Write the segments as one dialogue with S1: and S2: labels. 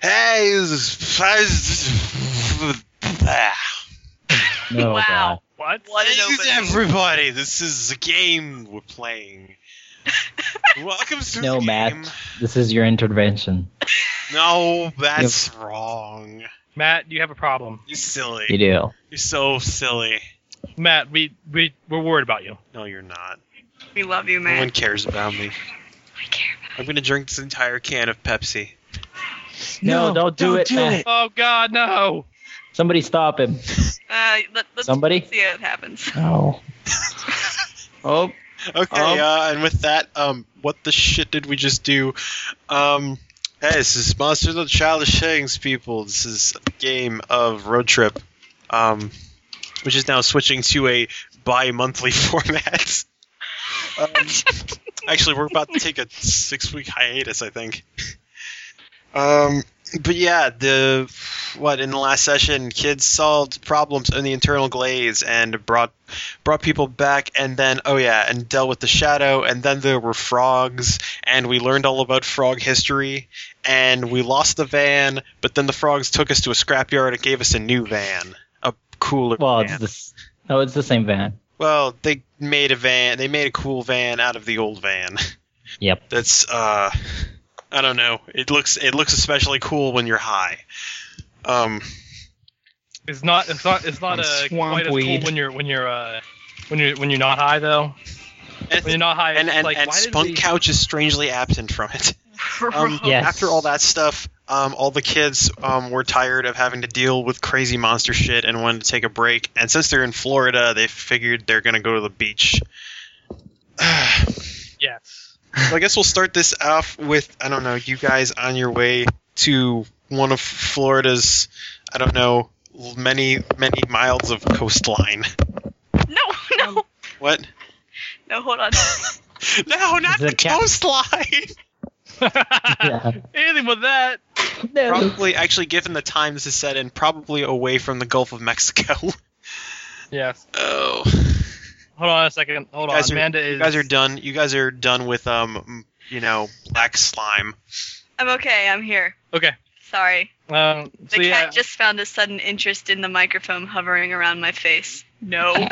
S1: Hey, what
S2: No,
S3: wow.
S4: What?
S1: is everybody? This is a game we're playing. Welcome to
S2: No,
S1: the
S2: Matt.
S1: game.
S2: God. This is your intervention.
S1: No, that's wrong.
S4: Matt, you have a problem.
S1: You're silly.
S2: You do.
S1: You're so silly.
S4: Matt, we we we're worried about you.
S1: No, you're not.
S3: We love you,
S1: No one
S3: man.
S1: cares about me. I'm gonna drink this entire can of Pepsi.
S2: No, don't do it, Matt.
S4: Oh God, no!
S2: Somebody stop him.
S3: Uh, let, let's
S2: Somebody? Um,
S3: see how it happens.
S2: No.
S5: Oh,
S1: Okay,
S5: Um,
S1: uh, and with that, um, what the shit did we just do? Um, hey, this is Monsters of Childish Things, people. This is a game of Road Trip, um, which is now switching to a bi-monthly format. Um, actually, we're about to take a six-week hiatus, I think. Um, but yeah, the what in the last session, kids solved problems in the internal glaze and brought brought people back and then oh yeah and dealt with the shadow and then there were frogs and we learned all about frog history and we lost the van but then the frogs took us to a scrapyard and gave us a new van a cooler
S2: Well, it's
S1: van.
S2: the s No, it's the same van.
S1: well they made a van they made a cool van out of the old van
S2: Yep.
S1: that's uh I don't know. It looks it looks especially cool when you're high. Um
S4: It's not it's not it's not
S5: On
S4: uh,
S5: swamp
S4: quite as cool
S5: weed.
S4: when you're when you're uh, when you're when you're not high though.
S1: and,
S4: When you're not high,
S1: and,
S4: it's
S1: and,
S4: like
S1: and
S4: why did
S1: Spunk
S4: we-
S1: Couch is strangely absent from it. Um,
S2: Yes.
S1: After all that stuff, um, all the kids um, were tired of having to deal with crazy monster shit and wanted to take a break. And since they're in Florida, they figured they're going to go to the beach. so
S4: Yes.
S1: I guess we'll start this off with I don't know, you guys on your way to one of Florida's, I don't know, many, many miles of coastline.
S3: No,
S4: Um,
S3: no,
S1: What?
S3: no. Hold on.
S1: No, not
S2: Is it
S1: the
S2: a cat?
S1: coastline!
S4: Uh,
S2: Yeah.
S4: Anything with that?
S1: probably, actually, given the time this is set in, probably away from the Gulf of Mexico.
S4: Yes.
S1: oh.
S4: Hold on a second. Hold
S1: You
S4: on.
S1: guys are-
S4: Amanda is.
S1: You guys are done. You guys are done with um, m- you know, black slime.
S3: I'm okay. I'm here.
S4: Okay.
S3: Sorry.
S4: Um.
S3: The
S4: So
S3: cat
S4: yeah.
S3: just found a sudden interest in the microphone hovering around my face. No.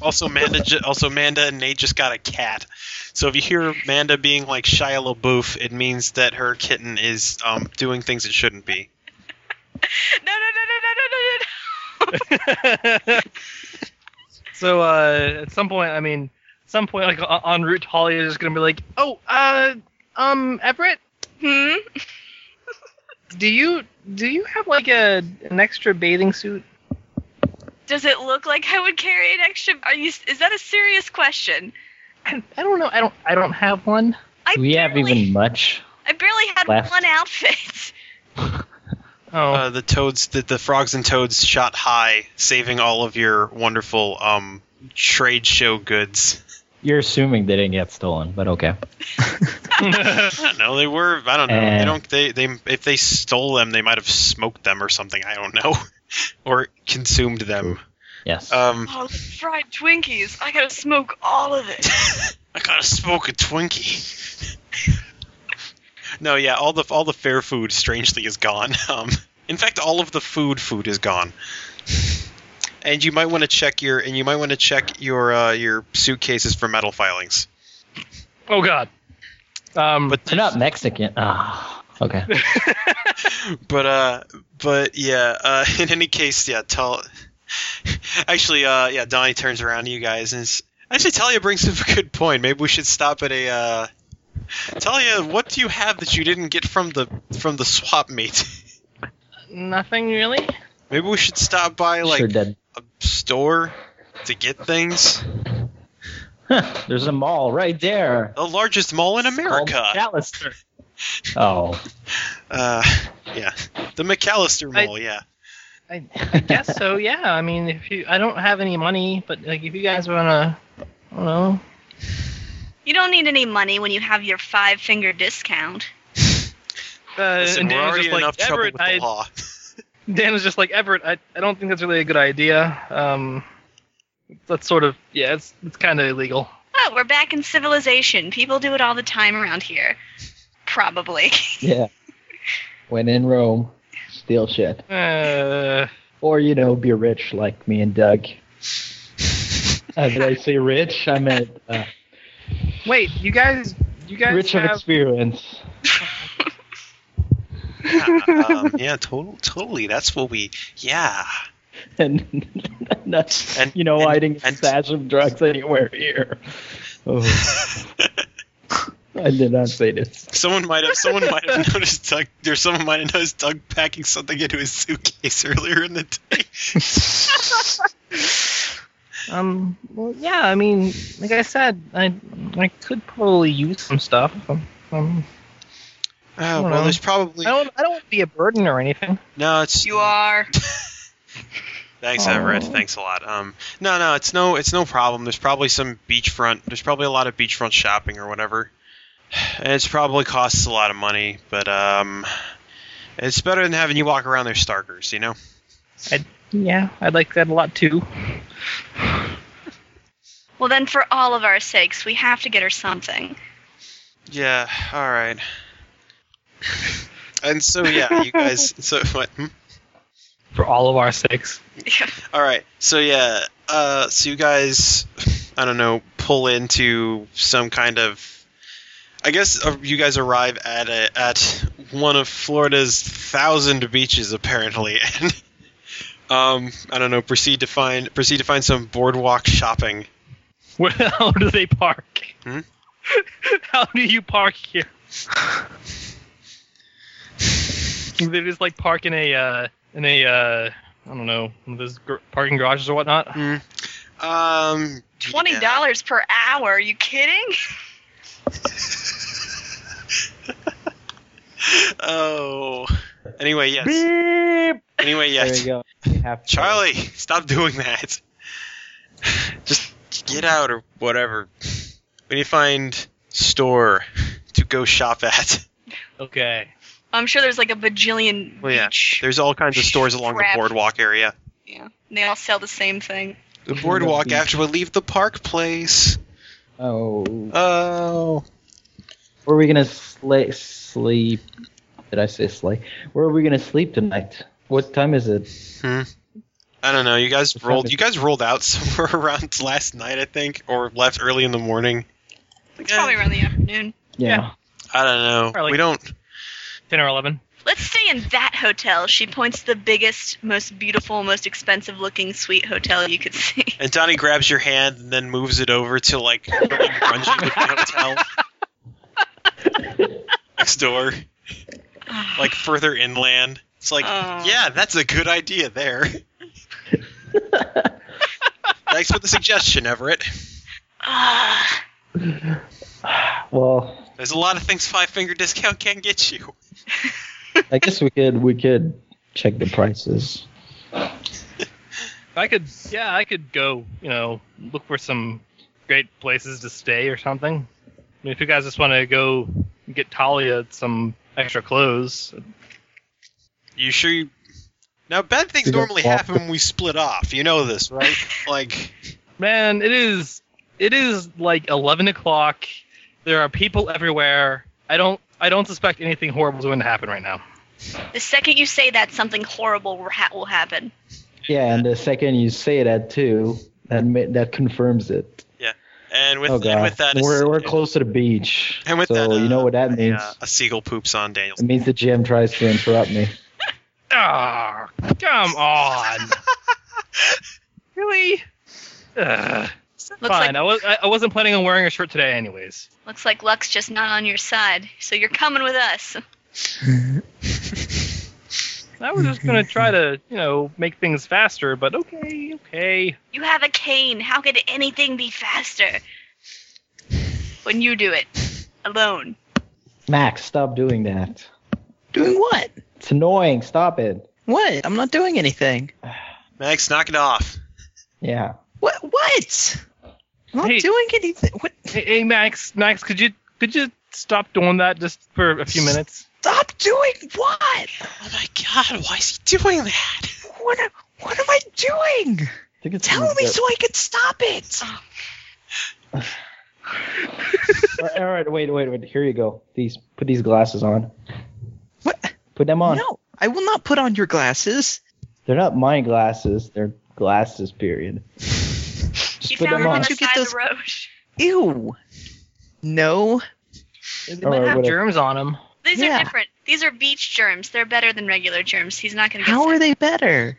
S1: Also, Manda. Ju- also, Amanda and Nate just got a cat. So if you hear Amanda being like Shia LaBeouf, it means that her kitten is um doing things it shouldn't be.
S3: no, no, no, no, no, no, no, no.
S4: so uh, at some point, I mean, some point, like o- en route, Holly is just gonna be like, "Oh, uh, um, Everett,
S3: Hmm?
S4: do you do you have like a an extra bathing suit?"
S3: Does it look like I would carry an extra? Are you? Is that a serious question?
S4: I, I don't know. I don't. I don't have one.
S3: I
S2: Do we have
S3: barely-
S2: even much?
S3: I barely had
S2: left?
S3: one outfit.
S4: Oh,
S1: Uh, the toads, the, the frogs and toads shot high, saving all of your wonderful um trade show goods.
S2: You're assuming they didn't get stolen, but okay.
S4: Uh,
S1: I don't know. They were. I don't know. they
S2: Uh.
S1: don't. They they if they stole them, they might have smoked them or something. I don't know, or consumed them.
S2: Yes.
S1: Um.
S3: Oh, the fried Twinkies! I gotta smoke all of it.
S1: I gotta smoke a Twinkie. no, yeah, all the all the fair food strangely is gone. Um, in fact, all of the food food is gone. And you might want to check your and you might want to check your uh, your suitcases for metal filings.
S4: oh God. Um,
S1: But
S2: They're not Mexican. Ah. okay.
S1: but uh but yeah uh in any case yeah tell actually uh yeah Donnie turns around to you guys and is, actually Talia brings up a good point maybe we should stop at a uh Talia what do you have that you didn't get from the from the swap meet
S4: nothing really.
S1: maybe we should stop by like
S2: sure did.
S1: a store to get things
S2: Huh, There's a mall right there.
S1: the largest mall in America
S2: Called McAllister. Oh.
S1: uh yeah the McAllister
S4: I-
S1: Mall yeah
S4: I, I guess so. Yeah. I mean, if you, I don't have any money, but like, if you guys wanna, I don't know.
S3: You don't need any money when you have your five finger discount.
S4: Uh,
S1: Listen, we're
S4: and Dan was
S1: already
S4: just
S1: in
S4: like,
S1: enough trouble
S4: "Everett,
S1: with the
S4: I-
S1: law
S4: Dan was just like Everett. I, I don't think that's really a good idea. Um, that's sort of yeah. It's it's kind of illegal.
S3: Oh, we're back in civilization. People do it all the time around here. Probably.
S2: Yeah. when in Rome, steal shit.
S4: Uh,
S2: Or, you know, be rich like me and Doug. Uh, did I say rich? I meant uh,
S4: wait, you guys, you guys
S2: rich of
S4: have
S2: experience.
S1: Yeah, um, yeah total, totally. That's what we. Yeah.
S2: And not,
S1: And-
S2: you know,
S1: and-
S2: hiding a
S1: and-
S2: stash of drugs anywhere here. Oh, I did not say this.
S1: Someone might have someone might have noticed Doug or someone might have noticed Doug packing something into his suitcase earlier in the day.
S4: Um. Well, yeah. I mean, like I said, I I could probably use some stuff. Um, um,
S1: Oh,
S4: know.
S1: well, there's
S4: I
S1: probably
S4: don't. I don't want to be a burden or anything.
S1: no. It's
S3: You are.
S1: thanks, Everett. Thanks a lot. Um, no, no, it's no, it's no problem. There's probably some beachfront. There's probably a lot of beachfront shopping or whatever. And it's probably costs a lot of money, but um, it's better than having you walk around there starkers, you know.
S4: Yeah, I'd like that a lot too.
S3: Well, then, for all of our sakes, we have to get her something.
S1: Yeah. All right. And so yeah, you guys. So what? Hmm?
S4: For all of our sakes.
S1: All right. So yeah, uh, so you guys, I don't know, pull into some kind of. I guess uh, you guys arrive at a, at one of Florida's thousand beaches, apparently, and um, I don't know. Proceed to find proceed to find some boardwalk shopping.
S4: Where how do they park?
S1: Hmm?
S4: how do you park here? they just like park in a uh, in a uh, I don't know one of those gr- parking garages or whatnot.
S2: Hmm.
S1: Um,
S3: Twenty
S1: yeah.
S3: dollars per hour? Are you kidding?
S1: Oh. Anyway, yes.
S2: Beep.
S1: Anyway,
S2: There
S1: yes.
S2: you go. You have to-
S1: Charlie, stop doing that. Just get out or whatever. We need to find store to go shop at.
S4: Okay.
S3: I'm sure there's like a bajillion
S1: Well, yeah.
S3: beach.
S1: There's all kinds of stores along
S3: Crap.
S1: the boardwalk area.
S3: Yeah. And They all sell the same thing.
S1: The boardwalk
S2: Mm-hmm.
S1: after we leave the park place.
S2: Oh,
S1: Oh.
S2: where are we gonna sla- sleep? Did I say slay? Where are we gonna sleep tonight? What time is it?
S1: I don't know. You guys
S2: It's
S1: rolled.
S2: probably-
S1: You guys rolled out somewhere around last night, I think, or left early in the morning.
S3: It's probably around the afternoon.
S2: Yeah.
S1: I don't know.
S4: Early.
S1: We don't.
S4: Ten or eleven.
S3: Let's stay in that hotel. She points to the biggest, most beautiful, most expensive looking suite hotel you could see.
S1: And Donnie grabs your hand and then moves it over to like a really grungy looking hotel next door, like further inland. It's like,
S3: Oh.
S1: yeah, that's a good idea there. Thanks for the suggestion, Everett.
S3: Ah,
S2: Well,
S1: There's a lot of things Five Finger Discount can get you.
S2: I guess we could we could check the prices.
S4: I could, yeah, I could go, you know, look for some great places to stay or something. I mean, if you guys just want to go get Talia some extra clothes,
S1: You sure you. Now, bad things
S2: You don't
S1: normally
S2: walk
S1: happen when we split off. You know this, right? Like,
S4: man, it is, it is like eleven o'clock. There are people everywhere. I don't, I don't suspect anything horrible is going to happen right now.
S3: the second you say that, something horrible will ha- will happen.
S2: Yeah, and the second you say that too, that ma- that confirms it.
S1: and with,
S2: oh
S1: and
S2: god,
S1: with that,
S2: we're we're close to the beach,
S1: And with
S2: so
S1: that, uh,
S2: you know what that
S1: a,
S2: means.
S1: uh, a seagull poops on Daniel's
S2: It means the GM tries to interrupt me.
S4: Ah, come on. really? Ugh.
S3: Looks
S4: Fine.
S3: like
S4: I was, I I wasn't planning on wearing a shirt today, anyways.
S3: looks like luck's just not on your side. So you're coming with us.
S4: I was just gonna try to, you know, make things faster, but okay, okay.
S3: You have a cane. How could anything be faster? When you do it alone.
S2: Max, stop doing that.
S5: Doing what?
S2: It's annoying. Stop it.
S5: What? I'm not doing anything.
S1: Max, knock it off.
S2: Yeah.
S5: What? What? I'm not
S4: Hey.
S5: doing anything. What?
S4: Hey, hey, Max, Max, could you could you stop doing that just for a few minutes?
S5: Stop doing what?
S1: Oh my god, why is he doing that?
S5: What? am- What am I doing?
S2: I think it's
S5: Tell me so I can stop it.
S6: all right, all right, wait, wait, wait. Here you go. These put these glasses on.
S5: What?
S6: Put them on.
S5: No, I will not put on your glasses.
S6: They're not my glasses. They're glasses. Period.
S3: She
S6: put
S3: found
S6: them
S3: them on
S6: on.
S3: the
S5: You get
S3: side of
S5: those-
S3: the road.
S5: Ew. No.
S4: They
S6: All
S4: might
S6: right,
S4: have
S6: whatever.
S4: germs on them.
S3: These
S5: Yeah.
S3: are different. These are beach germs. They're better than regular germs. He's not gonna. Get
S5: How are they better?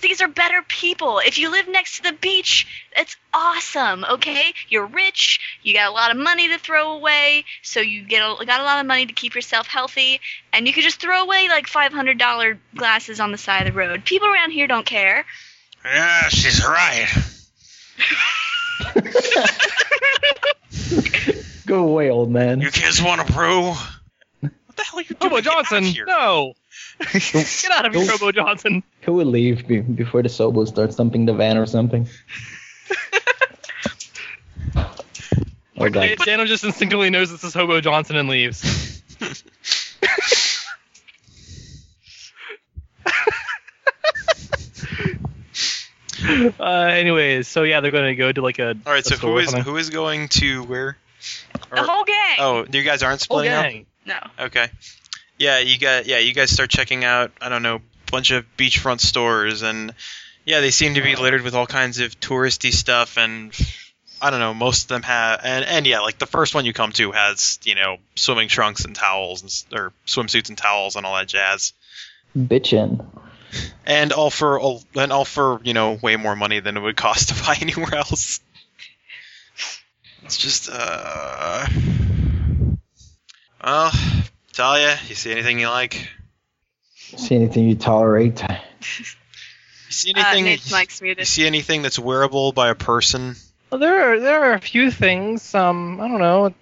S3: These are better people. If you live next to the beach, it's awesome. Okay, you're rich. You got a lot of money to throw away, so you get a, got a lot of money to keep yourself healthy, and you could just throw away like five hundred dollar glasses on the side of the road. People around here don't care.
S1: Yeah, she's right.
S6: Go away, old man.
S1: kids want to brew? What the hell are you
S4: Bobo
S1: Get out of
S4: Johnson,
S1: here.
S4: no!
S6: Don't-
S4: Get out of here,
S6: Don't-
S4: Bobo Johnson.
S6: Who would leave be- before the Sobo starts thumping the van or something? oh god.
S4: Daniel just instinctively knows this is Hobo Johnson and leaves. uh, anyways, so yeah, they're gonna go to like a.
S1: All right, so
S4: a store
S1: who
S4: or
S1: is
S4: something.
S1: who is going to where?
S3: The
S1: Or-
S3: whole gang.
S1: Oh, you guys aren't
S4: Whole
S1: splitting
S4: gang.
S3: No.
S1: up. Okay. Yeah, you got yeah, you guys start checking out. I don't know, bunch of beachfront stores, and yeah, they seem to be littered with all kinds of touristy stuff, and I don't know, most of them have, and and yeah, like the first one you come to has you know swimming trunks and towels and s- or swimsuits and towels and all that jazz,
S6: Bitchin'.
S1: and all for all- and all for you know way more money than it would cost to buy anywhere else. It's just uh, well, Talia, you see anything you like? You
S6: See anything you tolerate?
S1: see
S3: Uh,
S1: anything?
S3: Nate's mic's
S1: you
S3: muted.
S1: see anything that's wearable by a person?
S4: Well, there are there are a few things. Um, I don't know.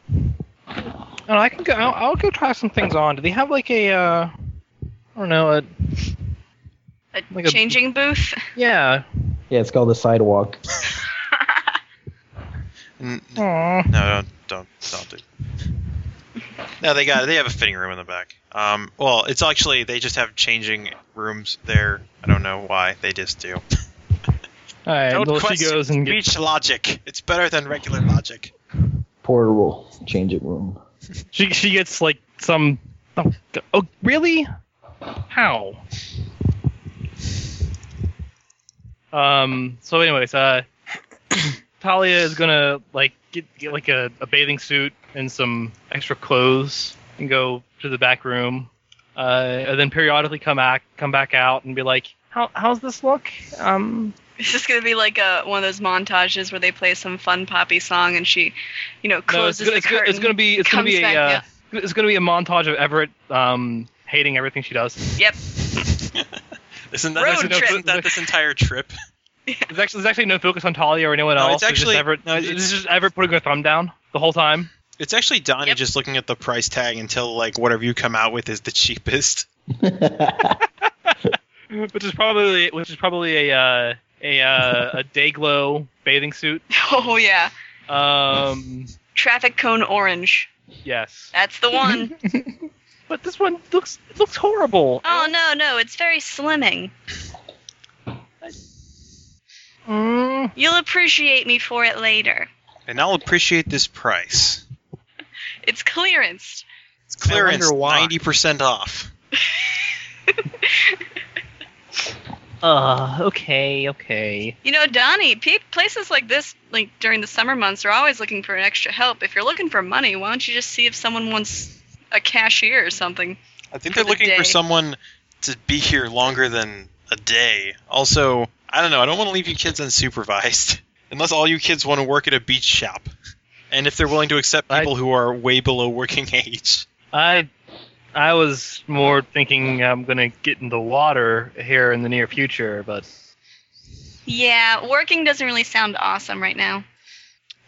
S4: I, don't know, I can go. I'll, I'll go try some things on. Do they have like a? Uh, I don't know. A,
S3: A
S4: Like a-
S3: changing booth.
S4: yeah.
S6: Yeah, it's called the sidewalk.
S1: N- No,
S4: Aw.
S1: don't, don't, don't do. No, they got. They have a fitting room in the back. Um, well, it's actually they just have changing rooms there. I don't know why they just do.
S4: All right.
S1: Don't
S4: well, she
S1: question
S4: goes and gets.
S1: Beach logic. It's better than regular logic.
S6: Portable changing room.
S4: She she gets like some. Oh, g- oh really? How? Um. So, anyways, uh, Talia is gonna like get, get like a, a bathing suit and some extra clothes and go to the back room, uh, and then periodically come back come back out and be like, how how's this look? Um.
S3: It's just gonna be like a, one of those montages where they play some fun poppy song and she, you know,
S4: No, it's,
S3: closes
S4: gonna-
S3: the
S4: it's, gonna-
S3: curtain.
S4: it's gonna be it's gonna
S3: comes
S4: be a
S3: back
S4: uh,
S3: out.
S4: it's gonna be a montage of Everett um hating everything she does.
S3: Yep.
S1: Isn't that,
S3: Road
S1: isn't that-
S3: trip.
S1: isn't that this entire trip?
S4: There's actually, there's actually no focus on Talia or anyone
S1: No,
S4: else.
S1: it's actually-
S4: just Everett,
S1: no, it's-
S4: it's just Everett putting her thumb down the whole time.
S1: It's actually Donnie
S3: Yep.
S1: just looking at the price tag until like whatever you come out with is the cheapest.
S4: Which is probably which is probably a uh, a uh, a day glow bathing suit.
S3: Oh yeah.
S4: Um,
S3: Traffic cone orange.
S4: yes.
S3: That's the one.
S4: But this one looks it looks horrible.
S3: oh no, no, it's very slimming.
S4: Mm,
S3: You'll appreciate me for it later.
S1: And I'll appreciate this price.
S3: It's clearance.
S1: It's clearance,
S4: wonder why.
S1: ninety percent off.
S4: uh, okay, okay.
S3: You know, Donnie, pe- places like this, like during the summer months, are always looking for an extra help. If you're looking for money, why don't you just see if someone wants a cashier or something?
S1: I think
S3: For
S1: they're
S3: the
S1: looking for
S3: day.
S1: someone to be here longer than a day. Also, I don't know. I don't want to leave you kids unsupervised, unless all you kids want to work at a beach shop, and if they're willing to accept
S4: I-
S1: people who are way below working age.
S4: I I was more thinking I'm gonna get in the water here in the near future, but
S3: Yeah, working doesn't really sound awesome right now.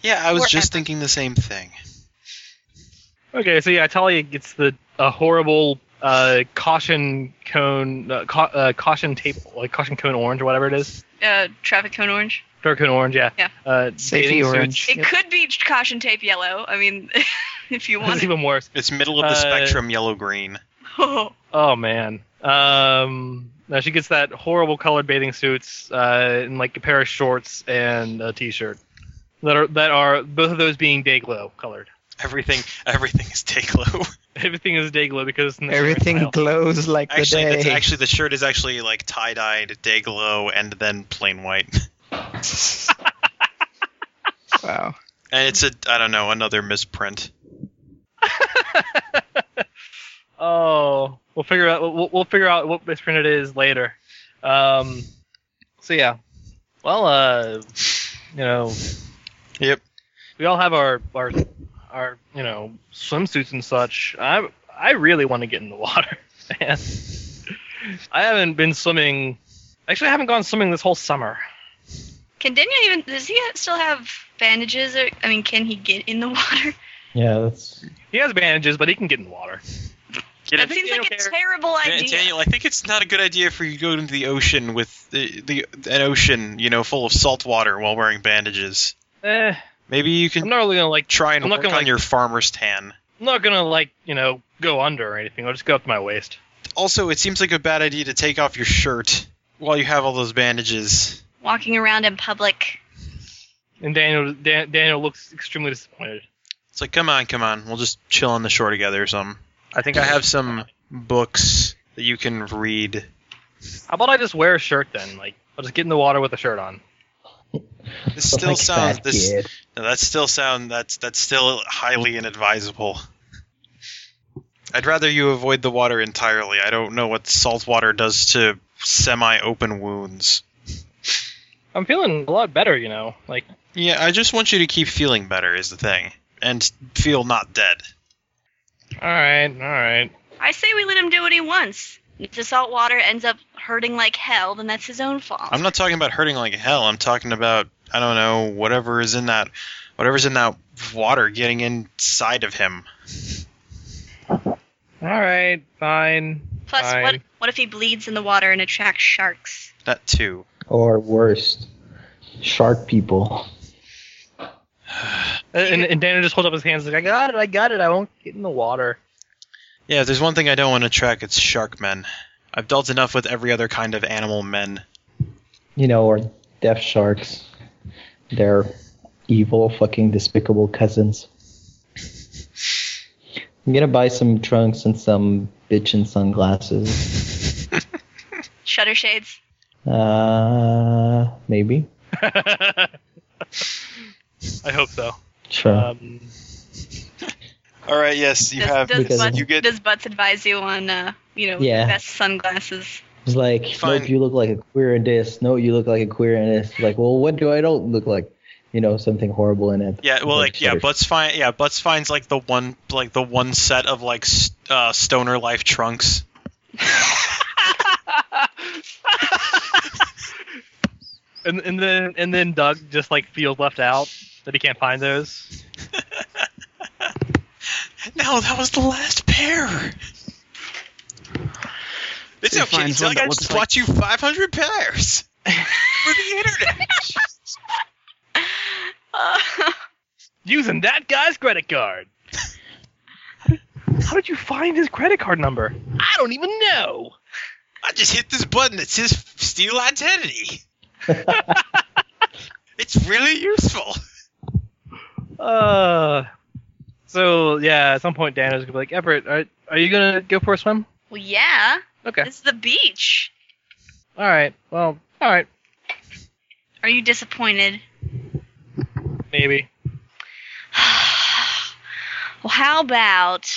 S1: Yeah, I was
S3: Or
S1: just
S3: ever.
S1: thinking the same thing.
S4: Okay, so yeah, Talia gets the a horrible uh, caution cone, uh, ca- uh, caution tape, like caution cone orange or whatever it is.
S3: Uh, traffic cone orange.
S4: Dark cone orange, yeah.
S3: Yeah.
S4: Uh,
S5: Safety
S4: bathing suit.
S5: orange.
S3: It could be caution tape yellow. I mean, if you want
S4: It's
S3: it.
S4: even worse.
S1: It's middle of the
S4: Uh,
S1: spectrum, yellow green.
S3: Oh,
S4: Oh man. Um, now she gets that horrible colored bathing suits uh, and like a pair of shorts and a t-shirt. that are that are both of those being day glow colored.
S1: Everything, everything is Dayglow.
S4: Everything is day glow because it's in the favorite
S5: Everything
S4: style.
S5: glows like
S1: actually,
S5: the
S1: that's
S5: day.
S1: actually the shirt is actually like tie dyed Dayglow and then plain white,
S5: wow.
S1: and it's a I don't know another misprint.
S4: oh, we'll figure out we'll, we'll figure out what misprint it is later. Um, so yeah, well, uh, you know,
S1: Yep.
S4: we all have our our our you know swimsuits and such. I I really want to get in the water, man. I haven't been swimming. Actually, I haven't gone swimming this whole summer.
S3: Can Daniel even? Does he ha- still have bandages? Or I mean, can he get in the water?
S6: Yeah, that's
S4: He has bandages, but he can get in the water. I
S3: That
S4: think
S3: seems like
S4: Daniel
S3: a
S4: Kerr-
S3: terrible
S1: Dan-
S3: idea.
S1: Daniel, I think it's not a good idea for you to go into the ocean with the, the an ocean, you know, full of salt water while wearing bandages.
S4: Eh,
S1: Maybe you
S4: I'm
S1: can
S4: not really gonna like.
S1: try and
S4: I'm not
S1: work
S4: gonna,
S1: on
S4: like-
S1: your farmer's tan.
S4: I'm not gonna like you know go under or anything. I'll just go up to my waist.
S1: Also, it seems like a bad idea to take off your shirt while you have all those bandages.
S3: Walking around in public.
S4: And Daniel Dan, Daniel looks extremely disappointed.
S1: It's like, come on, come on, we'll just chill on the shore together or something. I think I have some books that you can read.
S4: How about I just wear a shirt then? Like I'll just get in the water with a shirt on.
S1: This still
S6: like
S1: sounds
S6: that
S1: this
S6: kid.
S1: no, that still sound that's that's still highly inadvisable. I'd rather you avoid the water entirely. I don't know what salt water does to semi-open wounds.
S4: I'm feeling a lot better, you know. Like
S1: Yeah, I just want you to keep feeling better is the thing and feel not dead.
S4: all right, all right.
S3: I say we let him do what he wants. If the salt water ends up hurting like hell, then that's his own fault.
S1: I'm not talking about hurting like hell. I'm talking about I don't know whatever is in that whatever's in that water getting inside of him.
S4: All right, fine.
S3: Plus, what,
S4: fine.
S3: what if he bleeds in the water and attracts sharks?
S1: That too.
S6: Or worst, shark people.
S4: Uh, And, and Daniel just holds up his hands like, I got it, I got it. I won't get in the water.
S1: Yeah, if there's one thing I don't want to track, it's shark men. I've dealt enough with every other kind of animal men.
S6: You know, or deaf sharks. They're evil, fucking despicable cousins. I'm gonna buy some trunks and some bitchin' sunglasses.
S3: Shutter shades.
S6: Uh, maybe.
S4: I hope so.
S6: Sure.
S4: Um,
S1: All right, yes, you
S3: Does,
S1: have.
S3: does,
S6: because-
S3: Butts,
S1: you get-
S3: does Butts advise you on, uh, you know,
S6: Yeah.
S3: best sunglasses?
S6: It's like,
S1: Fine.
S6: nope, you look like a queer in this. No, you look like a queer in this. Like, well, what do I don't look like? You know, something horrible in it.
S1: Yeah, well, like yeah,
S6: shutter-
S1: Butts find yeah, Butts finds like the one like the one set of like s- uh, stoner life trunks.
S4: and and then and then Doug just like feels left out that he can't find those.
S1: No, that was the last pair. It's
S5: He
S1: okay,
S5: finds one
S1: Doug.
S5: that
S1: I just
S5: looks like-
S1: bought you 500 pairs for the internet.
S3: Uh,
S4: Using that guy's credit card. How did you find his credit card number? I don't even know.
S1: I just hit this button that says "Steal Identity." it's really useful.
S4: Uh, so yeah, at some point Dan is gonna be like, Everett, are, are you gonna go for a swim?
S3: well, yeah.
S4: Okay.
S3: This is the beach.
S4: All right. Well, all right.
S3: Are you disappointed?
S4: Maybe.
S3: well, how about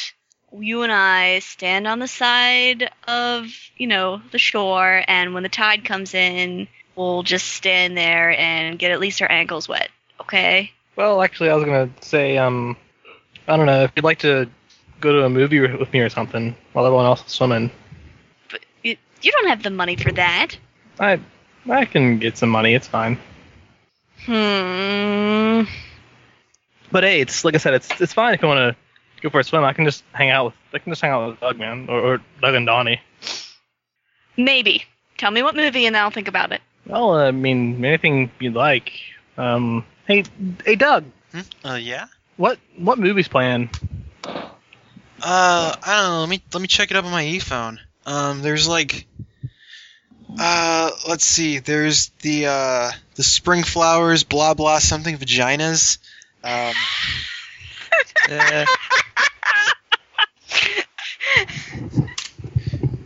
S3: you and I stand on the side of, you know, the shore, and when the tide comes in, we'll just stand there and get at least our ankles wet, okay?
S4: Well, actually, I was gonna say, um, I don't know if you'd like to go to a movie with me or something while everyone else is swimming.
S3: But you, you don't have the money for that.
S4: I I can get some money. It's fine.
S3: Hmm.
S4: But hey, it's like I said, it's it's fine if you want to go for a swim. I can just hang out with I can just hang out with Doug, man, or, or Doug and Donnie.
S3: Maybe. Tell me what movie, and I'll think about it.
S4: Well, I mean, anything you'd like. Um, hey, hey, Doug,
S1: Uh, yeah.
S4: what what movie's playing?
S1: Uh, I don't know. Let me let me check it up on my e-phone. Um, there's like Uh, let's see. There's the uh, the spring flowers, blah blah something vaginas. Um,
S5: Uh,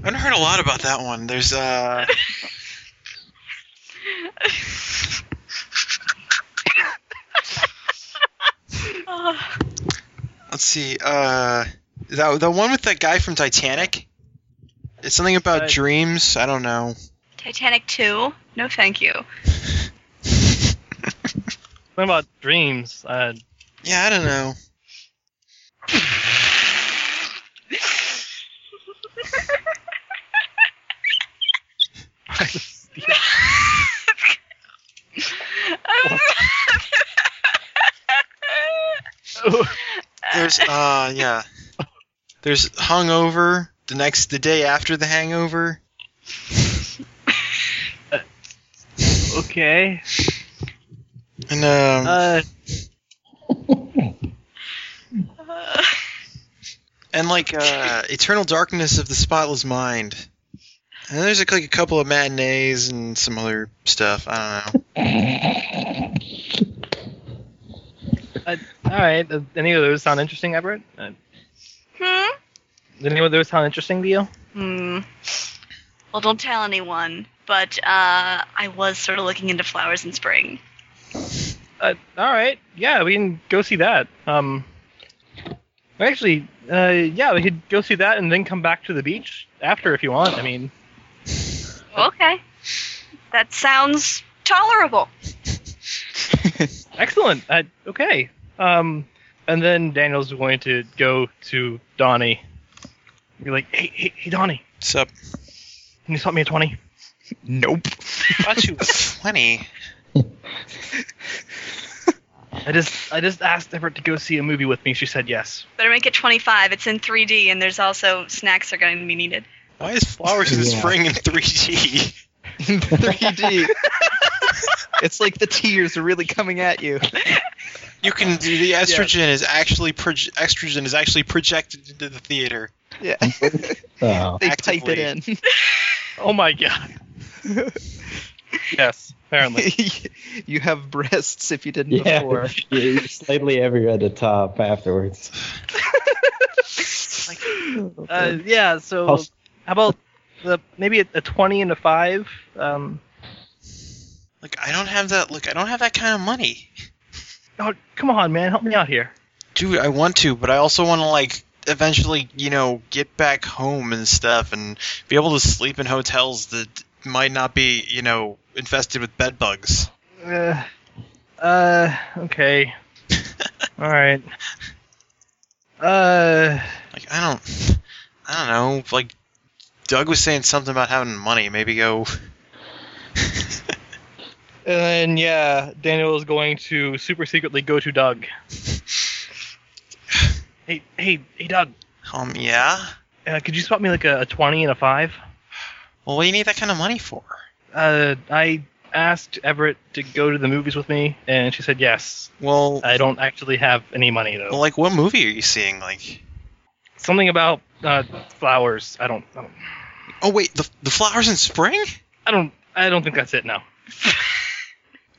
S1: I've heard a lot about that one. There's uh,
S3: Oh,
S1: let's see. Uh, that the one with that guy from Titanic. It's something about
S4: Uh,
S1: dreams. I don't know.
S3: Titanic 2? No, thank you.
S4: What about dreams? Uh,
S1: Yeah, I don't know. There's uh, yeah. There's hungover. The next, the day after the hangover.
S4: okay.
S1: And um,
S4: Uh,
S1: and like uh, eternal darkness of the spotless mind. And there's like, like a couple of matinees and some other stuff. I don't know.
S4: all right. Uh, any of those sound interesting, Everett? Uh,
S3: hmm?
S4: did any of those sound interesting to you?
S3: Hmm. Well, don't tell anyone, but uh, I was sort of looking into flowers in spring.
S4: Uh, all right. Yeah, we can go see that. Um, actually, uh, yeah, we could go see that and then come back to the beach after if you want. I mean,
S3: Okay. That sounds tolerable.
S4: excellent. Uh, okay. Um, and then Daniel's going to go to Donnie. Be like, hey, hey, hey, Donnie,
S1: Sup?
S4: can you swap me a twenty?
S5: nope.
S1: Thought you was twenty.
S4: I just, I just asked Everett to go see a movie with me. She said yes.
S3: Better make it 25. It's in 3D, and there's also snacks are going to be needed.
S1: Why is flowers in
S6: Yeah.
S1: spring in 3D?
S5: In 3D. it's like the tears are really coming at you.
S1: You can the estrogen is actually proj- estrogen is actually projected into the theater.
S5: Yeah.
S6: Oh.
S5: they
S1: Actively.
S5: type it
S4: Oh my god.
S5: in.
S4: Yes, apparently.
S5: you have breasts if you didn't
S6: Yeah,
S5: before.
S6: you- slightly everywhere at the top afterwards.
S4: Uh, yeah. So,
S6: I'll-
S4: how about the maybe a, a twenty and a five? Um,
S1: Like I don't have that. Look, I don't have that kind of money,
S4: oh, come on, man, help me out here.
S1: dude. I want to, but I also want to like eventually, you know, get back home and stuff, and be able to sleep in hotels that might not be, you know, infested with bed bugs.
S4: Uh, uh okay. All right. Uh,
S1: Like I don't, I don't know. Like Doug was saying something about having money. Maybe go.
S4: and then yeah, Daniel is going to super secretly go to Doug. hey, hey, hey, Doug.
S1: Um, yeah.
S4: Uh, could you swap me like a, a twenty and a five?
S1: Well, what do you need that kind of money for?
S4: Uh, I asked Everett to go to the movies with me, and she said yes.
S1: Well,
S4: I don't actually have any money though.
S1: well, like what movie are you seeing? Like,
S4: Something about uh, flowers. I don't, I don't.
S1: oh wait, the the flowers in spring.
S4: I don't. I don't think that's it. No.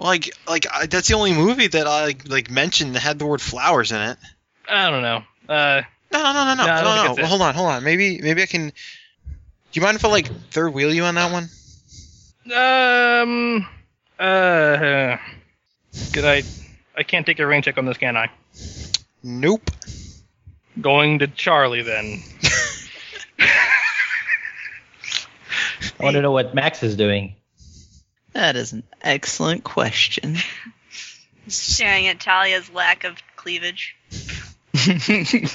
S1: Like, like I, that's the only movie that I like, like mentioned that had the word flowers in it.
S4: I don't know. Uh,
S1: No, no, no, no, no,
S4: No,
S1: no,
S4: I don't think
S1: no.
S4: that's it.
S1: Well, hold on, hold on. Maybe, maybe I can. Do you mind if I like third wheel you on that one?
S4: Uh, Um. Uh. Could I? I can't take a rain check on this, can I?
S1: Nope.
S4: Going to Charlie then.
S6: I want to know what Max is doing.
S5: That is an excellent question.
S3: Staring at Talia's lack of cleavage.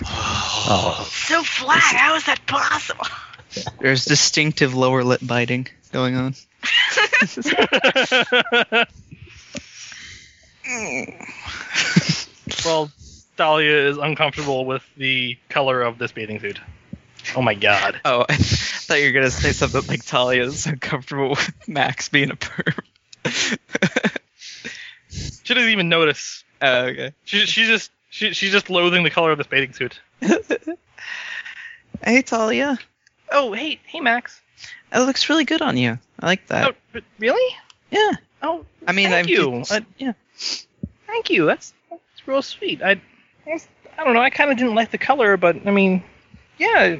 S6: Oh,
S3: So flat, how is that possible?
S5: There's distinctive lower lip biting going on.
S4: well, Dahlia is uncomfortable with the color of this bathing suit. Oh my god.
S5: Oh, I thought you were gonna say something like Talia is uncomfortable with Max being a perv.
S4: She doesn't even notice.
S5: oh, okay.
S4: She she just she she's just loathing the color of this bathing suit.
S5: Hey, Talia. "Oh, hey, hey, Max, that looks really good on you. I like that.
S4: Oh, but really?
S5: yeah.
S4: Oh,
S5: Uh, I mean,
S4: thank
S5: I'm,
S4: you. Uh,
S5: I- yeah.
S4: Thank you. That's that's real sweet. I I don't know. I kind of didn't like the color, but I mean, yeah.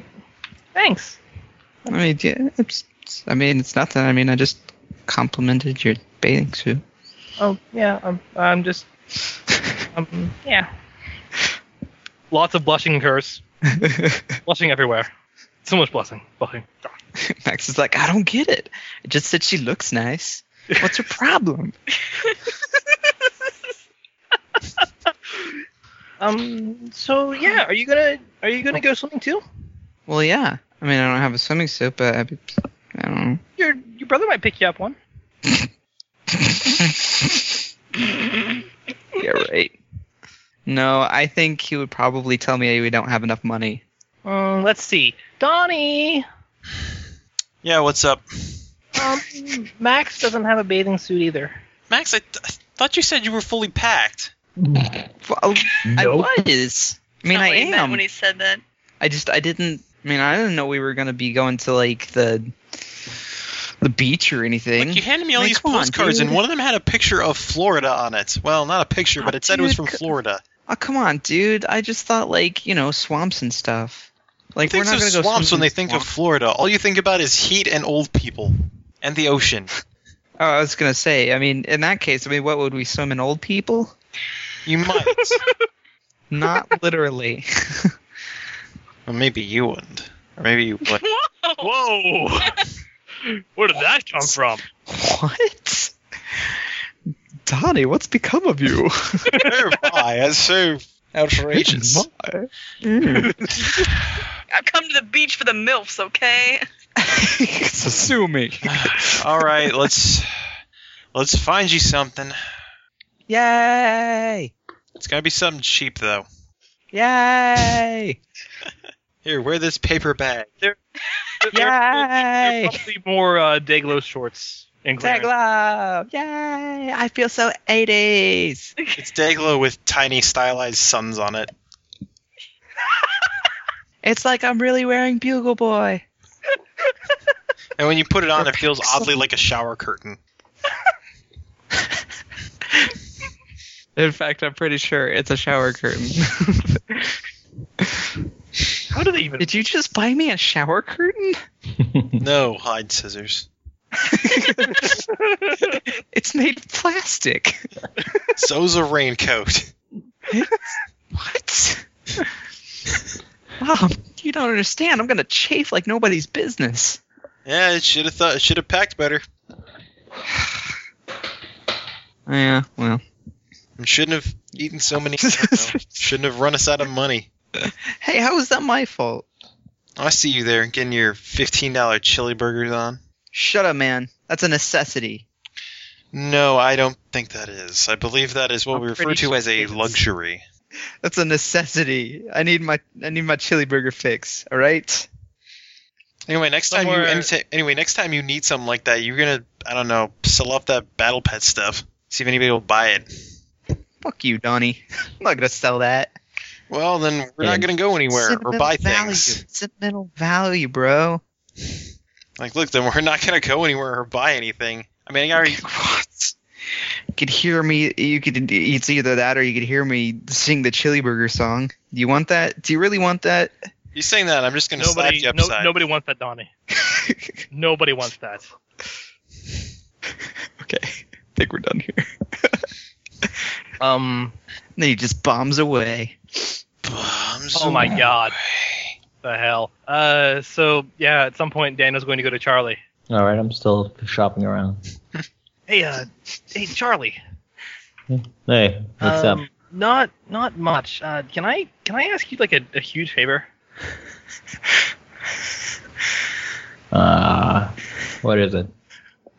S4: Thanks.
S5: I mean, yeah. It's, it's- I mean, it's nothing. I mean, I just complimented your bathing suit.
S4: Oh yeah. I'm I'm just um yeah. Lots of blushing curse. Blushing everywhere. So much blushing. Blushing.
S5: Max is like, I don't get it. I just said she looks nice. What's her problem?
S4: Um. So yeah. Are you gonna Are you gonna go swimming too?
S5: Well, yeah. I mean, I don't have a swimming suit, but I, be- I don't know.
S4: Your Your brother might pick you up one.
S5: yeah, right. No, I think he would probably tell me we don't have enough money.
S4: Um. Let's see. Donnie.
S1: Yeah, what's up?
S4: Um. Max doesn't have a bathing suit either.
S1: Max, I, th- I thought you said you were fully packed.
S5: Well, I
S2: Nope.
S5: was. I mean,
S3: Not
S5: I
S3: what he meant
S5: am.
S3: when he said that.
S5: I just, I didn't. I mean, I didn't know we were gonna be going to like the the beach or anything.
S1: Look, you handed me all
S5: Hey,
S1: these
S5: come on,
S1: postcards, and
S5: dude.
S1: one of them had a picture of Florida on it. Well, not a picture, but it said it was
S5: Dude,
S1: from
S5: c-
S1: Florida.
S5: oh, come on, dude. I just thought like you know swamps and stuff.
S1: Who
S5: Like we're
S1: thinks
S5: not
S1: of
S5: gonna go
S1: swamps when
S5: swimming
S1: they
S5: in
S1: think
S5: swamp.
S1: of Florida? All you think about is heat and old people and the ocean.
S5: Oh, I was gonna say. I mean, in that case, I mean, what would we swim in? Old people?
S1: You might.
S5: Not literally.
S1: well, maybe you wouldn't. Or maybe you would.
S3: Whoa!
S4: Whoa! Where did that come from?
S5: what? Donnie, what's become of you?
S1: Why? That's so outrageous.
S5: My. Mm.
S3: I've come to the beach for the milfs, okay?
S5: it's assuming.
S1: All right, let's let's find you something.
S5: Yay!
S1: It's gotta be something cheap though.
S5: Yay!
S1: Here, wear this paper bag.
S5: Yay!
S4: They're probably more uh, Dayglow shorts. And
S5: Tag
S4: clearance.
S5: love! Yay! I feel so 80s.
S1: It's Dayglow with tiny stylized suns on it.
S5: It's like I'm really wearing Bugle Boy.
S1: And when you put it on,
S5: Or
S1: it feels
S5: Paxil.
S1: oddly like a shower curtain.
S5: In fact, I'm pretty sure it's a shower curtain.
S4: How do they even?
S5: Did you just buy me a shower curtain?
S1: No, hide scissors.
S5: it's made of plastic.
S1: So's a raincoat.
S5: What? Mom, you don't understand. I'm gonna chafe like nobody's business.
S1: Yeah, it should have thought it should have packed better.
S5: Yeah, well.
S1: And Shouldn't have eaten so many. I don't know. Shouldn't have run us out of money.
S5: Hey, how is that my fault?
S1: I see you there getting your fifteen dollar chili burgers on.
S5: Shut up, man. That's a necessity.
S1: No, I don't think that is. I believe that is what
S5: I'm
S1: we refer
S5: pretty
S1: to
S5: sure
S1: as
S5: it
S1: a
S5: is.
S1: luxury.
S5: That's a necessity. I need my I need my chili burger fix, alright?
S1: Anyway, next
S4: Somewhere-
S1: time you anyta- anyway next time you need something like that, you're gonna I don't know sell off that battle pet stuff. See if anybody will buy it.
S5: Fuck you, Donnie. I'm not gonna sell that.
S1: Well, then we're not
S2: And
S1: gonna go anywhere or
S5: Sentimental
S1: buy
S5: value.
S1: things.
S5: Sentimental value, bro.
S1: Like, look, then we're not gonna go anywhere or buy anything. I mean, I already
S5: What? You could hear me. You could. It's either that, or you could hear me sing the Chili Burger song. Do you want that? Do you really want that?
S1: you saying that I'm just gonna
S4: Nobody,
S1: slap you
S4: no,
S1: upside.
S4: nobody wants that, Donnie. Nobody wants that.
S5: Okay, I think we're done here.
S4: Um.
S5: And then he just bombs away.
S1: Bums.
S4: Oh my God. The hell. Uh. So yeah, at some point, Daniel's going to go to Charlie.
S2: All right, I'm still shopping around.
S4: Hey, uh, hey, Charlie.
S2: Hey, what's
S4: um,
S2: up?
S4: Not, not much. Uh, can I, can I ask you like a, a huge favor?
S2: Uh, what is it?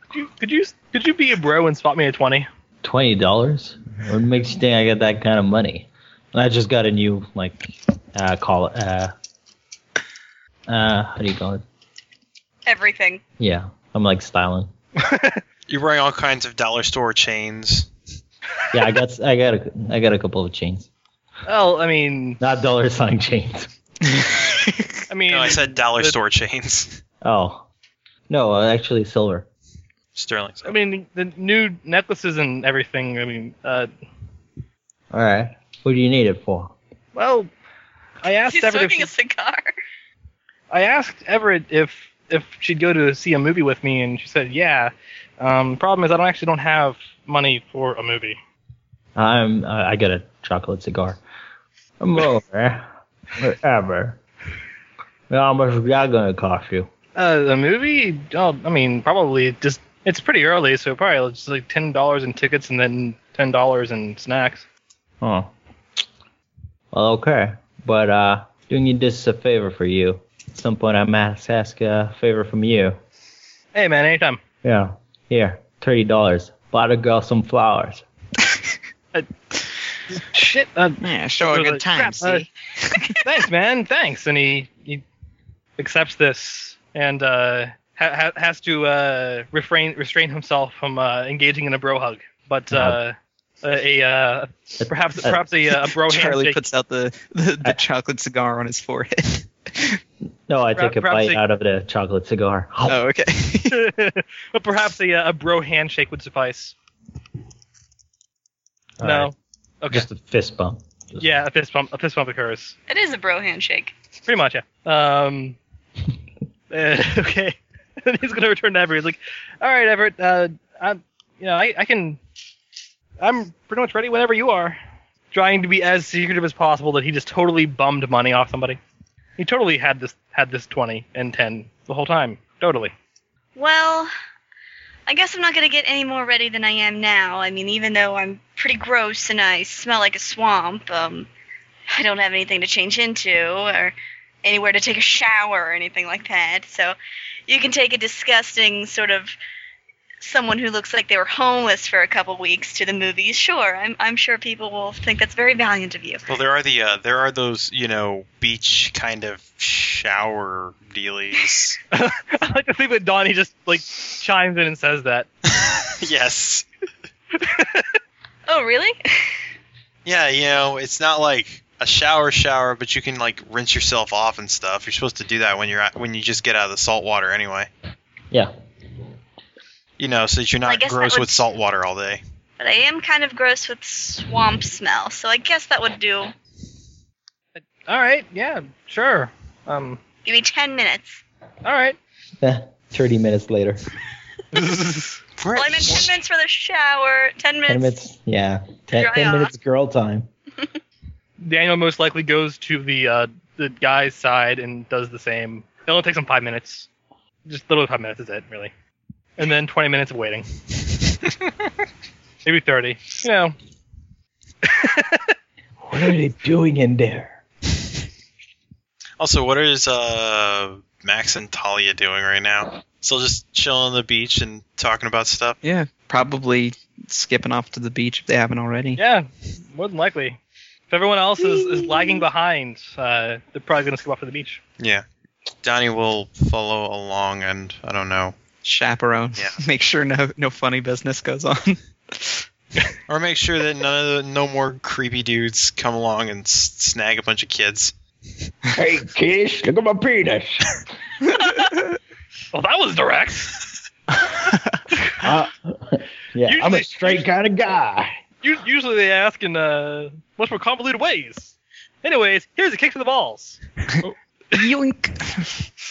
S4: Could you, could you, could you be a bro and spot me a twenty?
S2: Twenty dollars? What makes you think I got that kind of money? I just got a new like, uh, call it uh, uh, how do you call it?
S3: Everything.
S2: Yeah, I'm like styling.
S1: You're wearing all kinds of dollar store chains.
S2: Yeah, I got I got a I got a couple of chains,
S4: Well, I mean,
S2: not dollar sign chains.
S4: I mean,
S1: No, I said dollar
S4: the-
S1: store chains.
S2: Oh, no, uh, actually silver.
S1: Sterling.
S4: I mean the new necklaces and everything. I mean, uh,
S2: All right. What do you need it for?
S4: well, I asked
S3: He's
S4: Everett.
S3: smoking a
S4: If she,
S3: cigar.
S4: I asked Everett if if she'd go to see a movie with me, and she said yeah. Um, problem is, I don't actually don't have money for a movie.
S2: I'm. Uh, I got a chocolate cigar. I'm over. Whatever. How much is that gonna cost you?
S4: Uh, a movie? Oh, I mean, probably just it's pretty early, so probably just like ten dollars in tickets and then ten dollars in snacks.
S2: Huh. Well, okay. But uh, doing you this a favor for you. At some point, I must ask a favor from you.
S4: Hey man, anytime.
S2: Yeah. Here, thirty dollars. Buy the girl some flowers.
S4: Shit. Uh,
S5: Yeah, show a
S4: Really?
S5: good time.
S4: Crap, uh,
S5: see?
S4: thanks, man. Thanks. And he, he accepts this and uh, ha- ha- has to uh, refrain restrain himself from uh, engaging in a bro hug. But uh, a, a uh, perhaps
S2: Uh-huh. Uh,
S4: perhaps a, a bro
S5: Charlie
S4: handshake.
S5: puts out the, the, the
S2: I-
S5: chocolate cigar on his forehead.
S2: No, I
S4: Perhaps-
S2: take a
S4: perhaps
S2: bite
S4: they-
S2: out of the chocolate cigar.
S5: oh, okay.
S4: but perhaps a, uh, a bro handshake would suffice.
S2: All
S4: no.
S2: right.
S4: Okay.
S2: Just a fist bump. Just-
S4: yeah, a fist bump. A fist bump occurs.
S3: It is a bro handshake.
S4: Pretty much, yeah. Um, uh, okay. And he's gonna return to Everett. He's like, "All right, Everett. Uh, I'm, you know, I, I can. I'm pretty much ready whenever you are." Trying to be as secretive as possible that he just totally bummed money off somebody. He totally had this had this twenty and ten the whole time. Totally.
S3: Well, I guess I'm not going to get any more ready than I am now. I mean, even though I'm pretty gross and I smell like a swamp, um, I don't have anything to change into or anywhere to take a shower or anything like that. So you can take a disgusting sort of someone who looks like they were homeless for a couple weeks to the movies. Sure, I'm, I'm sure people will think that's very valiant of you.
S1: Well, there are the uh, there are those you know beach kind of shower dealies.
S4: I like to think that Donnie just like chimes in and says that.
S1: yes.
S3: Oh, really?
S1: Yeah, you know, it's not like a shower shower, but you can like rinse yourself off and stuff. You're supposed to do that when you're out, when you just get out of the salt water anyway.
S2: Yeah.
S1: You know, so that you're
S3: I
S1: not
S3: guess that
S1: gross
S3: would-
S1: with salt water all day.
S3: but I am kind of gross with swamp smell, so I guess that would do.
S4: All right. Yeah. Sure. Um.
S3: Give me 10 minutes.
S4: All right.
S2: Eh,
S6: Thirty minutes later.
S3: Well, I meant 10 minutes for the shower, 10 minutes.
S6: Ten minutes. Yeah. Ten,
S3: Dry
S6: ten
S3: off.
S6: minutes girl time.
S4: Daniel most likely goes to the uh, the guy's side and does the same. It only takes him five minutes, just literally five minutes is it really, and then twenty minutes of waiting, maybe thirty. You know,
S6: What are they doing in there?
S1: Also, what is uh, Max and Talia doing right now? Still just chilling on the beach and talking about stuff.
S5: yeah, probably skipping off to the beach if they haven't already.
S4: yeah, more than likely. If everyone else is, is lagging behind, uh, they're probably gonna skip off to the beach.
S1: Yeah, Donnie will follow along, and I don't know,
S5: Chaperone.
S1: Yeah.
S5: Make sure no no funny business goes on.
S1: or make sure that none of the no more creepy dudes come along and s- snag a bunch of kids.
S6: Hey, Kish, look at my penis.
S4: Well, that was direct.
S2: Ah,
S6: Uh, yeah, I'm
S4: Usually-
S6: a straight kind of guy.
S4: U- Usually they ask in uh, much more convoluted ways. Anyways, here's a kick to the balls.
S5: Yoink.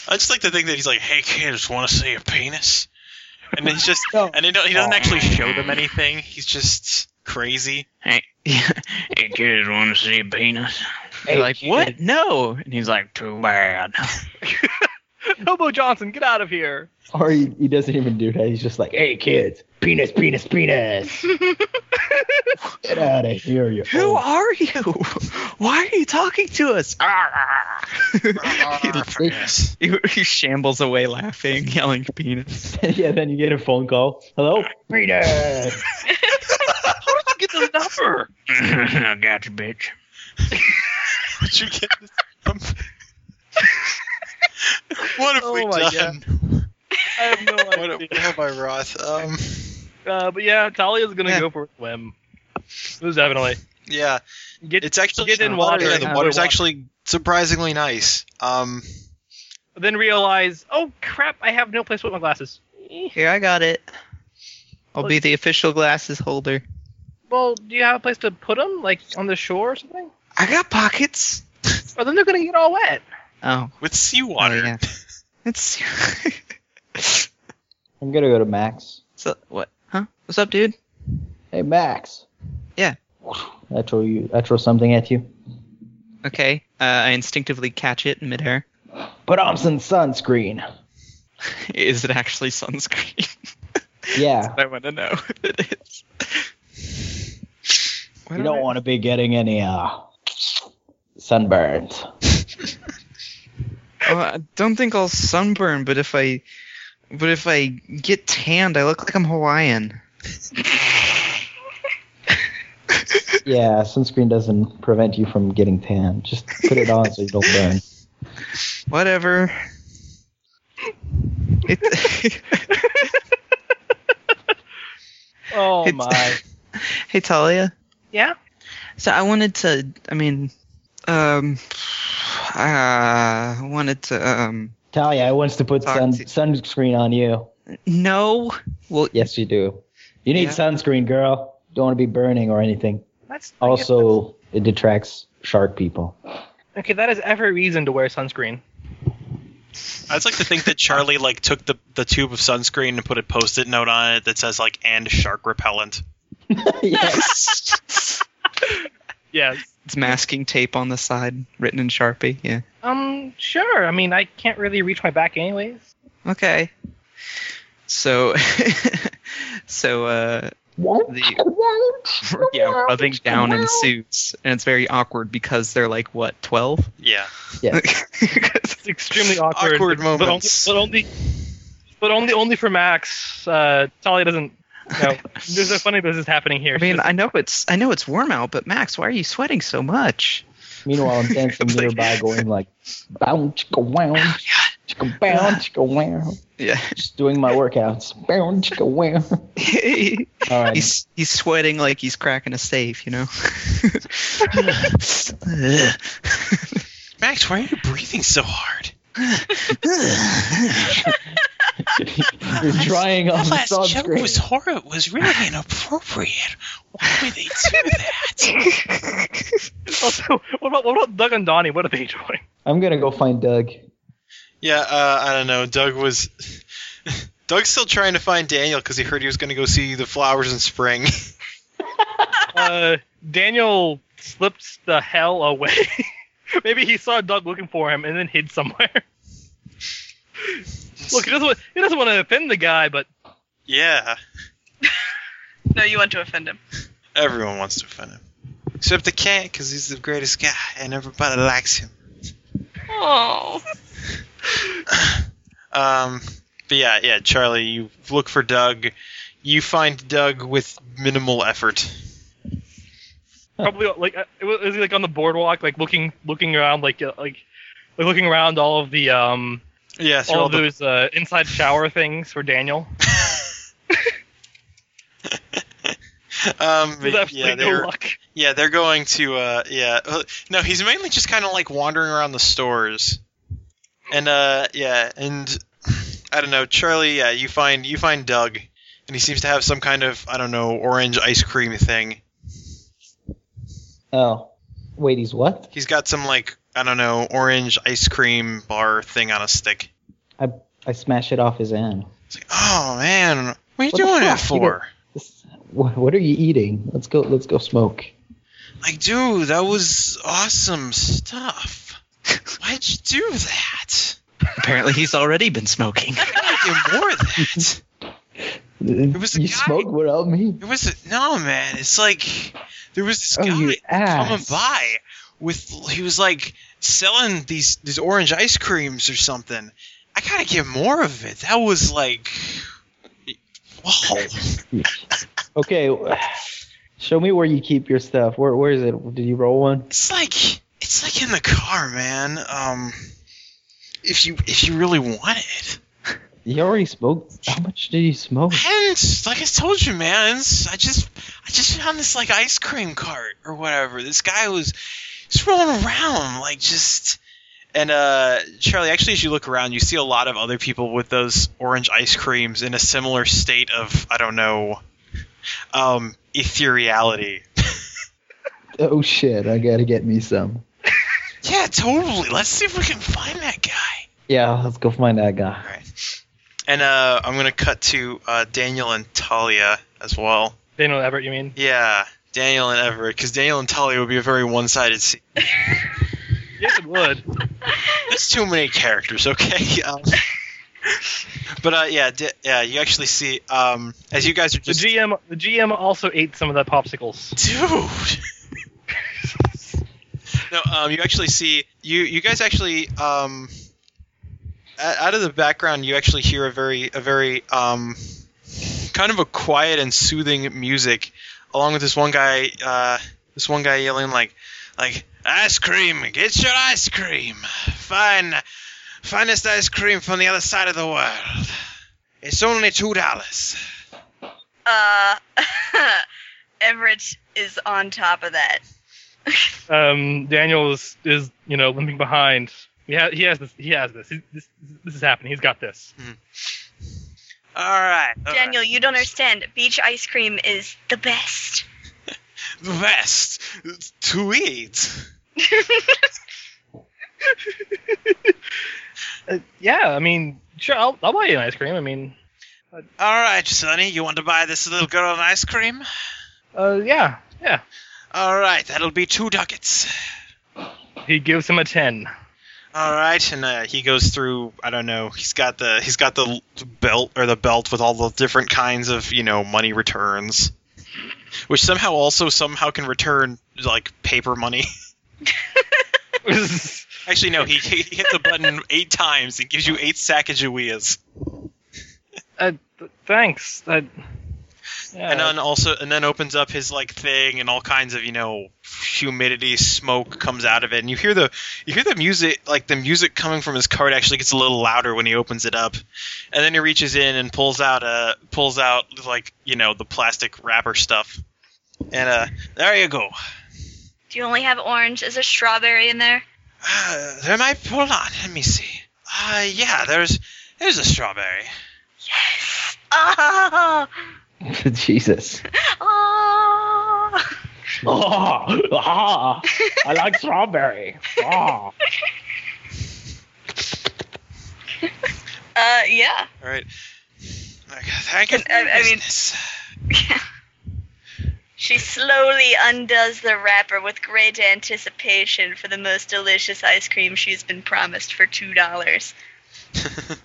S1: I just like to think that he's like, "Hey kids, want to see a penis?" And he's just,
S6: No.
S1: and he, don't, he doesn't actually show them anything. He's just crazy.
S5: Hey, yeah.
S7: Hey kids, want to see a penis?
S5: They're like, what? No.
S7: And he's like, too bad.
S4: Hobo Johnson, get out of here.
S6: Or he, he doesn't even do that. He's just like, hey, kids, penis, penis, penis. Get out of here, you.
S5: Who
S6: old-
S5: are you? Why are you talking to us? Ah.
S1: Penis.
S5: he, he shambles away laughing, yelling penis.
S6: yeah, then you get a phone call. Hello? Penis.
S4: Get the number.
S7: I got you, bitch.
S1: Would you get this? Um, what have
S4: Oh
S1: we
S4: my
S1: done?
S4: I have no
S1: What,
S4: idea.
S1: what have I wrought? Um,
S4: Uh, but yeah, Talia's gonna
S5: Yeah.
S4: go for a swim. Most definitely.
S1: yeah,
S4: Get
S1: it's actually
S4: get in
S1: water. Yeah,
S4: water.
S1: the water's
S4: Water.
S1: actually surprisingly nice. Um,
S4: Then realize, oh crap, I have no place to put my glasses. Eh,
S5: Here, I got it. I'll be the official glasses holder.
S4: Well, do you have a place to put them, like on the shore or something?
S5: I got pockets.
S4: Or then they're gonna get all wet.
S5: Oh,
S1: with seawater.
S5: yeah. it's
S2: I'm gonna go to Max.
S5: so what? Huh? What's up, dude?
S2: Hey, Max.
S5: Yeah.
S2: I throw you. I throw something at you.
S5: Okay. Uh, I instinctively catch it in midair.
S2: But I'm some sunscreen.
S5: Is it actually sunscreen?
S2: Yeah,
S5: I want to know if it is. Why
S2: you
S5: don't
S2: don't want to be getting any uh sunburned.
S5: I, uh, I don't think I'll sunburn, but if I, but if I get tanned, I look like I'm Hawaiian.
S2: Yeah, sunscreen doesn't prevent you from getting tan. Just put it on so you don't burn.
S5: Whatever. It-
S4: Oh
S5: It's-
S4: my.
S5: hey Talia.
S4: Yeah?
S5: So I wanted to. I mean, um, I wanted to. Um,
S2: Talia wants to put
S5: Talk
S2: sun,
S5: to-
S2: sunscreen on you.
S5: no. Well,
S2: Yes, you do. You need
S5: Yeah.
S2: sunscreen, girl. Don't want to be burning or anything.
S4: That's I guess
S2: Also, it detracts shark people.
S4: that's- okay. That is every reason to wear sunscreen.
S1: I'd like to think that Charlie like took the, the tube of sunscreen and put a post-it note on it that says like "and shark repellent."
S2: yes.
S4: Yes.
S5: it's masking tape on the side, written in Sharpie. Yeah.
S4: Um. Sure. I mean, I can't really reach my back anyways.
S5: Okay. So, so uh, the yeah, rubbing down ensues, and it's very awkward because they're like what twelve.
S1: Yeah.
S2: Yes.
S4: It's extremely awkward.
S1: Awkward
S4: but- but
S1: moments.
S4: only- But only, but only, only for Max. Uh, Talia doesn't. No, there's no funny business happening here.
S5: I mean,
S4: She's-
S5: I know it's I know it's warm out, but Max, why are you sweating so much?
S2: Meanwhile, I'm dancing
S5: It's like-
S2: nearby, going like, bounce, chicka wow, chicka bounce, chicka wow.
S5: Yeah,
S2: Just doing my workouts. Bounce, chicka wow.
S5: he's
S2: All right.
S5: he's sweating like he's cracking a safe, you know.
S1: Max, why are you breathing so hard?
S2: You're drying off the sunscreen.
S1: horrible. Was really inappropriate. Why would they do that?
S4: also, what about what about Doug and Donnie? What are they doing?
S2: I'm gonna go find Doug.
S1: Yeah, uh, I don't know. Doug was. Doug's still trying to find Daniel because he heard he was going to go see the flowers in spring.
S4: Uh, Daniel slipped the hell away. Maybe he saw Doug looking for him and then hid somewhere. Look, he doesn't wa- he doesn't want to offend the guy, but
S1: yeah,
S3: No, you want to offend him.
S1: everyone wants to offend him, except the cat because he's the greatest guy and everybody likes him.
S3: Oh.
S1: Um, but yeah, yeah, Charlie, you look for Doug. You find Doug with minimal effort.
S4: probably like uh, it was, it was like on the boardwalk, like looking looking around, like uh, like like looking around all of the um
S1: Yeah, through
S4: all
S1: all
S4: of
S1: the,
S4: those uh, inside shower things for Daniel.
S1: um,
S4: There's absolutely
S1: yeah,
S4: no
S1: they're
S4: luck.
S1: yeah they're going to uh, yeah uh, no, he's mainly just kind of like wandering around the stores, and uh, yeah, and I don't know, Charlie, yeah, you find you find Doug, and he seems to have some kind of I don't know orange ice cream thing.
S2: Oh, wait, he's what?
S1: He's got some like I don't know orange ice cream bar thing on a stick.
S2: I smash it off his hand.
S1: It's like, oh man, what are you
S2: What the
S1: doing that
S2: fuck? You
S1: for?
S2: This- What, what are you eating? Let's go. Let's go smoke.
S1: Like, dude, that was awesome stuff. Why'd you do that?
S5: Apparently, he's already been smoking.
S1: I gotta do more of that.
S2: It
S1: was a
S2: you
S1: guy-
S2: smoked without me.
S1: It was no man. It's like there was this
S2: Oh,
S1: guy
S2: you ass.
S1: coming by with he was like selling these these orange ice creams or something. I gotta get more of it. That was like, whoa.
S2: Okay, show me where you keep your stuff. Where Where is it? Did you roll one?
S1: It's like it's like in the car, man. Um, if you if you really want it.
S2: You already smoked. How much did you smoke?
S1: And like I told you, man, I just I just found this like ice cream cart or whatever. This guy was just rolling around, like just. And uh, Charlie, actually, as you look around, you see a lot of other people with those orange ice creams in a similar state of I don't know, um, ethereality.
S8: Oh shit! I gotta get me some.
S1: Yeah, totally. Let's see if we can find that guy.
S6: Yeah, let's go find that guy.
S1: All right. And uh, I'm gonna cut to uh, Daniel and Talia as well.
S4: Daniel Everett, you mean?
S1: Yeah, Daniel and Everett, because Daniel and Talia would be a very one-sided scene.
S4: Yes, it would.
S1: There's too many characters, okay? Um, but uh, yeah, d- yeah, you actually see um, as you guys are
S4: The
S1: just
S4: GM, the GM also ate some of the popsicles.
S1: dude. no, um, you actually see you you guys actually um, o- out of the background you actually hear a very a very um, kind of a quiet and soothing music, along with this one guy uh, this one guy yelling like like ice cream, get your ice cream, fine, finest ice cream from the other side of the world. It's only two dollars.
S9: Uh, Everett is on top of that.
S4: Um, Daniel is, is you know limping behind. He, ha- he has this. He has this. He- this. This is happening. He's got this.
S1: All right, all right.
S3: Daniel, you don't understand. Beach ice cream is the best.
S1: the best to eat.
S4: Uh, yeah, I mean, sure, I'll, I'll buy you an ice cream. I mean,
S1: All right, Sonny, you want to buy this little girl an ice cream?
S4: uh, yeah, yeah.
S1: All right, that'll be two ducats.
S4: He gives him a ten.
S1: All right, and uh, he goes through. I don't know. He's got the he's got the l- belt or the belt with all the different kinds of you know money returns, which somehow also somehow can return like paper money. Actually, no. He, he hit the button eight times. It gives you eight Sacagaweas.
S4: uh, th- thanks. I, yeah,
S9: Uh,
S1: and then also and then opens up his like thing and all kinds of you know humidity smoke comes out of it and you hear the you hear the music like the music coming from his card actually gets a little louder when he opens it up and then he reaches in and pulls out uh pulls out like you know the plastic wrapper stuff and uh there you go
S3: Do you only have orange? Is there strawberry in there?
S1: uh, there might hold on let me see uh yeah there's there's a strawberry
S3: Yes. Oh.
S6: Jesus.
S3: Oh.
S2: Oh, ah, I like strawberry. Ah.
S9: Uh, yeah.
S1: all right like, thank you
S9: Can-
S1: for
S9: I-
S1: your
S9: I mean-
S1: business.
S3: She slowly undoes the wrapper with great anticipation for the most delicious ice cream she's been promised for two dollars.
S1: yes,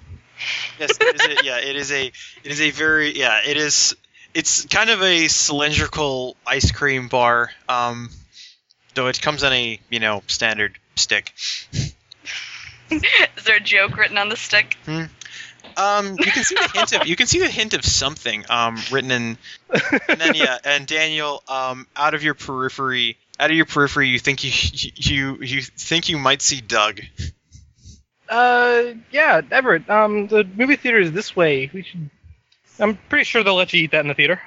S1: it is a, yeah, it is a it is a very yeah, it is it's kind of a cylindrical ice cream bar, um, though it comes on a you know standard stick.
S9: Is there a joke written on the stick?
S1: Um, you can see the hint of you can see the hint of something um, written in, and then yeah, and Daniel, um, out of your periphery, out of your periphery, you think you you you think you might see Doug.
S4: Uh, yeah, Everett. Um, the movie theater is this way. We should. I'm pretty sure they'll let you eat that in the theater.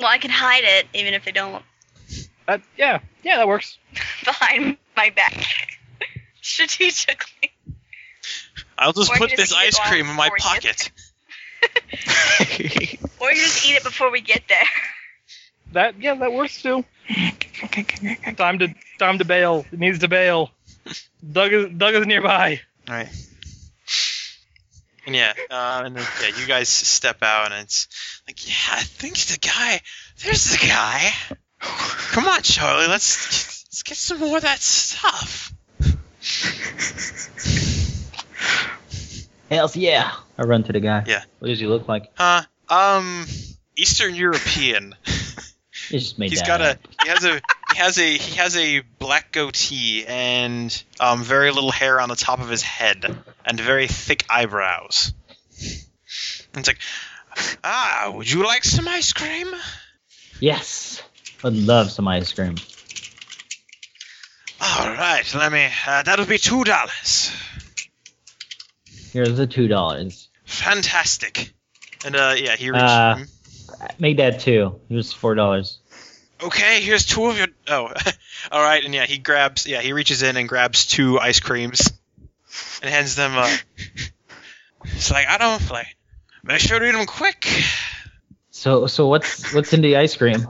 S3: Well, I can hide it even if they don't
S4: Uh, yeah, yeah, that works.
S3: behind my back.
S9: Strategically.
S1: I'll just
S3: Or
S1: put
S3: just
S1: this
S3: eat it
S1: ice
S3: all
S1: cream in my
S3: before you get
S1: pocket.
S3: Or you just eat it before we get there.
S4: That yeah, that works too. Time to time to bail. It needs to bail. Doug is Doug is nearby.
S1: All right. And yeah, uh, and then, yeah, you guys step out, and it's like, yeah, I think the guy, there's the guy. Come on, Charlie, let's let's get some more of that stuff.
S2: Hells yeah. I run to the guy.
S1: Yeah.
S2: What does he look like?
S1: Huh? Um, Eastern European.
S2: He just made
S1: He's
S2: that.
S1: got a
S2: up.
S1: he has a he has a he has a black goatee and um very little hair on the top of his head and very thick eyebrows. And it's like, ah, would you like some ice cream?
S2: Yes. I love some ice cream.
S1: All right, let me. Uh, that'll be two dollars.
S2: Here's the two dollars.
S1: Fantastic. And uh, yeah, he reached.
S2: Uh. Make that two. Here's four dollars.
S1: okay, here's two of your. Oh, All right, and yeah, he grabs. Yeah, he reaches in and grabs two ice creams and hands them up. it's like I don't play. Make sure to eat them quick.
S2: So so what's what's in the ice cream?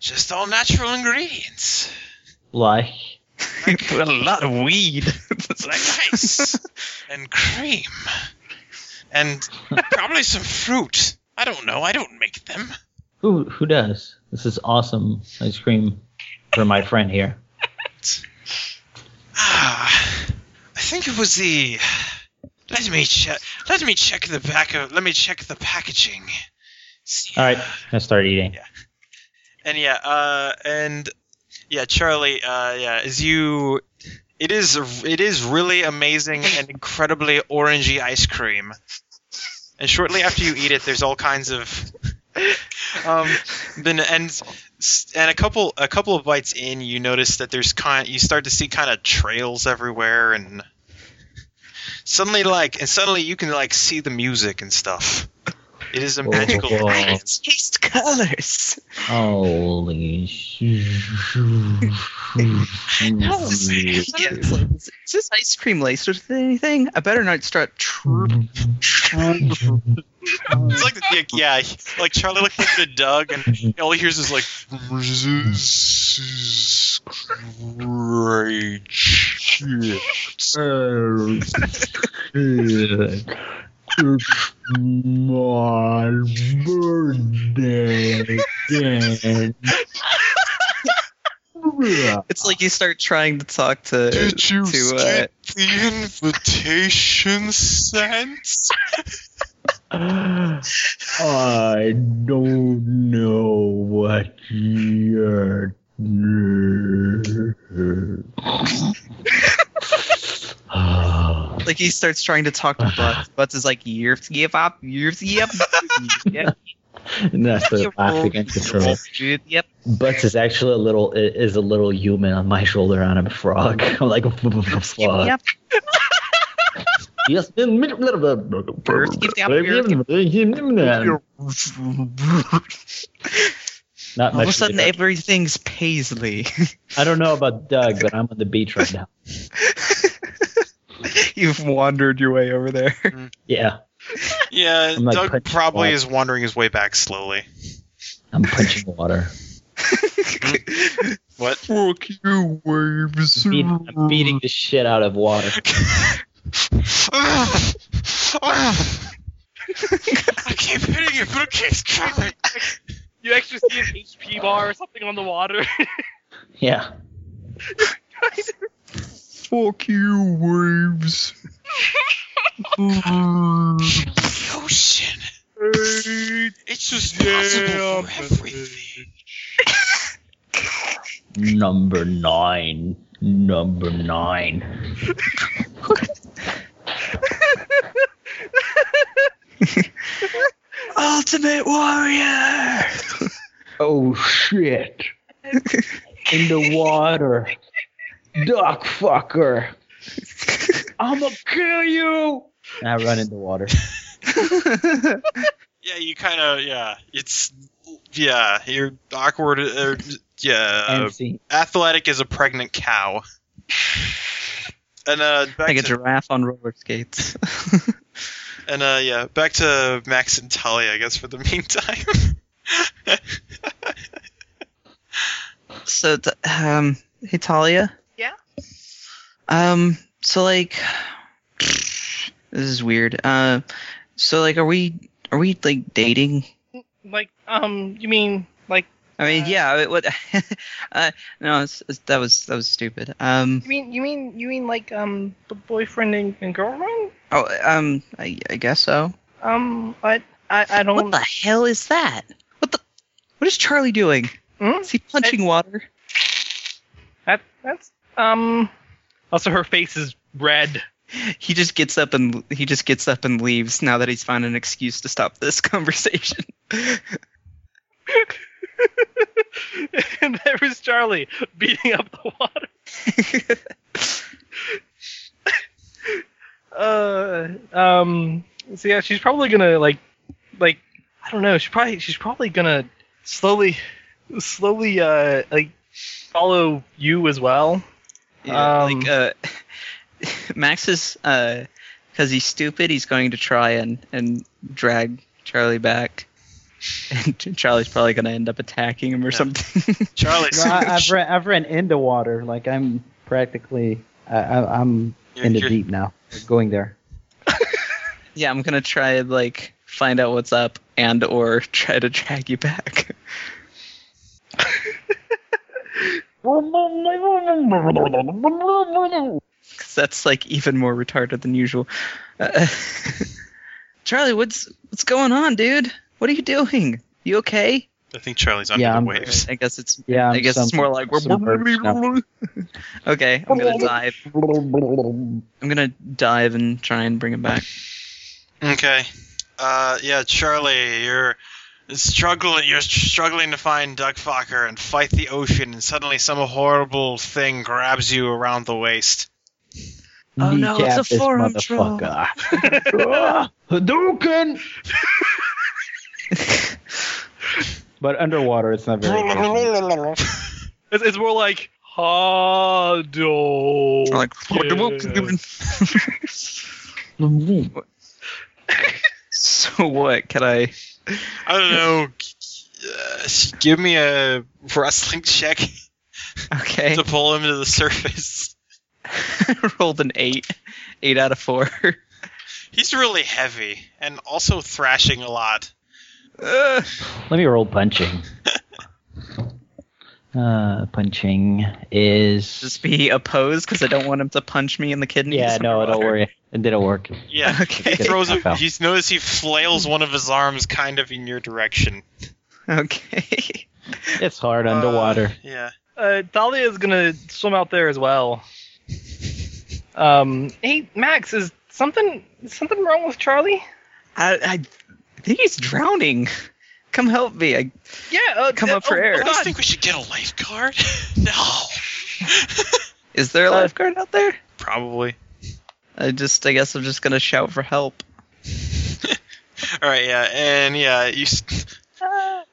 S1: Just all natural ingredients.
S2: Like
S5: Put a lot of weed.
S1: It's like ice and cream and probably some fruit. I don't know. I don't make them.
S2: who who does? This is awesome ice cream for my friend here.
S1: Ah, I think it was the. Let me check. Let me check the back of. Let me check the packaging. See.
S2: All right, I start eating.
S1: And yeah, uh, and yeah, Charlie. Uh, yeah, as you, it is it is really amazing and incredibly orangey ice cream. And shortly after you eat it, there's all kinds of. Um, then and s- and a couple a couple of bites in, you notice that there's kind you start to see kind of trails everywhere, and suddenly like and suddenly you can like see the music and stuff. It is a magical.
S2: Whoa.
S5: It's taste colors.
S2: Holy shit.
S5: Yeah, it's like, is this ice cream laced with anything? I better not start troop.
S1: It's like the, yeah, he- like Charlie looks like the Doug, and all he hears is like "This is great shit."
S5: Uh,
S8: It's my birthday again.
S5: It's like you start trying to talk to
S1: Did you
S5: to uh,
S1: get the invitation sent?
S8: I don't know what you're.
S5: like he starts trying to talk to
S2: Uh-huh.
S5: Butts. Butts is like "Yerp, yep up, yerp, yep, yep,
S2: And that's the laugh against the troll.
S5: yep, yep.
S2: Butts is actually a little is a little human on my shoulder, and I'm a frog. I'm like frog.
S5: yep.
S2: Yes, then little bit of a- not
S5: All of a
S2: much.
S5: sudden, everything's paisley.
S2: I don't know about Doug, but I'm on the beach right now.
S5: You've wandered your way over there.
S2: Yeah,
S1: Yeah,
S2: I'm like
S1: Doug
S2: punching
S1: probably
S2: the
S1: is wandering his way back slowly.
S2: I'm punching the water.
S1: What?
S5: Fuck you, waves.
S2: Beat- I'm beating the shit out of water.
S1: I keep hitting it, but it keeps coming.
S4: You actually see an HP bar or something on the water.
S2: Yeah.
S5: Fuck you, waves.
S1: Ocean. It's just possible for everything.
S2: Number nine. Number nine.
S5: Ultimate warrior.
S8: Oh shit! In the water, duck fucker. I'ma kill you.
S2: And I run in the water.
S1: Yeah, you kind of yeah. It's yeah. You're awkward. Uh, yeah, uh,
S2: MC.
S1: athletic is a pregnant cow. And uh, back
S5: like a
S1: to,
S5: giraffe on roller skates.
S1: and uh, yeah, back to Max and Talia, I guess, for the meantime.
S5: so, t- um, hey Talia.
S9: Yeah?
S5: Um. So like, this is weird. Uh. So like, are we are we like dating?
S4: like, um, you mean like
S5: I mean, yeah. It, what? uh, no, it's, it's, that was that was stupid. Um.
S4: you mean you mean you mean like um the boyfriend and, and girlfriend?
S5: Oh. Um. I, I guess so.
S4: Um, I I, I don't.
S5: What the hell is that? What the? What is Charlie doing?
S4: Hmm?
S5: Is he punching water?
S4: That that's um. Also, her face is red.
S5: He just gets up and he just gets up and leaves now that he's found an excuse to stop this conversation.
S4: and there was Charlie beating up the water. Uh, um. So yeah, she's probably gonna like, like I don't know. She probably she's probably gonna slowly, slowly uh like follow you as well.
S5: Yeah,
S4: Um,
S5: like uh, Max is because he's stupid. He's going to try and and drag Charlie back, and Charlie's probably going to end up attacking him or something.
S1: Charlie,
S6: No, I, I've, re- I've ran into water. Like I'm practically, I, I, I'm
S1: You're-
S6: in the
S1: you're-
S6: deep now. Going there.
S5: yeah, I'm going to try and like find out what's up and or try to drag you back. Because that's like even more retarded than usual. Uh, Charlie, what's what's going on, dude? What are you doing? You okay?
S1: I think Charlie's under
S6: Yeah,
S1: the
S6: I'm-
S1: waves.
S5: I guess it's
S6: Yeah,
S5: i
S6: I'm
S5: guess it's
S6: some-
S5: more like we're
S6: some birds now.
S5: okay. I'm gonna dive. I'm gonna dive and try and bring him back.
S1: Okay. Uh, yeah, Charlie, you're struggling. You're struggling to find Duckfucker and fight the ocean, and suddenly some horrible thing grabs you around the waist.
S5: Oh, no, it's
S6: Kneecap
S5: a
S6: this
S5: forearm troll.
S6: motherfucker. Ah, Hadouken! But underwater, it's not very. efficient.
S4: It's, it's more like Hado.
S5: Like, so what? Can I?
S1: I don't know. Uh, s- give me a wrestling check
S5: Okay,
S1: to pull him to the surface.
S5: I rolled an eight, eight out of four.
S1: He's really heavy and also thrashing a lot.
S5: Uh,
S2: Let me roll punching. uh, punching is.
S5: just be opposed because I don't want him to punch me in the kidneys.
S2: yeah, no, don't
S5: work.
S2: worry. It didn't work.
S1: Yeah.
S5: Okay.
S1: He throws
S2: I
S1: a,
S2: fell.
S1: he's noticed he flails one of his arms kind of in your direction.
S5: Okay.
S2: It's hard underwater.
S1: Uh, yeah.
S4: Uh, Thalia is gonna swim out there as well. Um, hey Max, is something is something wrong with Charlie?
S5: I, I think he's drowning. Come help me. I,
S4: Yeah, uh,
S5: Come
S4: uh,
S5: up for
S4: oh,
S5: air.
S1: I
S4: God.
S1: think we should get a lifeguard. no.
S5: is there a
S4: Uh,
S5: lifeguard out there?
S1: Probably.
S5: I just, I guess I'm just gonna shout for help.
S1: All right, yeah, and yeah, you, s-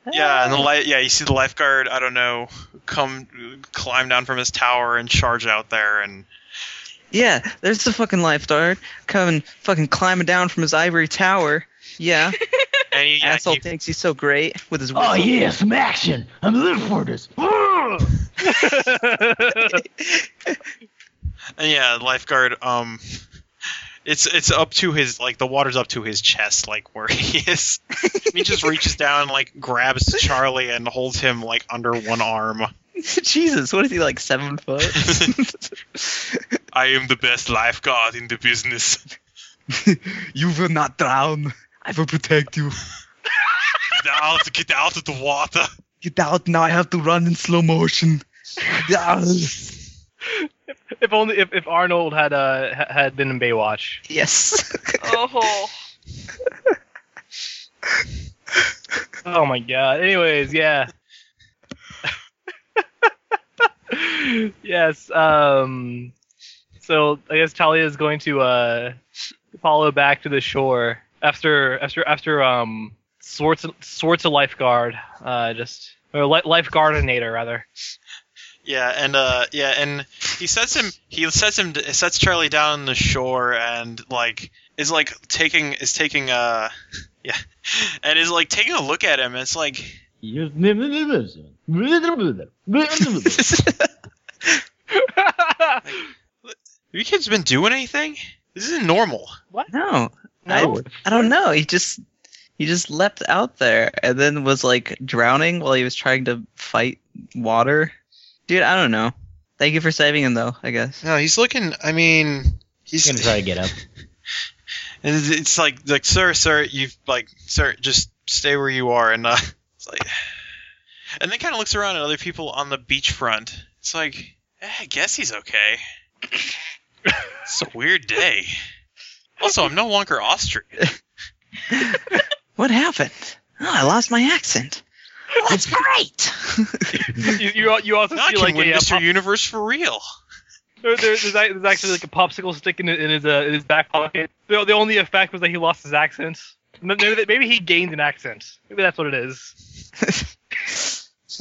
S1: yeah, and the light, yeah, you see the lifeguard. I don't know, come climb down from his tower and charge out there, and
S5: Yeah, there's the fucking lifeguard coming, fucking climbing down from his ivory tower. Yeah,
S1: and he, yeah,
S5: asshole
S1: he-
S5: thinks he's so great with his.
S2: Oh
S5: whistle.
S2: yeah, some action! I'm living for this.
S1: and yeah, the lifeguard. Um, it's it's up to his like the water's up to his chest, like where he is. And he just reaches down, like grabs Charlie and holds him like under one arm.
S5: Jesus, what is he like seven foot?
S1: I am the best lifeguard in the business.
S5: you will not drown. I will protect you.
S1: Get out, get out of the water.
S5: Get out now. I have to run in slow motion.
S4: if only if, if Arnold had uh ha- had been in Baywatch.
S5: yes.
S9: Oh,
S4: Oh my god. Anyways, yeah. yes, um so I guess Talia is going to uh follow back to the shore after after after um sorts sorts a lifeguard uh just or li- lifeguardinator rather.
S1: Yeah, and uh, yeah, and he sets him. He sets him. Sets Charlie down on the shore, and like is like taking is taking uh, yeah, and is like taking a look at him. And it's like your kid's been doing anything. This isn't normal.
S5: no, I, I don't know. He just he just leapt out there and then was like drowning while he was trying to fight water. Dude, I don't know. Thank you for saving him though. I guess.
S1: No, he's looking. I mean, he's
S2: I'm gonna try to get up.
S1: And it's- it's like like sir, sir, you've like sir, just stay where you are and uh it's like and then kinda looks around at other people on the beachfront. It's like eh, I guess he's okay. it's a weird day. Also, I'm no longer Austrian.
S5: What happened? Oh, I lost my accent. That's great.
S4: you, you, you also
S1: Now I
S4: see
S1: can
S4: like
S1: win
S4: a, uh,
S1: Mr.
S4: pop-
S1: Universe for real.
S4: There, there, there's, ac- there's actually like a popsicle stick in, in his uh, in his back pocket. The, the only effect was that he lost his accent. M- Maybe, maybe he gained an accent. Maybe that's what it is.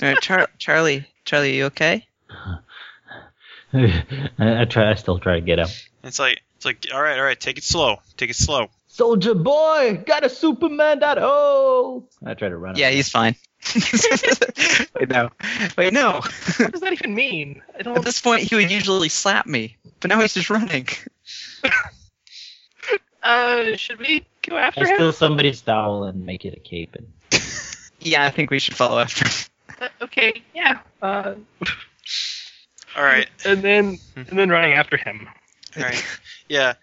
S5: All right, Char- Charlie, Charlie, you okay?
S2: I, I try. I still try to get him.
S1: It's like it's like all right, all right, take it slow, take it slow.
S10: Soldier boy, got a Superman that oh.
S2: I try to run.
S5: Yeah,
S2: him.
S5: he's fine. Wait, no. Wait, no.
S4: What does that even mean? I
S5: At
S4: don't.
S5: this point, he would usually slap me, but now he's just running.
S4: Uh, should we go after
S2: I
S4: him?
S2: steal somebody's towel and make it a cape. And
S5: Yeah, I think we should follow after him.
S4: Uh, okay, yeah. Uh,
S1: All right,
S4: and then and then running after him.
S1: all right, yeah.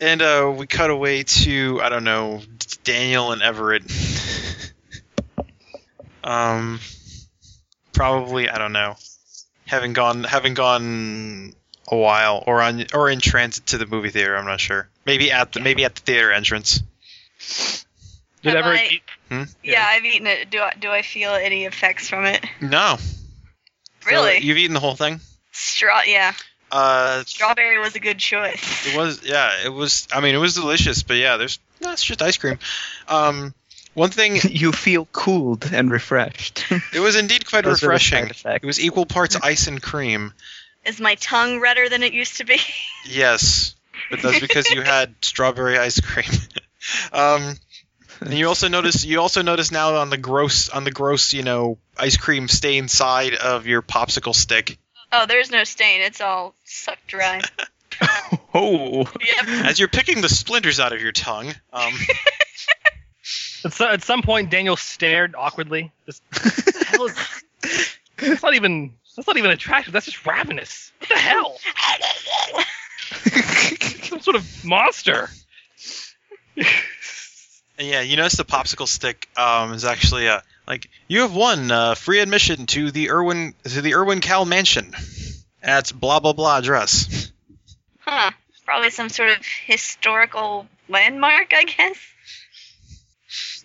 S1: And uh, we cut away to I don't know D- Daniel and Everett. um, probably I don't know. Having gone, having gone a while, or on, or in transit to the movie theater. I'm not sure. Maybe at the maybe at the theater entrance.
S4: Did
S3: Have
S4: ever
S3: I-
S4: eat- Hmm?
S3: Yeah, I've eaten it. Do I, do I feel any effects from it?
S1: No,
S3: Really?
S1: So you've eaten the whole thing.
S3: Straw. Yeah,
S1: Uh,
S3: strawberry was a good choice.
S1: It was, yeah, it was. I mean, it was delicious, but yeah, there's no, it's just ice cream. Um, one thing,
S5: you feel cooled and refreshed.
S1: it was indeed quite
S5: Those are the
S1: refreshing.
S5: side effects.
S1: It was equal parts ice and cream.
S3: Is my tongue redder than it used to be?
S1: Yes, but that's because you had strawberry ice cream. um, and you also notice, you also notice now on the gross, on the gross, you know, ice cream stained side of your popsicle stick.
S3: Oh, there's no stain. It's all sucked dry.
S5: oh.
S3: yep.
S1: As you're picking the splinters out of your tongue, um,
S4: At, so, at some point, Daniel stared awkwardly. Just, what the hell is, that's not even that's not even attractive. That's just ravenous. What the hell? Some sort of monster.
S1: And yeah, you notice the popsicle stick um, is actually uh, like you have won uh, free admission to the Irwin to the Irwin Cal Mansion at blah blah blah address.
S3: Huh. Probably some sort of historical landmark, I guess.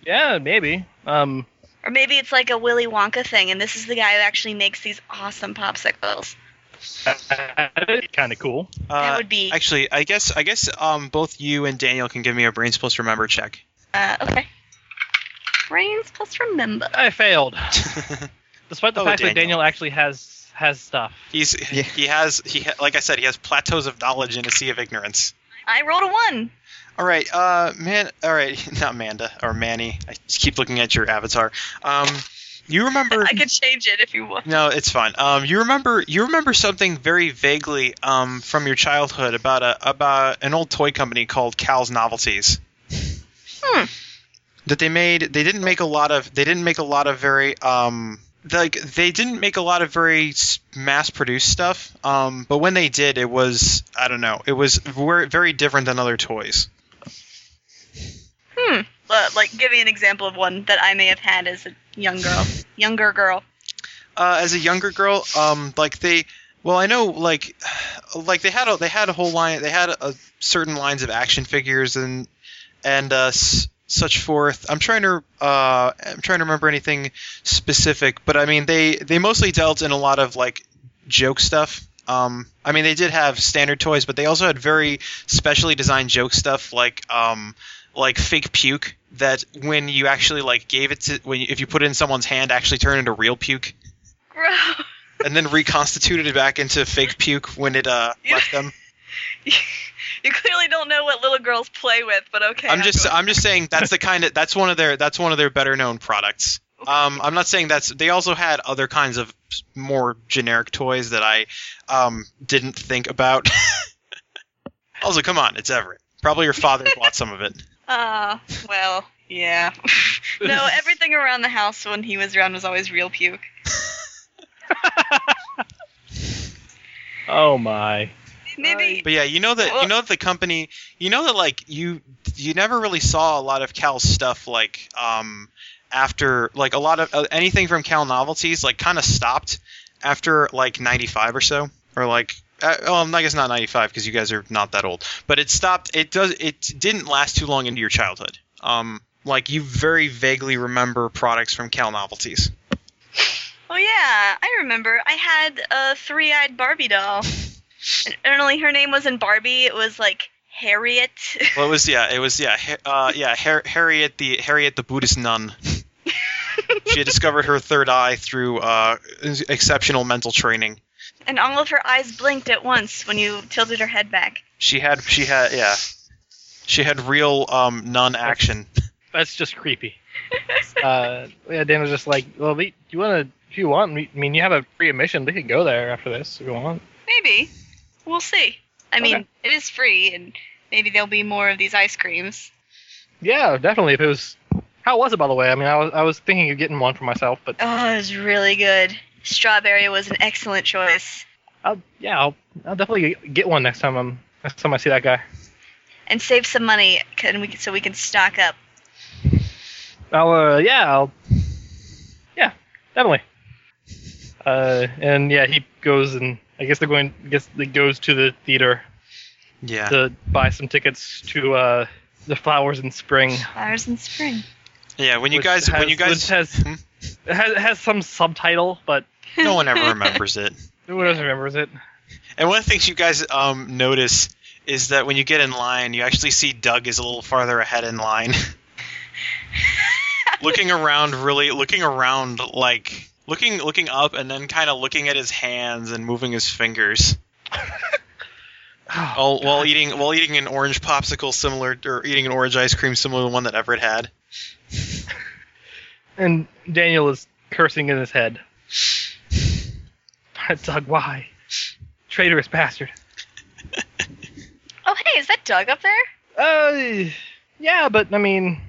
S4: Yeah, maybe. Um,
S3: Or maybe it's like a Willy Wonka thing, and this is the guy who actually makes these awesome popsicles.
S4: kind of cool.
S3: that
S1: Uh,
S3: would be.
S1: actually, I guess I guess um, both you and Daniel can give me a brains plus remember check.
S3: Uh, okay. Brains plus remember.
S4: I failed, despite the
S1: Oh,
S4: fact that
S1: Daniel.
S4: Daniel actually has has stuff.
S1: He's
S5: Yeah.
S1: he has he ha- like I said he has plateaus of knowledge in a sea of ignorance.
S3: I rolled a one.
S1: All right, uh, man. All right, not Manda or Manny. I just keep looking at your avatar. Um, you remember?
S3: I could change it if you want.
S1: No, it's fine. Um, you remember you remember something very vaguely um, from your childhood about a about an old toy company called Cal's Novelties.
S3: Hmm.
S1: That they made they didn't make a lot of they didn't make a lot of very um like they didn't make a lot of very mass produced stuff. Um, but when they did, it was I don't know, it was ver- very different than other toys.
S3: Uh, like, give me an example of one that I may have had as a young girl, younger girl.
S1: uh, as a younger girl, um, like they, well, I know, like, like they had a, they had a whole line, they had a, certain lines of action figures and and uh, s- such forth. I'm trying to, uh, I'm trying to remember anything specific, but I mean, they they mostly dealt in a lot of like joke stuff. Um, I mean, they did have standard toys, but they also had very specially designed joke stuff, like um, like fake puke. That when you actually like gave it to when you, if you put it in someone's hand, actually turned into real puke
S3: Gross.
S1: and then reconstituted it back into fake puke when it uh,
S3: Yeah.
S1: left them.
S3: You clearly don't know what little girls play with, but okay.
S1: I'm just I'm just saying that's the kind of that's one of their that's one of their better known products. Um, I'm not saying that's they also had other kinds of more generic toys that I um, didn't think about. also, come on, it's Everett. Probably your father bought some of it.
S3: Uh, well, yeah. no, everything around the house when he was around was always real puke.
S4: Oh my.
S3: Maybe.
S1: But yeah, you know that you know that the company, you know that like you you never really saw a lot of Cal's stuff like um after like a lot of uh, anything from Cal novelties like kind of stopped after like 95 or so or like uh, oh I guess not 95 because you guys are not that old but it stopped it does it didn't last too long into your childhood um like you very vaguely remember products from Cal novelties
S3: Oh yeah, I remember. I had a three-eyed Barbie doll. And only her name wasn't Barbie. It was like Harriet.
S1: well it was yeah it was yeah Har- uh yeah Har- Harriet the Harriet the Buddhist nun She had discovered her third eye through uh, exceptional mental training.
S3: And all of her eyes blinked at once when you tilted her head back.
S1: She had she had yeah. She had real um, non-action.
S4: That's just creepy. uh, yeah, Dan was just like, well, we, you want to, if you want, we, I mean, you have a free admission. We can go there after this if you want.
S3: Maybe. We'll see. I mean,
S4: Okay.
S3: it is free, and maybe there'll be more of these ice creams.
S4: Yeah, definitely. If it was, how was it by the way? I mean, I was, I was thinking of getting one for myself, but
S3: Oh, it was really good. Strawberry was an excellent choice.
S4: I'll, yeah, I'll, I'll definitely get one next time. I'm next time I see that guy.
S3: And save some money can we, so we can stock up.
S4: I'll, uh, yeah, I'll, yeah, definitely. Uh, and yeah, he goes and I guess they're going. I guess he goes to the theater
S1: Yeah.
S4: to buy some tickets to uh, the Flowers in Spring.
S3: Flowers in spring.
S1: yeah. When you
S4: which
S1: guys, when
S4: has-
S1: you guys,
S4: which has,
S1: Hmm?
S4: it has it has some subtitle, but
S1: no one ever remembers it.
S4: no one else remembers it.
S1: And one of the things you guys um, notice is that when you get in line, you actually see Doug is a little farther ahead in line. looking around, really looking around, like looking looking up, and then kind of looking at his hands and moving his fingers.
S4: Oh.
S1: all, while eating while eating an orange popsicle similar or eating an orange ice cream similar to the one that Everett had.
S4: And Daniel is cursing in his head. Doug, why? Traitorous bastard.
S3: Oh, hey, is that Doug up there?
S4: Uh, yeah, but I mean,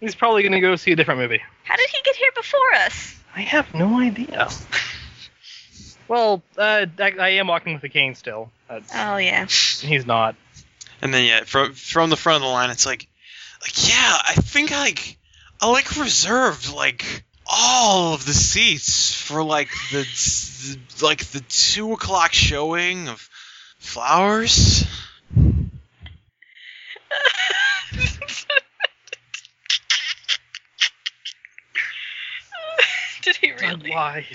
S4: he's probably gonna go see a different movie.
S3: How did he get here before us?
S4: I have no idea. well, uh, I, I am walking with a cane still. Uh,
S3: Oh, yeah.
S4: he's not.
S1: And then yeah, from from the front of the line, it's like, like yeah, I think like I like reserved like all of the seats for like the, the like the two o'clock showing of flowers.
S3: did he
S4: Doug,
S3: really?
S4: why?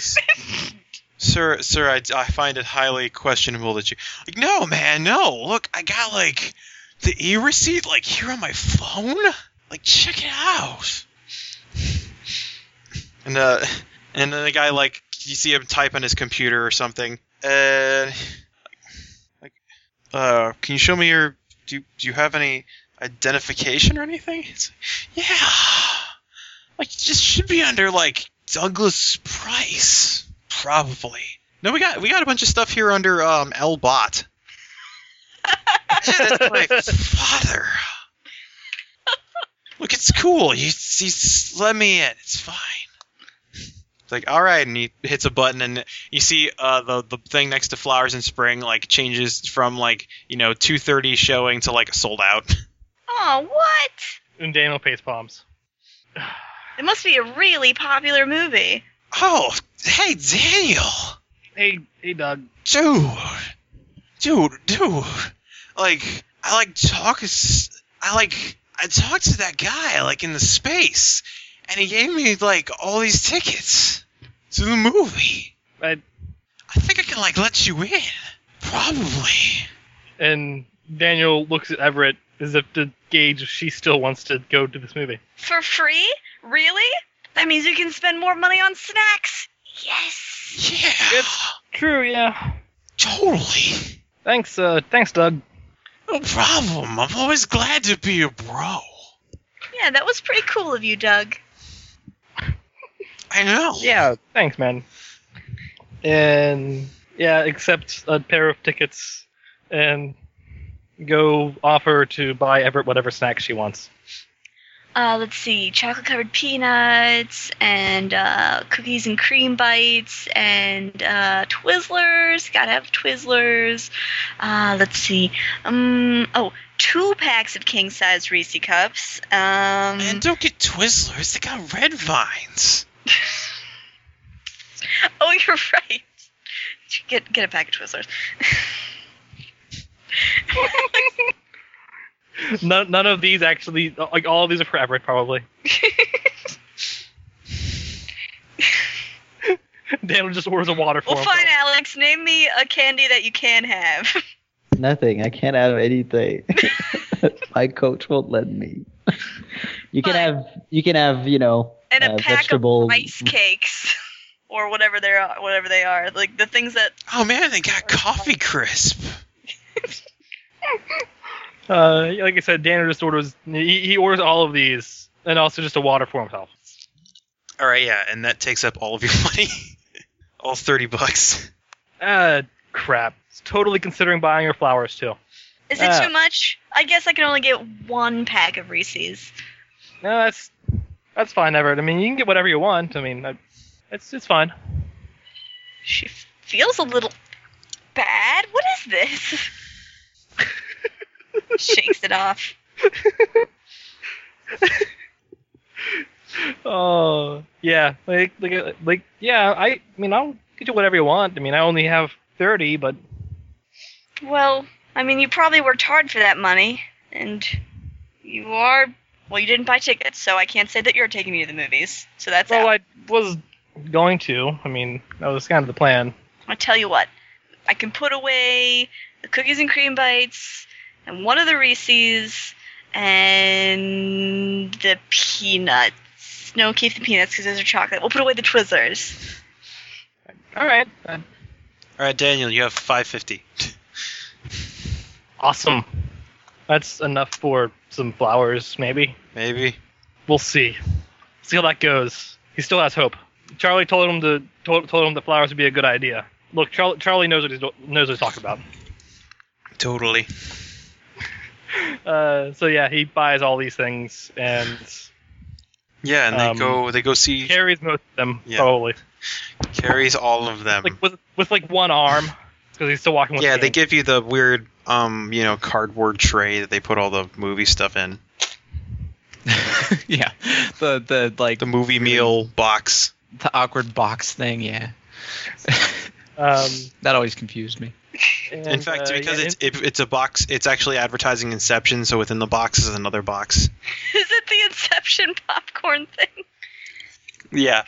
S1: Sir, sir, I, I find it highly questionable that you like. No, man, no. Look, I got like the e receipt like here on my phone. Like, check it out. And uh, and then the guy like you see him type on his computer or something. And like, uh, can you show me your? Do do you have any identification or anything? It's like, yeah. Like, it just should be under like Douglas Price. Probably. No, we got we got a bunch of stuff here under um L Bot. yeah, that's my father. Look, it's cool. You, you s- let me in. It's fine. It's like all right, and he hits a button, and you see uh, the the thing next to Flowers in Spring like changes from like you know two thirty showing to like sold out.
S3: Oh, what?
S4: And Daniel pays palms.
S3: It must be a really popular movie.
S1: Oh, hey Daniel.
S4: Hey, hey, Doug.
S1: dude, dude, dude. Like, I like talk. I like I talked to that guy like in the space, and he gave me like all these tickets to the movie.
S4: I,
S1: I think I can like let you in. Probably.
S4: and Daniel looks at Everett as if to gauge if she still wants to go to this movie.
S3: For free? Really? That means you can spend more money on snacks. Yes.
S1: Yeah.
S4: It's- True, yeah.
S1: Totally.
S4: Thanks, uh, thanks, Doug.
S1: No problem. I'm always glad to be a bro.
S3: Yeah, that was pretty cool of you, Doug.
S1: I know.
S4: Yeah, thanks, man. And yeah, accept a pair of tickets and go offer to buy Everett whatever snack she wants.
S3: Uh, let's see, chocolate covered peanuts and uh, cookies and cream bites and uh, Twizzlers. Gotta have Twizzlers. Uh, let's see, um, oh, two packs of king size Reese cups. Um,
S1: And don't get Twizzlers. They got red vines.
S3: oh, you're right. Get get a pack of Twizzlers.
S4: None, none of these actually, like all of these are for Everett probably. Daniel just orders a water for
S3: well,
S4: himself.
S3: fine, Alex. Name me a candy that you can have.
S2: Nothing. I can't have anything. My coach won't let me.
S11: You can have you can have you know
S3: and a
S2: Uh,
S3: pack
S2: vegetable-
S3: of rice cakes or whatever they are, whatever they are, like the things that
S1: Oh man, they got coffee crisp.
S4: Uh, like I said, Danner just orders. He, he orders all of these, and also just a water for himself.
S1: All right, yeah, and that takes up all of your money, all thirty bucks.
S4: Ah, crap. It's totally considering buying her flowers too.
S3: is it
S4: Ah.
S3: too much? I guess I can only get one pack of Reese's.
S4: No, that's that's fine, Everett. I mean, you can get whatever you want. I mean, I, it's it's fine.
S3: She f- feels a little bad. What is this? Shakes it off.
S4: Oh, yeah. Like like like yeah. I, I mean, I'll get you whatever you want. I mean, I only have thirty, but
S3: Well, I mean, you probably worked hard for that money, and you are. Well, you didn't buy tickets, so I can't say that you're taking me to the movies. So that's
S4: well,
S3: out.
S4: I was going to. I mean, that was kind of the plan.
S3: I'll tell you what. I can put away the cookies and cream bites and one of the Reese's and the peanuts. No, keep the peanuts because those are chocolate. We'll put away the Twizzlers.
S4: All right. Uh,
S1: All right, Daniel, you have five fifty.
S4: Awesome. That's enough for some flowers, maybe.
S1: Maybe.
S4: We'll see. See how that goes. He still has hope. Charlie told him to told, told him that flowers would be a good idea. Look, Charlie, Charlie knows what he's do- knows what he's talking about.
S1: Totally.
S4: Uh, so yeah, he buys all these things and
S1: Yeah, and they
S4: Um,
S1: go. They go see.
S4: carries most of them
S1: Yeah.
S4: probably,
S1: carries all of them.
S4: like with with like one arm because he's still walking. With
S1: yeah,
S4: the
S1: they
S4: cane.
S1: give you the weird, um, you know, cardboard tray that they put all the movie stuff in.
S5: yeah, the the like
S1: The
S5: the,
S1: movie meal box.
S5: awkward box thing. Yeah,
S4: Um,
S5: that always confused me.
S4: and,
S1: In fact,
S4: uh,
S1: because
S4: yeah,
S1: it's it, it's a box, it's actually advertising Inception. So within the box is another box.
S3: Is it the Inception popcorn thing?
S1: Yeah.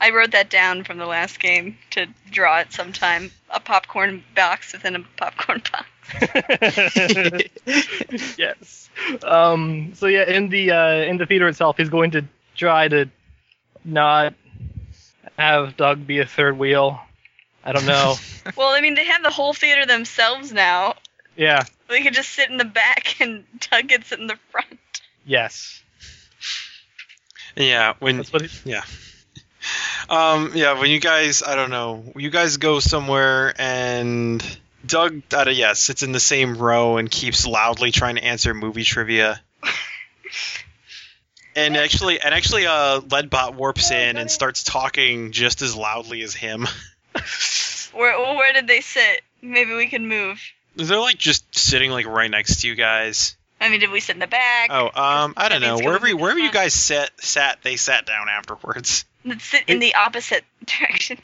S3: I wrote that down from the last game to draw it sometime. A popcorn box within a popcorn box.
S4: yes. Um, so yeah, in the uh, in the theater itself, he's going to try to not have Doug be a third wheel. I don't know.
S3: Well, I mean, they have the whole theater themselves now.
S4: yeah.
S3: They could just sit in the back and Doug gets in the front.
S4: Yes.
S1: Yeah. When
S4: That's what he,
S1: Um, yeah, when you guys, I don't know, you guys go somewhere and Doug, uh, yeah, sits in the same row and keeps loudly trying to answer movie trivia. And actually, and actually, uh, Leadbot warps in and starts talking just as loudly as him.
S3: Where, where did they sit? Maybe we can move.
S1: They're like just sitting like right next to you guys.
S3: I mean, did we sit in the back?
S1: Oh, um, I don't know. Wherever you- wherever you
S3: got
S1: guys sat sat, they sat down afterwards.
S3: sit in the opposite direction.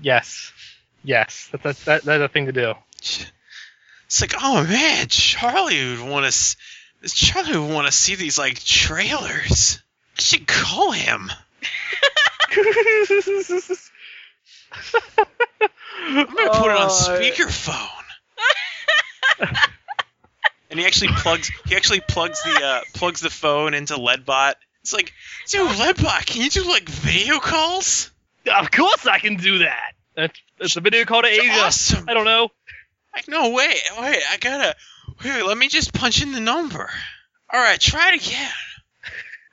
S4: yes. Yes. That, that's that, that's a thing to do.
S1: It's like, oh man, Charlie would want to. Charlie would want to see these like trailers. I should call him. I'm gonna put it
S4: Uh, Oh.
S1: on speakerphone. and he actually plugs. He actually plugs the uh, plugs the phone into Leadbot. It's like, dude, Leadbot, can you do like video calls?
S4: Of course, I can do that. That's, that's a video call to
S1: It's
S4: Asia.
S1: awesome.
S4: I don't know.
S1: Like, no, wait, wait, I gotta. Wait, let me just punch in the number. All right, try it again.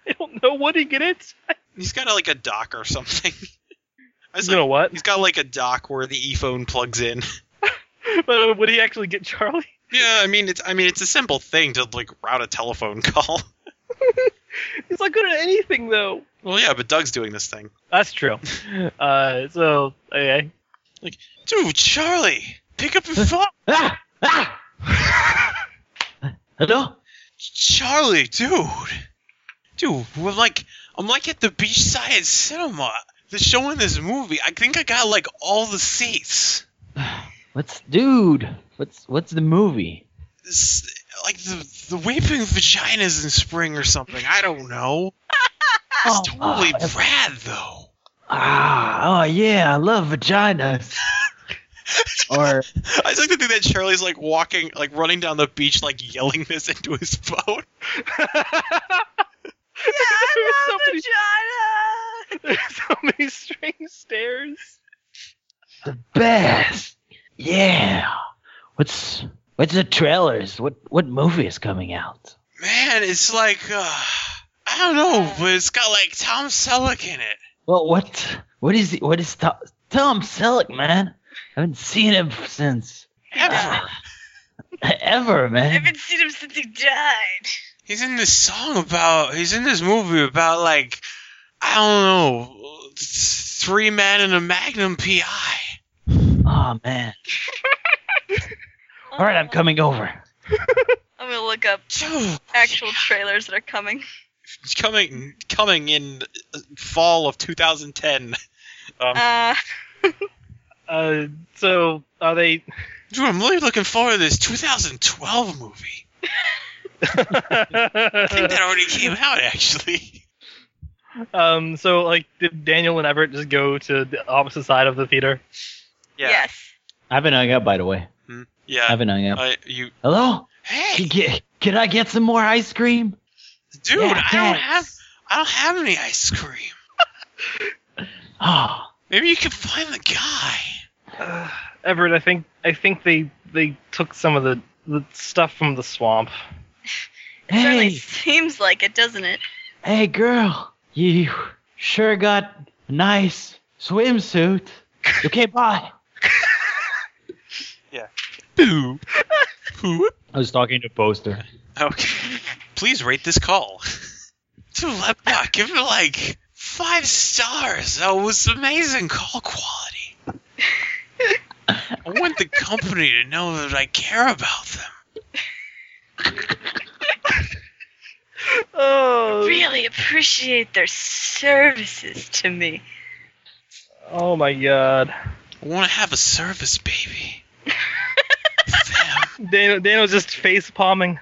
S4: I don't know what he get it.
S1: He's got like a dock or something. I was
S4: You know
S1: like,
S4: what?
S1: he's got like a dock where the e phone plugs in.
S4: But would he actually get Charlie?
S1: Yeah, I mean it's I mean it's a simple thing to like route a telephone call.
S4: He's not good at anything though.
S1: well, yeah, but Doug's doing this thing.
S4: That's true. Uh, so okay.
S1: Dude, Charlie, pick up your phone.
S2: Ah! Ah! Hello?
S1: Charlie, dude, dude, we're like I'm like at the beachside cinema. They're showing this movie. I think I got like all the seats.
S2: What's dude? What's what's the movie?
S1: It's like the the weeping vaginas in spring or something. I don't know. It's totally rad though.
S2: Ah, oh yeah, I love vaginas. or
S1: I just like to think that Charlie's like walking, like running down the beach, like yelling this into his phone.
S3: I love
S4: Somebody-
S3: the
S4: There's so many strange stairs.
S2: The best. Yeah. What's what's the trailers? What what movie is coming out?
S1: Man, it's like uh, I don't know, but it's got like Tom Selleck in it.
S2: Well, what what is the, what is Tom, Tom Selleck, man? I haven't seen him since
S1: Ever.
S2: ever,
S9: I
S2: man.
S9: haven't seen him since he died.
S1: He's in this song about. He's in this movie about like I don't know, three men and a Magnum PI.
S2: Oh man. All right, I'm coming over.
S9: I'm gonna look up
S1: Dude,
S9: actual trailers that are coming.
S1: it's coming coming in uh, fall of 2010. Um,
S9: Uh,
S4: Uh, so are they?
S1: dude, I'm really looking forward to this 2012 movie. I think that already came out actually.
S4: um, so like, did Daniel and Everett just go to the opposite side of the theater?
S9: yes.
S2: I haven't hung up, by the way. I
S1: Yeah.
S2: haven't hung up.
S1: I, you.
S2: Hello?
S1: Hey,
S2: Can, get, can I get some more ice cream?
S1: dude,
S2: Yeah,
S1: I don't
S2: thanks.
S1: have. I don't have any ice cream.
S2: Oh,
S1: Maybe you can find the guy.
S4: Uh, Everett, I think I think they they took some of the, the stuff from the swamp.
S9: Certainly
S2: hey,
S9: seems like it, doesn't it?
S2: hey, girl. You sure got a nice swimsuit. Okay, bye.
S1: Boo. Boo.
S2: I was talking to Poster.
S1: Okay. Please rate this call. Dude, let Buck, give it like five stars. That was amazing call quality. I want the company to know that I care about them.
S4: Oh,
S9: Really appreciate their services to me.
S4: oh my God!
S1: I want to have a service, baby. Them.
S4: Daniel Daniel's just face palming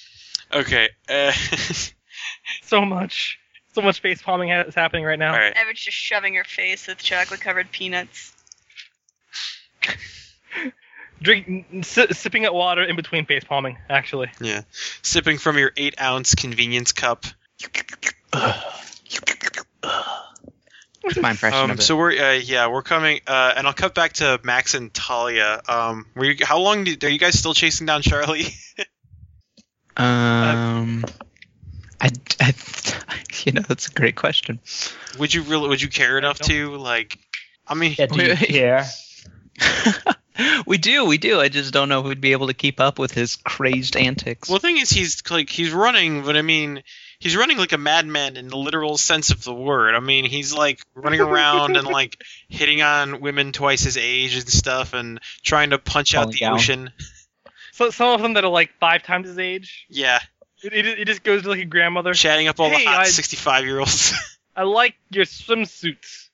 S1: Okay. Uh,
S4: so much. So much face palming ha- is happening right now.
S1: all right.
S9: Everett's just shoving her face with chocolate covered peanuts.
S4: Drink, si- sipping at water in between face palming. Actually,
S1: Sipping from your eight ounce convenience cup.
S5: That's my impression
S1: Um,
S5: of it.
S1: so we're uh, yeah we're coming uh, and I'll cut back to Max and Talia. Um, were you, how long did, are you guys still chasing down Charlie?
S5: um, I, I, you know, that's a great question.
S1: Would you really? Would you care enough
S4: don't-
S1: to like? I mean,
S2: Yeah, do you
S5: Wait, wait.
S2: care?
S5: we do, we do. I just don't know if we'd be able to keep up with his crazed antics.
S1: well, the thing is, he's like he's running, but I mean, he's running like a madman in the literal sense of the word. I mean, he's like running around and like hitting on women twice his age and stuff, and trying to punch out
S2: Falling
S1: the
S2: down.
S1: ocean.
S4: so some of them that are like five times his age.
S1: Yeah,
S4: It, it, it just goes to like a grandmother.
S1: chatting up all
S4: Hey,
S1: the hot
S4: I-
S1: sixty-five year olds.
S4: I like your swimsuits.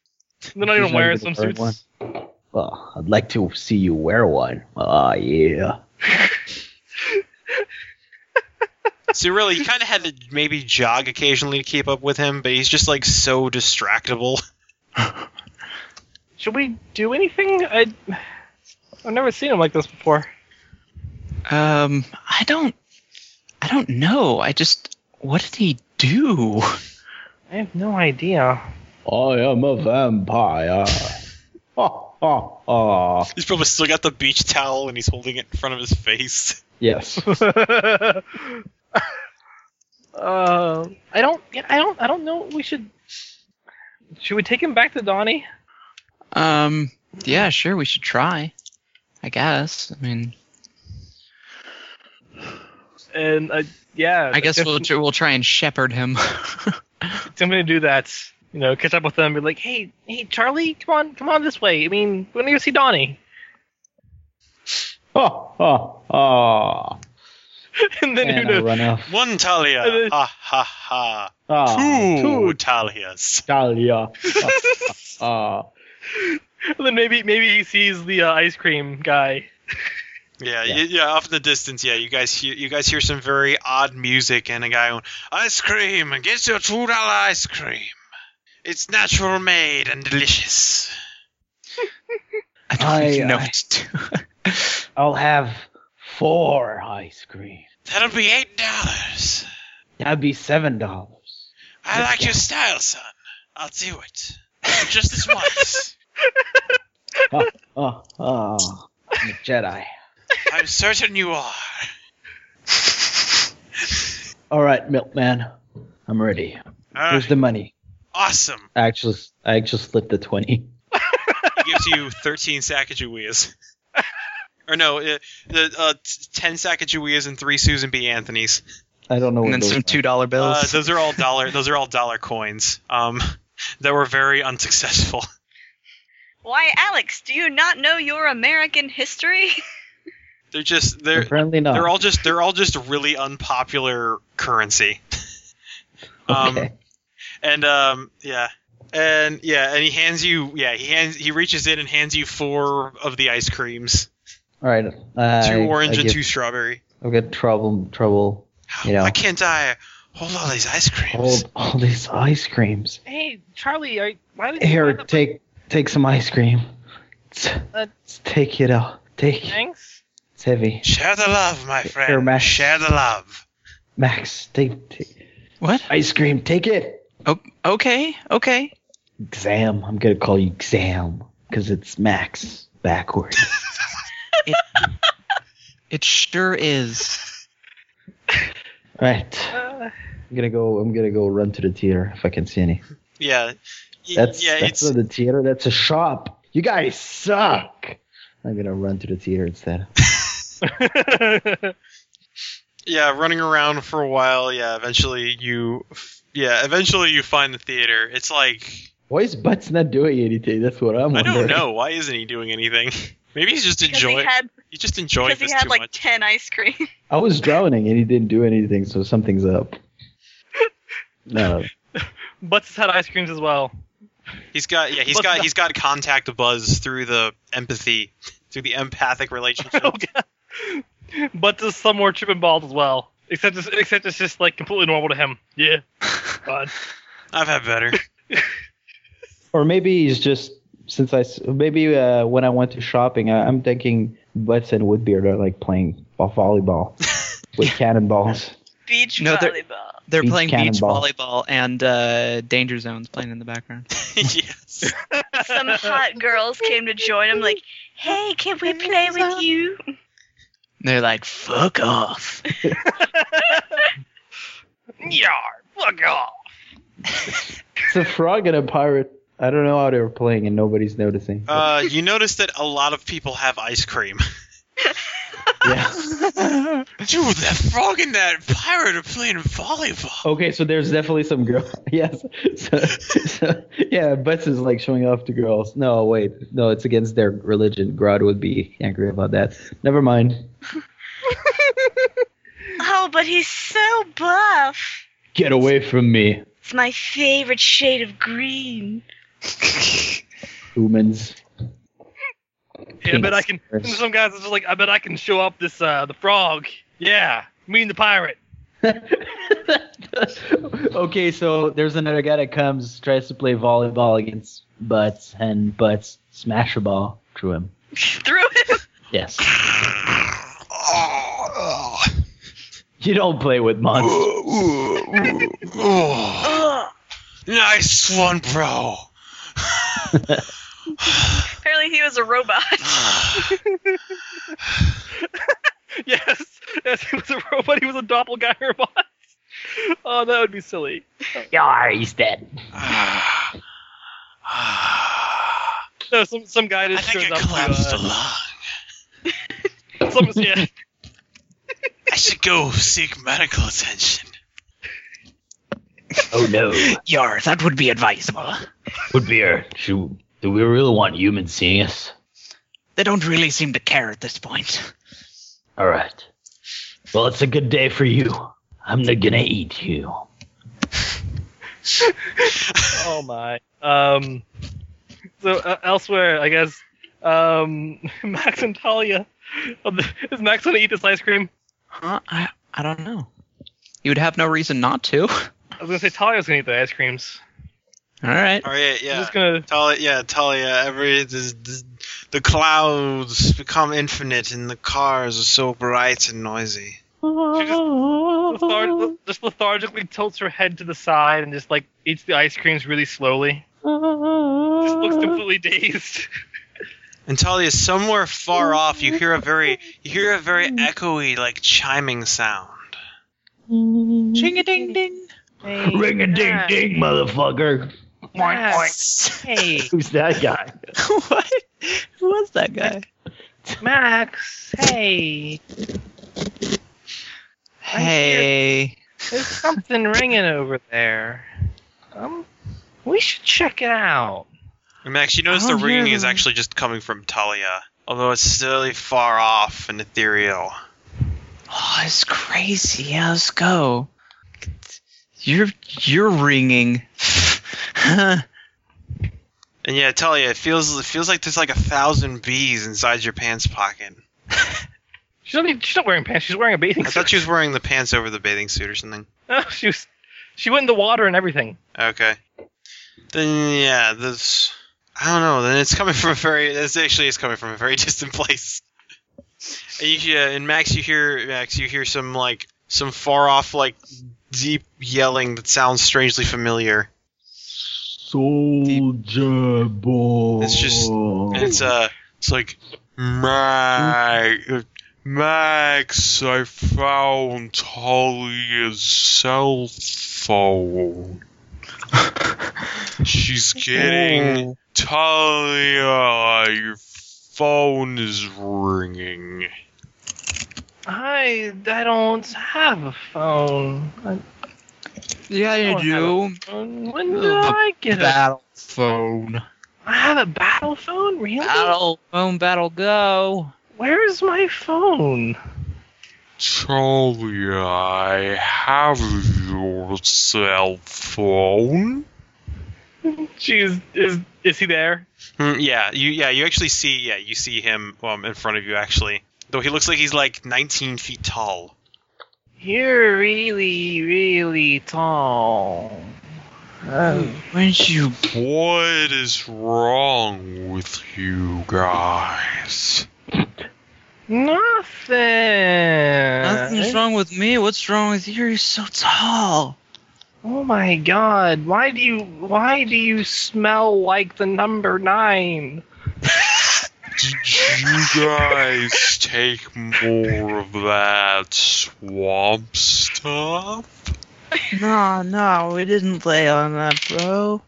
S4: They're not even
S6: Usually
S4: wearing
S6: the third one.
S4: swimsuits.
S6: Well, I'd like to see you wear one. Ah, yeah.
S1: so really, you kind of had to maybe jog occasionally to keep up with him, but he's just like so distractible.
S4: Should we do anything? I, I've never seen him like this before.
S5: Um, I don't, I don't know. I just, what did he do?
S4: I have no idea.
S6: I am a vampire. oh, oh, oh.
S1: He's probably still got the beach towel and he's holding it in front of his face.
S6: Yes.
S4: uh, I don't. I don't. I don't know. what We should. Should we take him back to Donnie?
S5: Um, yeah, sure, we should try. I guess. I mean,
S4: And uh, yeah,
S5: I guess
S4: if-
S5: we'll
S4: if
S5: tr- we'll try and shepherd him.
S4: I'm gonna do that. You know, catch up with them. Be like, hey, hey, Charlie, come on, come on this way. I mean, we're gonna go see Donnie.
S6: oh, oh, oh.
S4: and then who
S6: And I
S4: knows?
S6: run off.
S1: One Talia.
S4: And then-
S1: ha ha ha.
S6: Ah,
S1: Two Talias.
S6: Talia. Ah,
S4: And then maybe maybe he sees the uh, ice cream guy.
S1: Yeah,
S6: Yeah.
S1: yeah, yeah. Off in the distance, yeah. You guys hear you guys hear some very odd music and a guy going, "Ice cream, get your two dollar ice cream. It's natural made and delicious."
S5: I don't
S6: I-
S5: even know
S6: I-
S5: what to do.
S6: I'll have four ice cream.
S1: That'll be eight dollars.
S6: That'd be seven dollars.
S1: I like your style, son. I'll do it. Just this once.
S6: Oh, oh, I'm a Jedi.
S1: I'm certain you are.
S6: All right, Milkman, I'm ready.
S1: Uh,
S6: Here's the money.
S1: awesome.
S6: I actually, I actually slipped the twenty.
S1: It gives you 13 Sacagaweas. or no, uh, the uh, t- 10 Sacagaweas and 3 Susan B. Anthony's.
S6: I don't know what
S5: and then
S6: those
S5: some
S6: are.
S5: two dollar bills.
S1: Uh, those are all dollar. Those are all dollar coins. Um, that were very unsuccessful.
S3: Why, Alex, do you not know your American history?
S1: They're just they're
S6: Apparently not.
S1: they're all just they're all just really unpopular currency. um,
S6: Okay.
S1: And um, yeah, and yeah, and he hands you yeah he hands he reaches in and hands you four of the ice creams,
S6: All right. I,
S1: two orange
S6: I
S1: and
S6: give,
S1: two strawberry.
S6: I've got trouble. Trouble. You know.
S1: Why can't I hold all these ice creams?
S6: Hold all these ice creams.
S4: Hey, Charlie, are, why did you
S6: Here,
S4: buy the
S6: take take some ice cream. It's,
S4: Uh,
S6: it's- take it out. Take it.
S4: things?
S6: It's heavy.
S1: Share the love, my friend.
S6: Max.
S1: Share the love.
S6: Max, take, take
S5: what?
S6: ice cream. Take it.
S5: O- okay, okay.
S6: Xam. I'm gonna call you Xam because it's Max backwards.
S5: It sure is.
S6: All right. I'm gonna go. I'm gonna go run to the theater if I can see any.
S1: Yeah, Y-
S6: That's
S1: yeah.
S6: that's
S1: it's
S6: not the theater. That's a shop. You guys suck. I'm gonna run to the theater instead.
S1: yeah running around for a while. Yeah, eventually you f- yeah eventually you find the theater. It's like
S6: Why is Butts not doing anything? That's what I'm
S1: I don't
S6: wondering.
S1: know why isn't he doing anything. Maybe he's just
S3: Because he
S1: enjoying.
S3: had,
S1: He just enjoyed
S3: because
S1: this
S3: he had
S1: too
S3: like
S1: much.
S3: ten ice cream.
S6: I was drowning and he didn't do anything, so something's up. No,
S4: Butts has had ice creams as well.
S1: He's got yeah. He's
S4: What's
S1: got
S4: that?
S1: he's got contact buzz through the empathy, through the empathic relationship.
S4: Oh, Butts is somewhere tripping balls as well. Except it's, except it's just like completely normal to him. Yeah. Fine.
S1: I've had better.
S6: or maybe he's just since I s- maybe uh, when I went to shopping, I, I'm thinking Butts and Woodbeard are like playing ball- volleyball with cannonballs.
S3: Beach
S5: No, they're-
S3: volleyball.
S5: They're
S6: Beach
S5: playing beach
S6: cannonball.
S5: volleyball and uh, Danger Zone's playing in the background.
S1: yes.
S3: Some hot girls came to join him. Like, hey, can we play with you?
S5: And they're like, "Fuck off."
S4: Yar, fuck off.
S6: It's a frog and a pirate. I don't know how they were playing and nobody's noticing.
S1: Uh, you notice that a lot of people have ice cream.
S6: yeah.
S1: Dude, that frog and that pirate are playing volleyball.
S6: Okay, so there's definitely some girl. Yes. So, so, yeah, Butts is like showing off to girls. No, wait. No, it's against their religion. Grodd would be angry about that. Never mind.
S3: Oh, but he's so buff.
S6: Get away from me,
S3: It's my favorite shade of green.
S6: humans.
S4: Yeah, I bet I can. Some guys are just like, I bet I can show up this uh the frog. Yeah, me and the pirate.
S6: okay, so there's another guy that comes, tries to play volleyball against Butts, and Butts smash a ball through him.
S3: Through him.
S6: Yes.
S1: Ah,
S6: You don't play with monsters.
S1: Oh,
S3: Ugh.
S1: nice one, bro.
S3: Apparently, he was a robot.
S4: Yes, yes, he was a robot. He was a doppelganger bot. Oh, that would be silly.
S6: Yar, he's dead.
S1: I
S4: No, some some guy just
S1: think
S4: shows
S1: I
S4: up.
S1: collapsed a
S4: To,
S1: lot.
S4: uh, some, yeah,
S1: I should go seek medical attention.
S2: Oh no,
S7: Yar, that would be advisable.
S2: Woodbeard. Do do we really want humans seeing us?
S7: They don't really seem to care at this point.
S2: All right. Well, it's a good day for you. I'm not gonna eat you.
S4: oh my. Um, so uh, elsewhere, I guess. Um, Max and Talia. Oh, Is Max gonna eat this ice cream?
S5: Huh? I I don't know. You would have no reason not to. All
S4: I was gonna say Talia's gonna eat the ice creams.
S5: right.
S1: All right, yeah.
S4: I'm just gonna.
S1: Talia, yeah, Talia. Every the, the, the clouds become infinite, and the cars are so bright and noisy.
S4: Lethar- just lethargically tilts her head to the side and just like eats the ice creams really slowly. Just looks completely dazed.
S1: And Talia, somewhere far off, you hear a very you hear a very echoey, like chiming sound.
S5: Ching a ding ding.
S2: Ring a ding ding, motherfucker.
S4: Max. Hey,
S2: Who's that guy?
S5: what? Who was that guy?
S4: Max. Hey,
S5: Hey.
S4: there's something ringing over there. Um, we should check it out.
S1: And Max, you notice
S5: I
S1: the
S5: don't hear
S1: ringing is
S5: them.
S1: actually just coming from Talia, although it's really far off and ethereal.
S5: Oh, it's crazy. Yeah, let's go. You're you're ringing.
S1: And yeah, Talia, it feels it feels like there's like a thousand bees inside your pants pocket.
S4: She's not, even- she's not wearing pants. She's wearing a bathing
S1: I
S4: suit.
S1: thought she was wearing the pants over the bathing suit or something.
S4: No, she was. She went in the water and everything.
S1: Okay. Then yeah, this I don't know. Then it's coming from a very. This actually is coming from a very distant place. And you, yeah, and Max, you hear Max, you hear some like some far off like deep yelling that sounds strangely familiar.
S8: Soldier boy.
S1: It's just- And it's uh, it's like Max, Max, I found Talia's cell phone. She's getting. Talia, your phone is ringing.
S4: I I don't have a phone. I,
S5: Yeah,
S4: you do. when did I get a
S5: Battle phone.
S4: I have a battle phone? Really?
S5: Battle phone. Battle go.
S4: Where's my phone?
S1: Talia, I have your cell phone.
S4: She is, is is he there?
S1: Mm. yeah, you yeah you actually see yeah you see him um, in front of you actually. Though he looks like he's like 19 feet tall.
S4: You're really, really tall. Oh.
S5: When'd you?
S1: What is wrong with you guys?
S4: nothing.
S5: Nothing's wrong with me. What's wrong with you? You're so tall.
S4: Oh my god, why do you why do you smell like the number nine?
S1: Did you guys take more of that swamp stuff?
S5: No, no, we didn't lay on that, bro.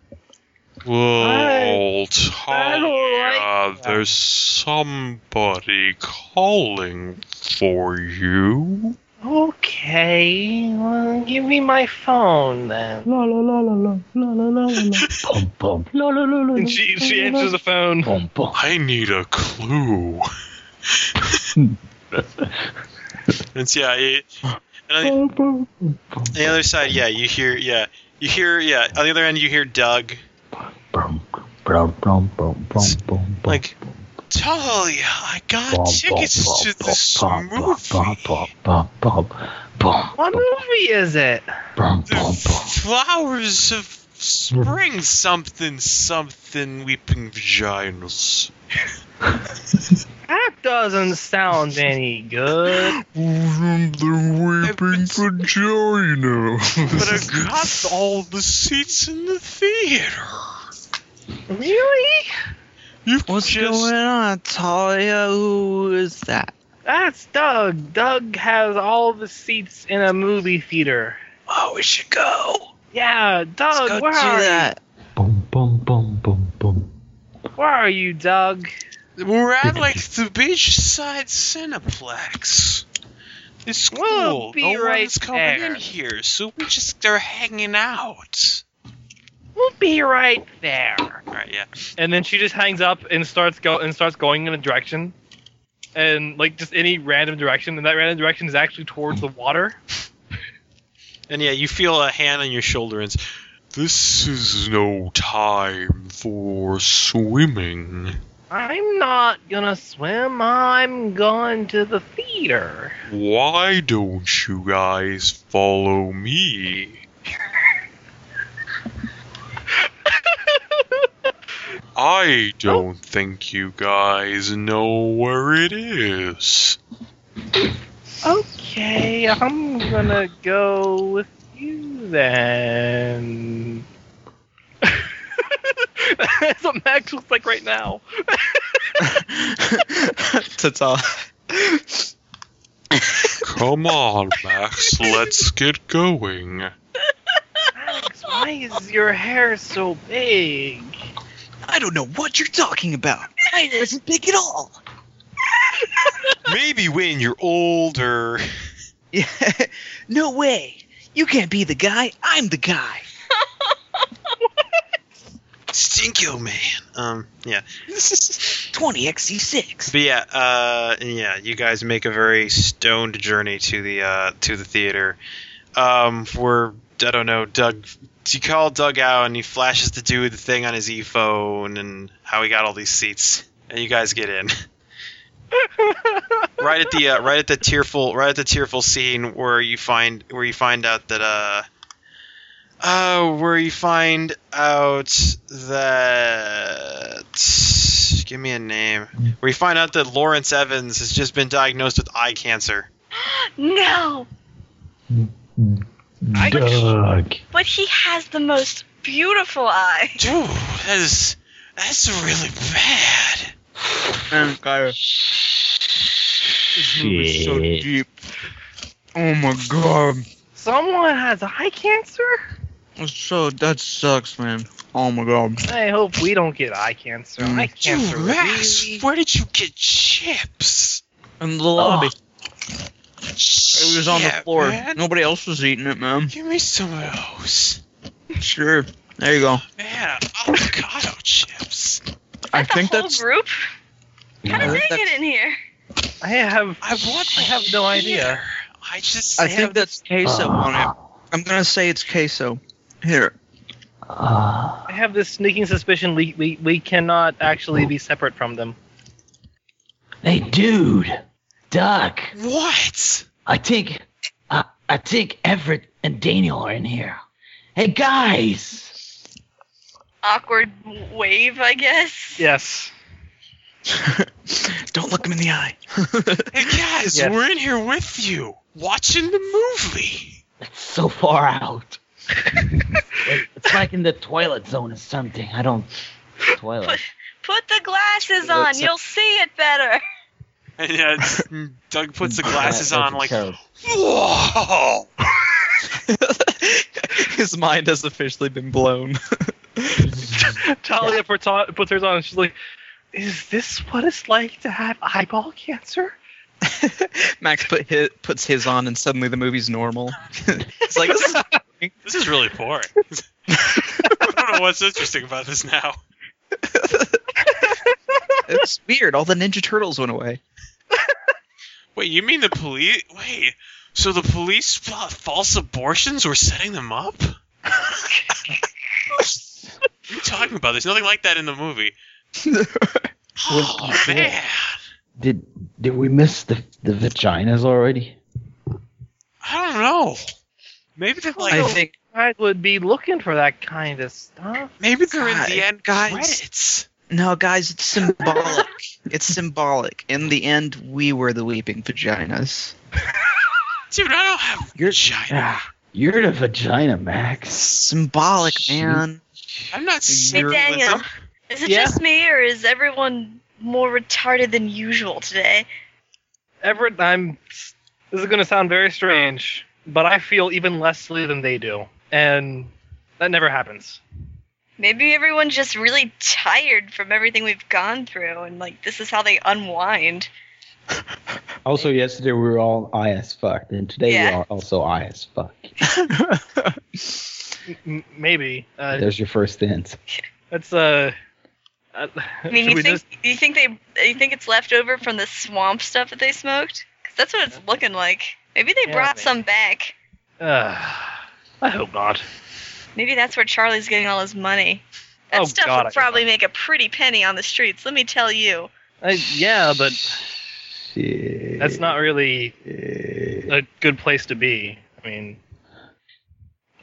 S1: Well,
S4: I
S1: Talia,
S4: don't like that.
S1: there's somebody calling for you.
S4: Okay, well, give me my phone then.
S6: La la la la la la la la la.
S2: Bum, bum,
S6: La la la la.
S4: And she she answers the phone.
S2: bum, bum.
S1: I need a clue. and yeah, it, and on the, on the other side, yeah, you hear, yeah, you hear, yeah. On the other end, you hear Doug,
S2: Brum, brum, brum, brum, brum, brum,
S1: like, Talia, I got
S2: bum, bum,
S1: tickets
S2: bum,
S1: to
S2: bum,
S1: this
S2: bum, bum, bum,
S1: movie.
S2: bum, bum, bum, bum,
S4: What movie is it?
S2: brum, bum,
S1: The flowers of spring, something, something, weeping vaginas.
S4: That doesn't sound any good.
S1: The weeping
S8: vagina.
S1: But I got all the seats in the theater.
S4: really?
S1: You
S5: What's
S1: just,
S5: going on, Talia? Who is that?
S4: That's Doug. Doug has all the seats in a movie theater.
S5: Oh, we should go.
S4: Yeah, Doug,
S5: Let's go
S4: where
S5: do
S4: are
S5: that.
S2: bum, bum, bum, bum, bum.
S4: you? Where are you, Doug?
S1: We're at like the beachside cineplex. It's cool.
S4: We'll be
S1: no
S4: right
S1: one's coming
S4: there.
S1: in here, so we just they're hanging out.
S4: We'll be right there.
S1: All right, yeah.
S4: And then she just hangs up and starts go and starts going in a direction, and like just any random direction, and that random direction is actually towards the water.
S1: And yeah, you feel a hand on your shoulder and. s- This is no time for swimming.
S4: I'm not gonna swim. I'm going to the theater.
S1: Why don't you guys follow me? I don't
S4: Oh.
S1: think you guys know where it is.
S4: Okay, I'm gonna go with you then. That's what Max looks like right now.
S5: That's all.
S12: Come on, Max, let's get going.
S4: Max, why is your hair so big?
S7: I don't know what you're talking about. Mine isn't big at all.
S1: Maybe when you're older.
S7: Yeah. no way. You can't be the guy. I'm the guy.
S1: Stinko man. Um, yeah.
S7: 20xc6.
S1: But yeah, uh, yeah, you guys make a very stoned journey to the uh, to the theater. Um, where I don't know, Doug. You call Doug out, and he flashes the dude the thing on his e phone and how he got all these seats, and you guys get in. right at the uh, right at the tearful right at the tearful scene where you find where you find out that uh uh where you find out that give me a name where you find out that Lawrence Evans has just been diagnosed with eye cancer.
S3: No,
S4: I
S2: Doug.
S3: but he has the most beautiful eye.
S1: Dude, that is that's really bad.
S5: And Cairo.
S2: Shit.
S5: Oh my god.
S4: Someone has eye cancer?
S5: So that sucks, man. Oh my god.
S4: I hope we don't get eye cancer. Eye cancer.
S12: Dude, Max,
S4: really?
S12: where did you get chips?
S5: In the lobby.
S12: It
S5: It was on the floor. Nobody else was eating it, man.
S12: Give me some of those.
S5: Sure. There you go.
S12: Man, avocado chips.
S5: I
S3: The
S5: think
S3: whole
S5: that's.
S3: group. How
S5: I
S3: did
S5: think
S3: they
S5: that's-
S3: get in here?
S4: I have
S12: I want
S4: I have no idea.
S12: I just
S5: I
S12: have-
S5: think that's queso on it. I'm gonna say it's queso. Here.
S2: Ah.
S4: I have this sneaking suspicion we, we, we cannot actually be separate from them.
S2: Hey, dude, Doug.
S12: what?
S2: I think, I I think Everett and Daniel are in here. Hey guys,
S3: Awkward wave, I guess.
S4: Yes.
S7: Don't look him in the eye.
S12: Hey guys,
S4: Yes.
S12: we're in here with you, watching the movie.
S2: it's so far out. it's like in the toilet zone or something. I don't toilet.
S3: Put the glasses on.
S5: Looks-
S3: You'll see it better.
S1: And yeah, it's-
S12: uh,
S1: Doug puts
S4: Mm.
S1: the glasses
S2: That's
S1: on like
S2: terrible.
S12: Whoa!
S5: His mind has officially been blown.
S4: Talia puts, on, puts hers on and she's like, Is this what it's like to have eyeball cancer?
S5: Max put his, puts his on, and suddenly the movie's normal. it's like this is
S1: This is really boring. I don't know what's interesting about this now.
S5: it's weird. All the Ninja Turtles went away.
S1: Wait, you mean the police? Wait, so the police fought false abortions were setting them up? what are you talking about? There's nothing like that in the movie. Oh, man.
S6: Did did we miss the the vaginas already?
S1: I don't know. Maybe they're like,
S5: I think
S4: I would be looking for that kind of stuff.
S1: maybe they're in the
S5: God,
S1: end
S5: guys.
S1: credits.
S5: no, guys, it's symbolic. it's symbolic. In the end, we were the weeping vaginas.
S1: Dude, I don't have
S6: You're-
S1: vagina.
S6: Ah, you're the vagina, Max.
S5: Symbolic,
S6: Shoot.
S5: man.
S1: I'm not
S3: Hey,
S1: saying
S3: Daniel. Is it
S4: Yeah.
S3: just me, or is everyone more retarded than usual today?
S4: Everett, I'm. This is going to sound very strange, but I feel even less silly than they do. And that never happens.
S3: Maybe everyone's just really tired from everything we've gone through, and like this is how they unwind.
S6: Also, yesterday we were all high as fuck, and today we
S3: Yeah.
S6: are also high as fuck.
S4: M- m- maybe. Uh,
S6: There's your first hint.
S4: That's uh. uh,
S3: I mean,
S4: should
S3: you
S4: we
S3: think
S4: just-
S3: you think they you think it's left over from the swamp stuff that they smoked? 'Cause that's what it's looking like. Maybe they
S4: Yeah,
S3: brought
S4: maybe.
S3: some back.
S4: uh, I hope not.
S3: Maybe that's where Charlie's getting all his money. That
S4: Oh,
S3: stuff
S4: God, I
S3: will
S4: hope
S3: probably
S4: not.
S3: make a pretty penny on the streets. Let me tell you.
S4: Uh, yeah, but
S6: Shit.
S4: that's not really a good place to be. I mean,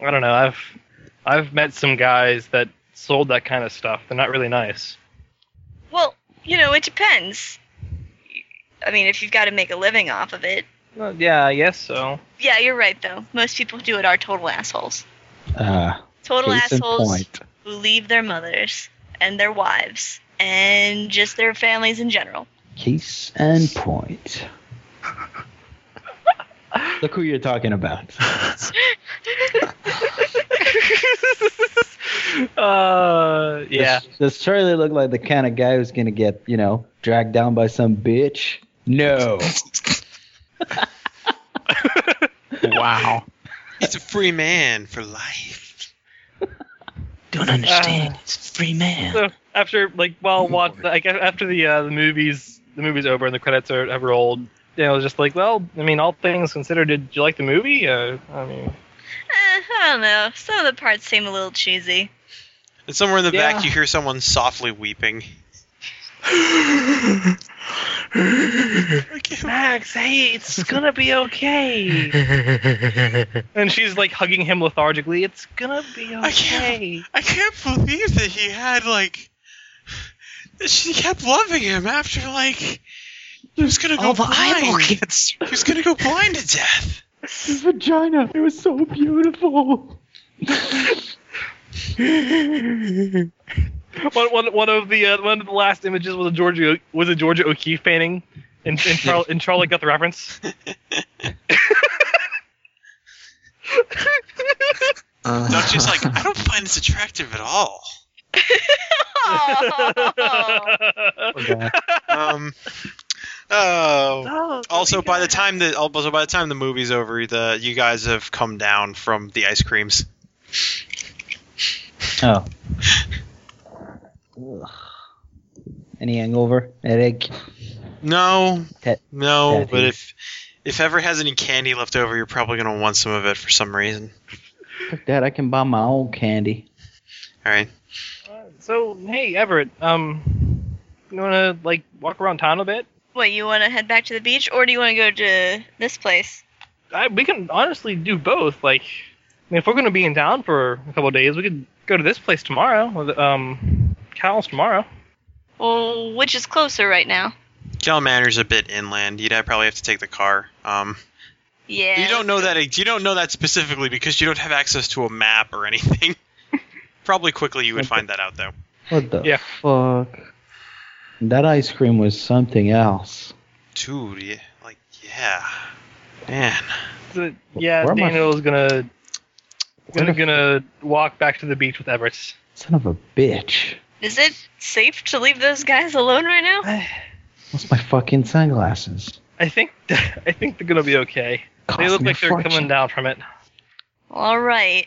S4: I don't know. I've I've met some guys that sold that kind of stuff. They're not really nice.
S3: Well, you know, it depends. I mean, if you've got to make a living off of it,
S4: Well, yeah, I guess so.
S3: Yeah, you're right though. Most people who do it are total assholes.
S6: Uh,
S3: Total
S6: case in
S3: assholes
S6: point.
S3: who leave their mothers and their wives and just their families in general.
S6: Case and point. Look who you're talking about.
S3: Eh,
S4: Uh, yeah.
S6: Does, does Charlie look like the kind of guy who's gonna get, you know, dragged down by some bitch? No.
S1: Wow. He's a free man for life.
S5: Don't understand. He's a free man.
S4: So after like while watch like after the uh, the movies the movie's over and the credits are have rolled, Dan was just like, well, I mean, all things considered, did you like the movie? Uh, I mean,
S3: Eh, I don't know. Some of the parts seem a little cheesy.
S1: And somewhere in the
S4: Yeah.
S1: back, you hear someone softly weeping.
S4: Max, hey, it's gonna be okay. and she's like hugging him lethargically. It's gonna be
S1: I can't-
S4: okay.
S1: I can't believe that he had like. that She kept loving him after like. He was gonna go
S7: All the eyeball
S1: blind. He
S7: cancer.
S1: was gonna go blind to death.
S8: His vagina. It was so beautiful.
S4: One, one, one of the uh, one of the last images was a Georgia was a Georgia O'Keeffe painting, and and, Charl- and Charlotte got the reference.
S1: Not just like I don't find this attractive at all.
S3: Aw.
S1: Um. Oh. Also, by the time the also by the time the movie's over, the you guys have come down from the ice creams.
S2: Oh,
S6: Ugh. Any hangover? Headache?
S1: No,
S6: Tet-
S1: no.
S6: Tet-
S1: but if if ever has any candy left over, you're probably gonna want some of it for some reason.
S6: Fuck that. I can buy my own candy.
S1: All right.
S4: so hey, Everett, um, you wanna like walk around town a bit?
S3: Wait, you want to head back to the beach or do you want to go to this place?
S4: I, we can honestly do both. Like, I mean, if we're gonna be in town for a couple of days, we could go to this place tomorrow. Or the, um, Cal's tomorrow.
S3: Well, which is closer right now?
S1: Cal Manor's a bit inland. You'd have- probably have to take the car. Um,
S3: Yeah.
S1: you don't know that. You don't know that specifically because you don't have access to a map or anything. probably quickly you would find that out though.
S6: What the
S4: Yeah.
S6: fuck? That ice cream was something else.
S1: Dude, yeah, like yeah, man.
S4: So, yeah,
S6: Where am I-
S4: Daniel's gonna
S6: Where
S4: gonna,
S6: the-
S4: gonna walk back to the beach with Everett.
S6: Son of a bitch.
S3: Is it safe to leave those guys alone right now?
S6: What's my fucking sunglasses?
S4: I think I think they're gonna be okay. They
S6: Cost
S4: look
S6: me a
S4: like they're
S6: fortune.
S4: coming down from it.
S3: All right.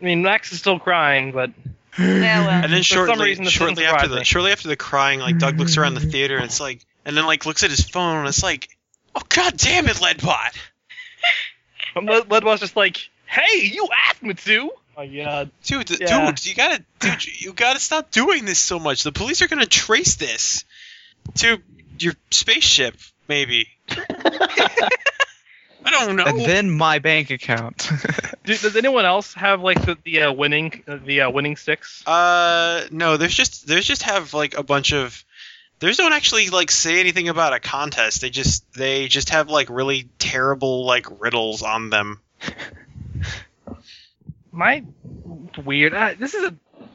S4: I mean, Max is still crying, but
S3: Yeah, well.
S1: And then
S4: For some
S1: shortly,
S4: reason, this
S1: shortly
S4: doesn't
S1: after
S4: surprise
S1: the
S4: me.
S1: shortly after the crying, like Doug looks around the theater and it's like, and then like looks at his phone and it's like, oh god damn it, Leadbot.
S4: Led- Ledwell's just like, "Hey, you asked me to." Oh yeah,
S1: Dude, th-
S4: Yeah.
S1: dude, you gotta, dude, you gotta stop doing this so much. The police are gonna trace this to your spaceship, maybe. I don't know.
S5: And then my bank account.
S4: Do, does anyone else have like the, the uh, winning uh, the uh, winning sticks?
S1: Uh, no. There's just there's just have like a bunch of there's don't actually like say anything about a contest. They just they just have like really terrible like riddles on them.
S4: My weird. Uh, this is a.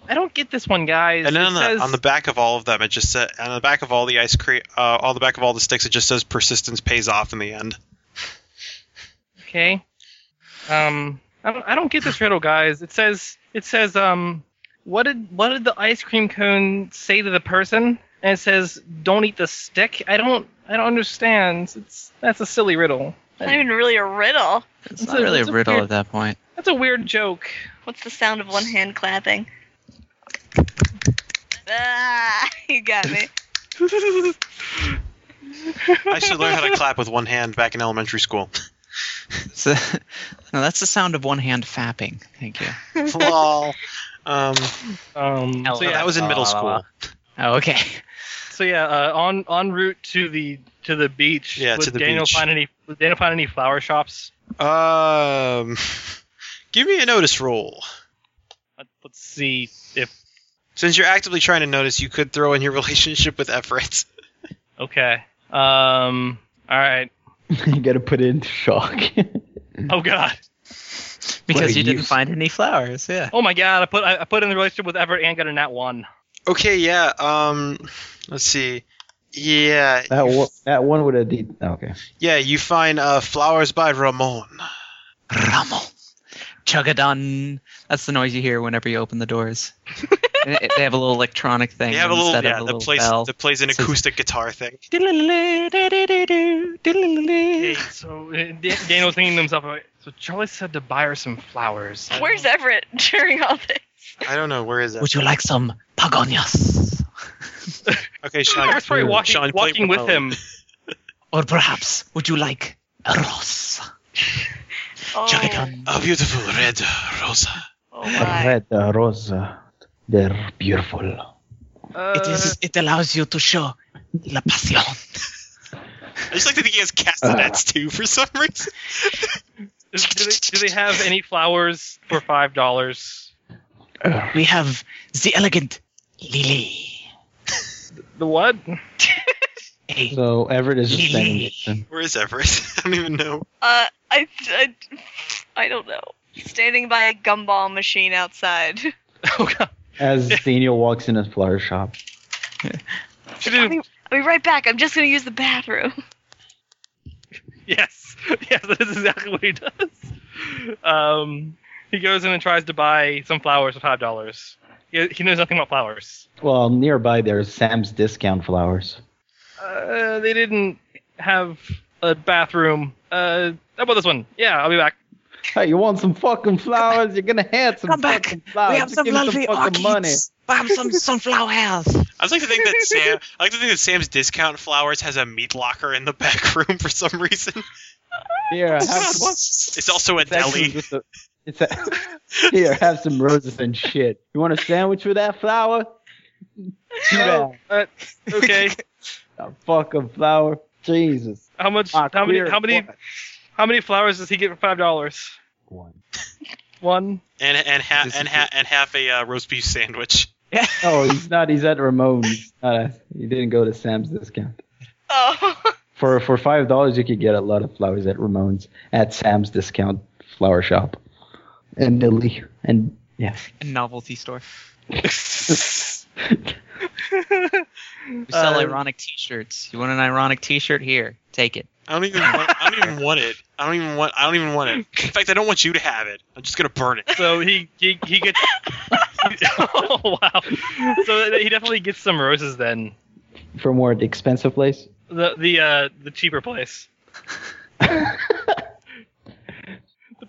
S4: I don't get this one, guys.
S1: And then
S4: It
S1: on the,
S4: says-
S1: on the back of all of them, it just said on the back of all the ice cream, uh, all the back of all the sticks, it just says persistence pays off in the end.
S4: okay. Um, I don't, I don't get this riddle, guys. It says it says um, what did what did the ice cream cone say to the person? And it says don't eat the stick. I don't I don't understand. It's that's a silly riddle.
S3: It's not even really a riddle.
S5: it's not really
S4: It's
S5: a
S4: a
S5: riddle
S4: weird-
S5: at that point.
S4: That's a weird joke.
S3: What's the sound of one hand clapping? Ah, you got me.
S1: I should learn how to clap with one hand back in elementary school.
S5: It's a- no, that's the sound of one hand fapping. Thank you.
S1: Lol. Um,
S4: Um, so yeah,
S1: that was in middle school.
S5: Oh, okay.
S4: So yeah, uh, on en route to the to the beach.
S1: Yeah,
S4: would
S1: to the
S4: Daniel
S1: beach.
S4: Find any, would Daniel find any flower shops?
S1: Um, give me a notice roll.
S4: Let- Let's see if
S1: Since you're actively trying to notice, you could throw in your relationship with Everett.
S4: okay. Um, all right.
S6: you got to put it into shock.
S4: Oh God.
S5: Because you didn't find any flowers, yeah.
S4: Oh my God! I put I, I put in the relationship with Everett and got a nat one.
S1: Okay, yeah. Um, let's see. Yeah,
S6: That one, that one would have. De- okay.
S1: yeah. You find uh, flowers by Ramon.
S5: Ramon. Chugadun. That's the noise you hear whenever you open the doors. And it- they have a little electronic thing.
S1: They have a little
S5: instead
S1: yeah.
S5: of a
S1: that
S5: little
S1: plays
S5: bell.
S1: that plays an
S5: Says-
S1: acoustic guitar thing.
S4: Hey, so uh, Dan- Daniel's thinking to himself, like, so Charlie said to buy her some flowers.
S3: Where's Everett during all this?
S1: I don't know where is that.
S5: Would you like some pagonias?
S1: Okay, Sean.
S4: Everett's probably walking,
S1: Sean, play
S4: walking with
S1: Ramon.
S4: him.
S5: Or perhaps, would you like a rose?
S3: Oh,
S5: Chugadun.
S1: A beautiful red rosa.
S3: oh my.
S6: Red uh, rosa. They're beautiful.
S5: It, is, it allows you to show la pasión.
S1: I just like to think he has castanets too for some reason.
S4: Is- do, they, do they have any flowers for five dollars?
S5: We have the elegant Lily.
S4: The what?
S5: Hey,
S6: So Everett is just standing. there.
S1: Where is Everett? I don't even know.
S3: Uh, I, I, I don't know. Standing by a gumball machine outside.
S4: Oh God!
S6: As Daniel walks in his flower shop.
S4: She
S3: I'll
S4: didn't-
S3: be, I'll be right back. I'm just gonna use the bathroom.
S4: Yes, yes, that is exactly what he does. Um, he goes in and tries to buy some flowers for five dollars. He, he knows nothing about flowers.
S6: Well, nearby there's Sam's discount flowers.
S4: Uh, they didn't have a bathroom. Uh, how about this one? Yeah, I'll be back.
S6: Hey, you want some fucking flowers? You're gonna have some
S5: Come back.
S6: fucking flowers.
S5: we have
S6: Just
S5: some
S6: Ah, give
S5: lovely
S6: me fucking
S5: orchids.
S6: money.
S5: We have some sunflowers.
S1: I just like to think that Sam. I like to think that Sam's discount flowers has a meat locker in the back room for some reason.
S6: Here, have some.
S1: It's also a
S6: It's actually
S1: deli.
S6: just a- it's a, here, have some roses and shit. You want a sandwich with that flower?
S4: Oh, uh, okay.
S6: A fucking flower. Jesus.
S4: How much?
S6: Ah,
S4: How many?
S6: queer
S4: How many?
S6: fuck.
S4: How many flowers does he get for five dollars?
S6: One.
S4: One.
S1: And and ha-
S5: This is
S1: and ha- and half a uh, roast beef sandwich.
S6: Oh, he's not. He's at Ramon's. He's Not at, he didn't go to Sam's discount.
S3: Oh,
S6: For for five dollars, you could get a lot of flowers at Ramon's at Sam's discount flower shop, and Lily and yeah.
S5: A novelty store. We sell
S4: Uh,
S5: ironic T-shirts. You want an ironic T-shirt? Here, take it.
S1: I don't even. Want, I don't even want it. I don't even want. I don't even want it. In fact, I don't want you to have it. I'm just gonna burn it.
S4: So he he, he gets. oh wow! So he definitely gets some roses then.
S6: From where the expensive place?
S4: The the uh the cheaper place. the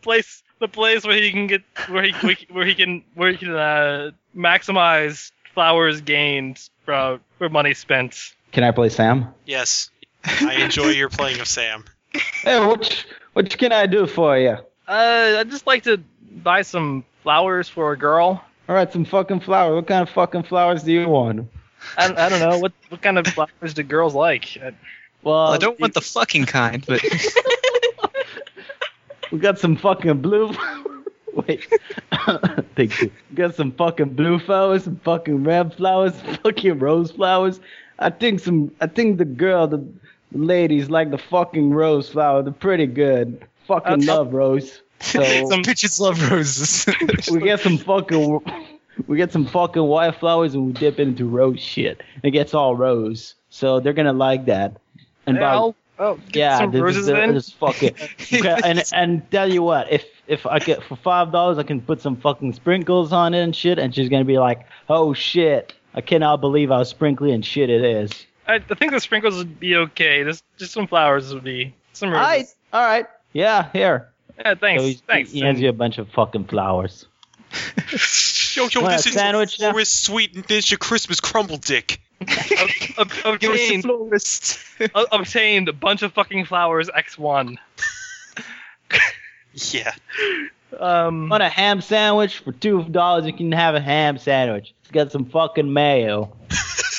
S4: place the place where he can get where he where he can where he can uh, maximize flowers gained for for money spent.
S6: Can I play Sam?
S1: Yes, I enjoy your playing of Sam.
S6: Hey, what what can I do for you?
S4: Uh, I'd just like to buy some flowers for a girl.
S6: All right, some fucking flowers. What kind of fucking flowers do you want?
S4: I, I don't know what what kind of flowers do girls like. Uh,
S6: Well,
S5: Well, I don't want the fucking kind, but
S6: We got some fucking blue. Wait, take two. We got some fucking blue flowers, some fucking red flowers, some fucking rose flowers. I think some. I think the girl, the ladies like the fucking rose flower. They're pretty good. Fucking
S4: Uh,
S6: love rose. So
S4: some-
S5: bitches love roses.
S6: we get some fucking. We get some fucking white flowers and we dip it into rose shit. It gets all rose, so they're gonna like that. And
S4: yeah,
S6: by-
S4: I'll- oh, get
S6: yeah,
S4: some
S6: this is
S4: roses
S6: the-
S4: then.
S6: this fucking. Okay, and and tell you what, if if I get for five dollars, I can put some fucking sprinkles on it and shit, and she's gonna be like, "Oh shit, I cannot believe how sprinkly and shit it is."
S4: I, I think the sprinkles would be okay. This just some flowers would be some
S6: All right,
S4: roses.
S6: all right, yeah, here.
S4: Yeah, thanks,
S6: so he,
S4: thanks.
S6: he hands
S4: And
S6: you a bunch of fucking flowers.
S1: Yo, yo,
S6: Want a
S1: this is
S6: sandwich now?
S1: Forest Sweet, and this your Christmas crumble dick.
S4: ob- ob- obtained,
S5: florist.
S4: ob- obtained a bunch of fucking flowers X one.
S1: Yeah.
S4: Um,
S6: Want a ham sandwich for two dollars? You can have a ham sandwich. It's got some fucking mayo.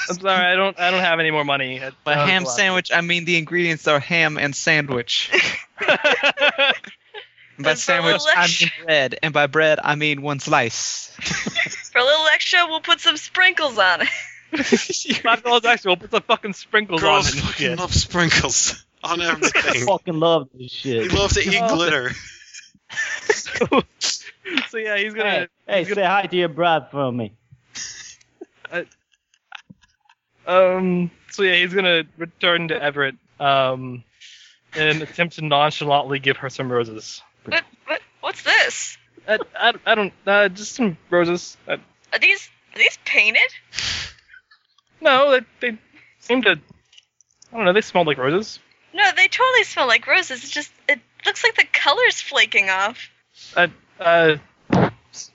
S4: I'm sorry, I don't I don't have any more money. That-
S5: By
S4: that was
S5: ham
S4: a lot.
S5: sandwich, I mean the ingredients are ham and sandwich. And by
S3: That's a
S5: sandwich,
S3: little
S5: I
S3: extra.
S5: mean bread, and by bread, I mean one slice.
S3: for a little extra, we'll put some sprinkles on it.
S4: Five dollars extra. We'll put the fucking sprinkles
S1: Girls
S4: on. it.
S1: fucking love sprinkles. on everything.
S6: fucking love this shit.
S1: He loves to eat glitter.
S4: So yeah, he's gonna.
S6: Hey, hey say hi to your bride for me.
S4: Um. So yeah, he's gonna return to Everett. Um, and attempt to nonchalantly give her some roses.
S3: What, what, what's this?
S4: I, I, I don't. Uh, just some roses. Uh,
S3: Are these are these painted?
S4: no, they, they seem to. I don't know. They smelled like roses.
S3: No, they totally smell like roses. It's just it looks like the color's flaking off.
S4: Uh,
S3: It's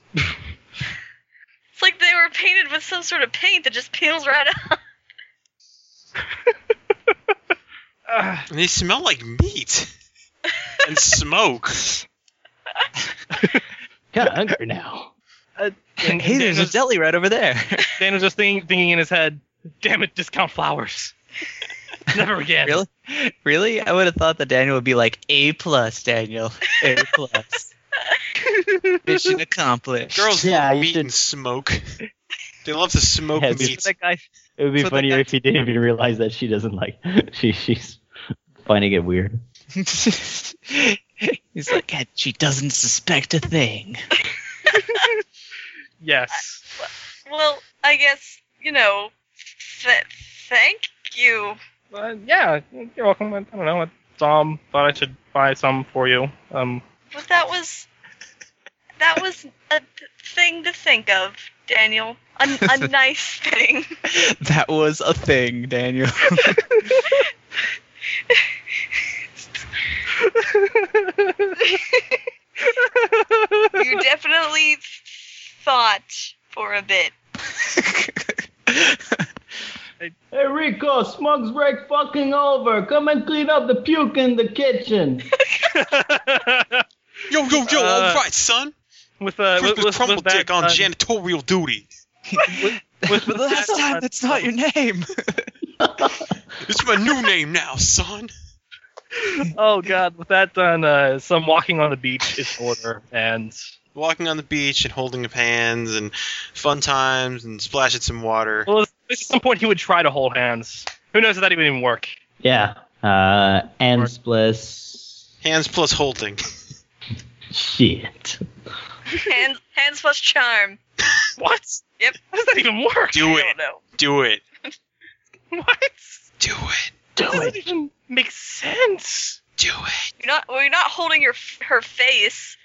S3: like they were painted with some sort of paint that just peels right off.
S4: ah,
S1: And they smell like meat and smoke.
S6: Kind of hungry now.
S4: and
S5: Hey, there's a
S4: Daniel's,
S5: deli right over there.
S4: Daniel's just thinking, thinking in his head, "Damn it, discount flowers." Never again.
S5: Really? really? I would have thought that Daniel would be like A plus, Daniel. A plus. Mission accomplished.
S1: Girls
S6: Yeah,
S1: love
S6: you
S1: meat
S6: should-
S1: and smoke. They love to smoke
S6: Yeah,
S1: meat.
S6: because
S5: That guy-
S6: It would be
S5: So the
S6: funnier
S5: guy-
S6: if he didn't even realize that she doesn't like. She she's finding it weird.
S5: He's like, "And she doesn't suspect a thing.
S4: Yes.
S3: Well, I guess you know. Th- thank you.
S4: Uh, yeah, you're welcome. I, I don't know. Some thought I should buy some for you. Um,
S3: But that was that was a th- thing to think of, Daniel. A, a nice thing.
S5: That was a thing, Daniel.
S3: You definitely thought for a bit.
S6: Hey Rico, Smug's break fucking over. Come and clean up the puke in the kitchen.
S1: Yo, yo, yo!
S4: Uh,
S1: all right, son.
S4: with uh, with,
S1: Christmas
S4: with,
S1: crumble
S4: with that,
S1: dick on
S4: uh,
S1: janitorial duty.
S4: with, with
S5: Last
S4: that,
S5: time,
S4: uh,
S5: that's not your name.
S1: It's my new name now, son.
S4: Oh god, with that done, uh, some walking on the beach is in order, and
S1: Walking on the beach and holding of hands and fun times and splashing some water.
S4: well, this this is some point he would try to hold hands. Who knows if that would even work?
S2: Yeah. Uh, and spliss.
S1: Hands plus holding.
S2: Shit.
S3: Hands, hands plus charm.
S4: What?
S3: Yep.
S4: How does that even work?
S1: Do
S3: I
S1: it.
S3: don't know.
S1: Do it.
S4: What?
S1: Do it.
S4: That doesn't even make sense.
S1: Do it.
S3: You're not. Well, you're not holding your f- her face.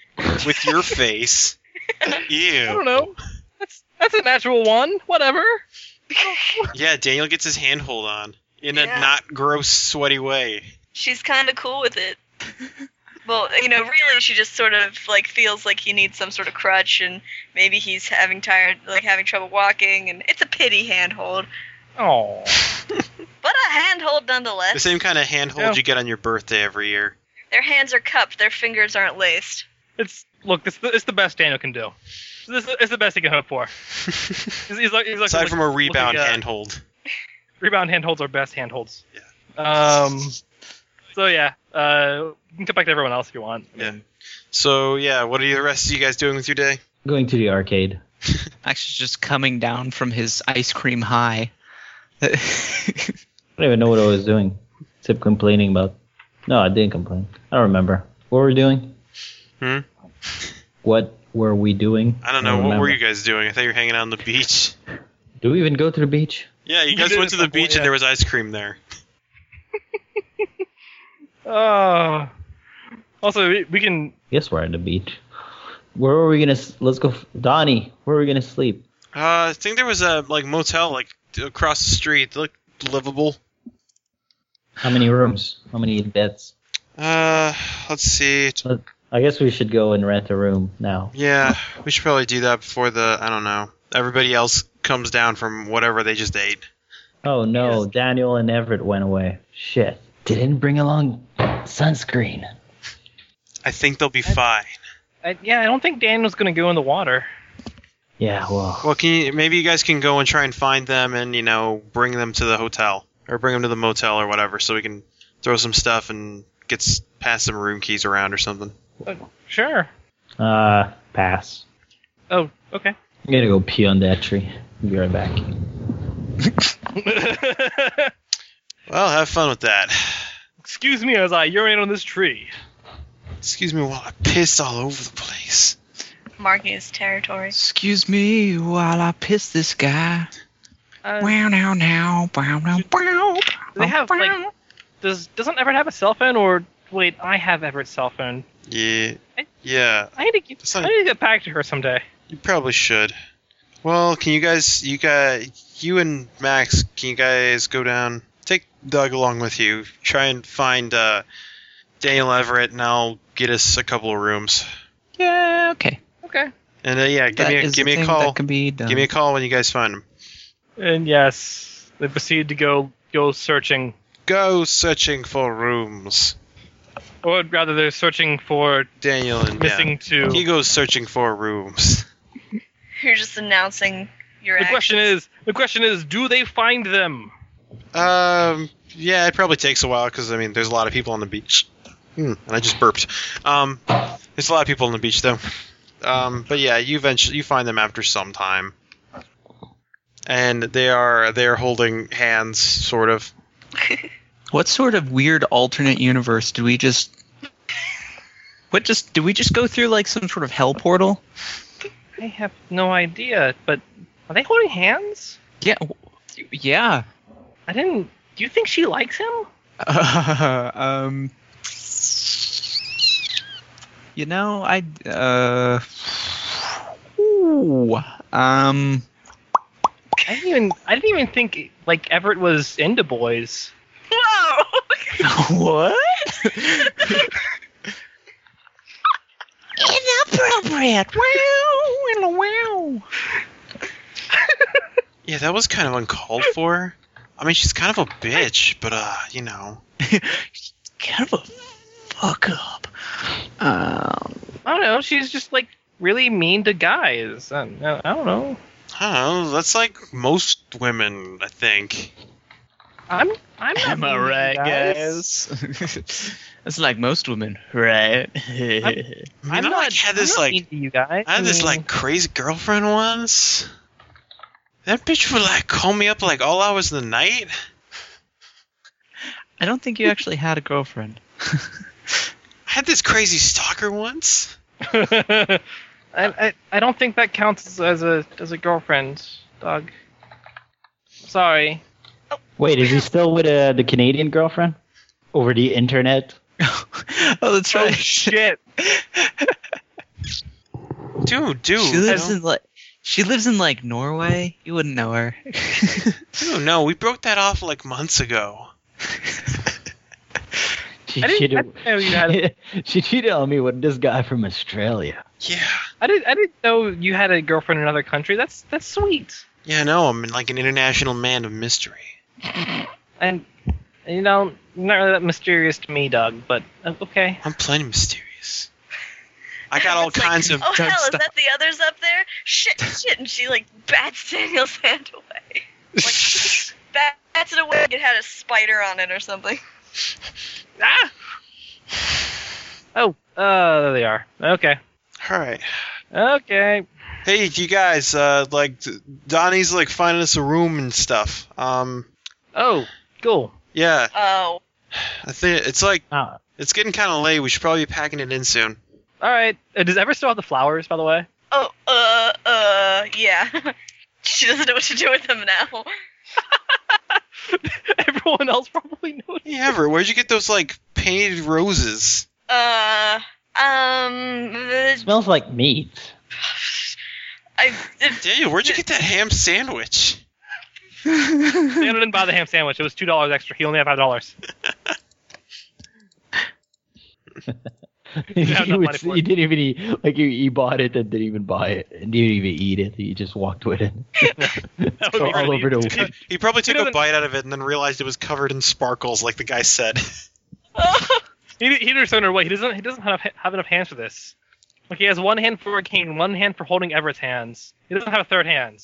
S1: With your face.
S4: I
S1: Ew.
S4: don't know. That's that's a natural one. Whatever.
S1: Yeah, Daniel gets his hand hold on in a
S3: Yeah.
S1: not gross, sweaty way.
S3: She's kind of cool with it. Well, you know, really, she just sort of like feels like he needs some sort of crutch, and maybe he's having tired, like having trouble walking, and it's a pity handhold,
S4: Oh.
S3: but a handhold
S1: The
S3: nonetheless.
S1: same kind of handhold
S4: Yeah.
S1: you get on your birthday every year.
S3: Their hands are cupped, their fingers aren't laced.
S4: It's look. It's the, it's the best Daniel can do. This is- it's the best he can hope for. He's, he's like, he's like,
S1: Aside
S4: like,
S1: from a rebound
S4: looking, uh,
S1: handhold.
S4: rebound handholds are best handholds. Yeah. Um. So yeah. Uh, you can come back to everyone else if you want.
S1: Yeah. So yeah, what are the rest of you guys doing with your day?
S2: Going to the arcade.
S5: Actually, just coming down from his ice cream high.
S2: I don't even know what I was doing, except complaining about. No, I didn't complain. I don't remember what were we doing.
S1: Hmm?
S2: What were we doing?
S1: I don't know. What were
S2: remember.
S1: you guys doing? I thought you were hanging out on the beach.
S2: Do we even go to the beach?
S1: Yeah, you
S4: You
S1: guys
S4: did
S1: went
S4: it
S1: to the
S4: before,
S1: beach
S4: yeah.
S1: and there was ice cream there.
S4: Uh, also, we, we can.
S2: Yes, we're at the beach. Where are we gonna? s- Let's go, f- Donnie. Where are we gonna sleep?
S1: Uh, I think there was a like motel like d- across the street. It looked livable.
S2: How many rooms? How many beds?
S1: Uh, let's see. T-
S2: Let- I guess we should go and rent a room now.
S1: Yeah, we should probably do that before the I don't know. Everybody else comes down from whatever they just ate.
S2: Oh no, Daniel and Everett went away. Shit. Didn't bring along sunscreen.
S1: I think they'll be fine.
S4: I, yeah, I don't think Daniel's gonna go in the water.
S2: Yeah, well,
S1: Well, can you, maybe you guys can go and try and find them and you know bring them to the hotel or bring them to the motel or whatever, so we can throw some stuff and get s- pass some room keys around or something.
S4: Sure.
S2: uh, pass.
S4: Oh, okay.
S2: I'm gonna go pee on that tree. Be right back.
S1: Well, have fun with that.
S4: Excuse me as I urinate on this tree.
S1: Excuse me while I piss all over the place.
S3: Marking his territory.
S5: Excuse me while I piss this guy. wow, now, now, wow, now, wow.
S4: Uh, They have like does doesn't Everett have a cell phone or wait, I have Everett's cell phone.
S1: Yeah. Yeah.
S4: I need to get
S1: not-
S4: I need to get back to her someday.
S1: You probably should. Well, can you guys, you guys, you and Max, can you guys go down? Take Doug along with you. Try and find uh, Daniel Everett, and I'll get us a couple of rooms.
S5: Yeah, okay.
S4: Okay.
S1: And uh, yeah, give
S5: That
S1: me a,
S5: is
S1: give
S5: the
S1: me a
S5: thing
S1: call.
S5: That can be done.
S1: Give me a call when you guys find him.
S4: And yes, they proceed to go go searching,
S1: Go searching for rooms,
S4: or rather, they're searching for
S1: Daniel and
S4: missing
S1: Yeah.
S4: two.
S1: He goes searching for rooms.
S3: You're just announcing your
S4: The
S3: act.
S4: question is, the question is, do they find them?
S1: Um, yeah, it probably takes a while because I mean, there's a lot of people on the beach. Hmm, and I just burped. Um, there's a lot of people on the beach though. Um, but yeah, you eventually you find them after some time, and they are they are holding hands, sort of.
S5: What sort of weird alternate universe do we just? What just do we just go through like some sort of hell portal?
S4: I have no idea, but are they holding hands?
S5: Yeah, w- yeah.
S4: I didn't. Do you think she likes him?
S5: um, you know, I uh, ooh, um,
S4: I didn't even. I didn't even think like Everett was into boys.
S3: Whoa!
S5: what?
S13: Inappropriate. Wow, wow.
S1: Yeah, that was kind of uncalled for. I mean, she's kind of a bitch, but uh, you know,
S5: kind of a fuck up.
S13: Um,
S4: I don't know. She's just like really mean to guys. I, I, I don't know.
S1: I don't know. That's like most women, I think.
S4: I'm. I'm not mean to guys.
S5: guys? That's like most women, right?
S1: I mean,
S4: I'm
S1: I,
S4: not.
S1: like had this
S4: I'm not
S1: like
S4: mean to you guys.
S1: I had this
S4: mean-
S1: like crazy girlfriend once. That bitch would like call me up like all hours of the night.
S5: I don't think you actually had a girlfriend.
S1: I had this crazy stalker once.
S4: I, I, I don't think that counts as- as a as a girlfriend, Doug. Sorry.
S6: Wait, is he still with uh, the Canadian girlfriend over the internet?
S5: oh, that's right.
S4: Shit.
S1: Dude, dude.
S5: She lives
S1: no,
S5: in like she lives in like Norway. You wouldn't know her.
S1: dude, no, we broke that off like months ago.
S6: She,
S4: I didn't-
S6: cheated-
S4: I didn't know you had
S6: she cheated on me with this guy from Australia.
S1: Yeah.
S4: I didn't I didn't know you had a girlfriend in another country. That's that's sweet.
S1: Yeah, no, I'm like an international man of mystery.
S4: And you know, you're not really that mysterious to me, Doug. But uh, okay.
S1: I'm plenty mysterious. I got all
S3: It's like,
S1: kinds of
S3: Oh hell, is
S1: stuff.
S3: that the others up there? Shit, shit, and she like bats Daniel's hand away. Like bat- bats it away. like It had a spider on it or something.
S4: Ah. Oh, uh, there they are. Okay.
S1: All right.
S4: Okay.
S1: Hey, you guys, uh, like Donnie's like finding us a room and stuff. Um,
S4: Oh, cool.
S1: yeah,
S3: Oh,
S1: I think it's like
S6: Ah,
S1: It's getting kind of late. We should probably be packing it in soon.
S4: All right. Uh, does Ever still have the flowers, by the way?
S3: oh, uh, uh, yeah. she doesn't know what to do with them now.
S4: Everyone else probably knows.
S1: Hey, Ever, where'd you get those like painted roses?
S3: Uh, um, the-
S6: smells like meat.
S3: I, the-
S1: Daniel, where'd you get that ham sandwich?
S4: They didn't buy the ham sandwich. It was two dollars extra. He only had five dollars.
S6: you,
S4: have enough
S6: was-
S4: money for it.
S6: you didn't even eat, like you, you bought it and didn't even buy it and didn't even eat it. You just walked with it.
S4: That would
S6: Go
S4: be
S6: all
S4: really
S6: over the
S4: easy.
S1: He probably took a
S4: doesn't-
S1: bite out of it and then realized it was covered in sparkles, like the guy said.
S4: He, he just turned her away. He doesn't. He doesn't have have enough hands for this. Like he has one hand for a cane, one hand for holding Everett's hands. He doesn't have a third hand.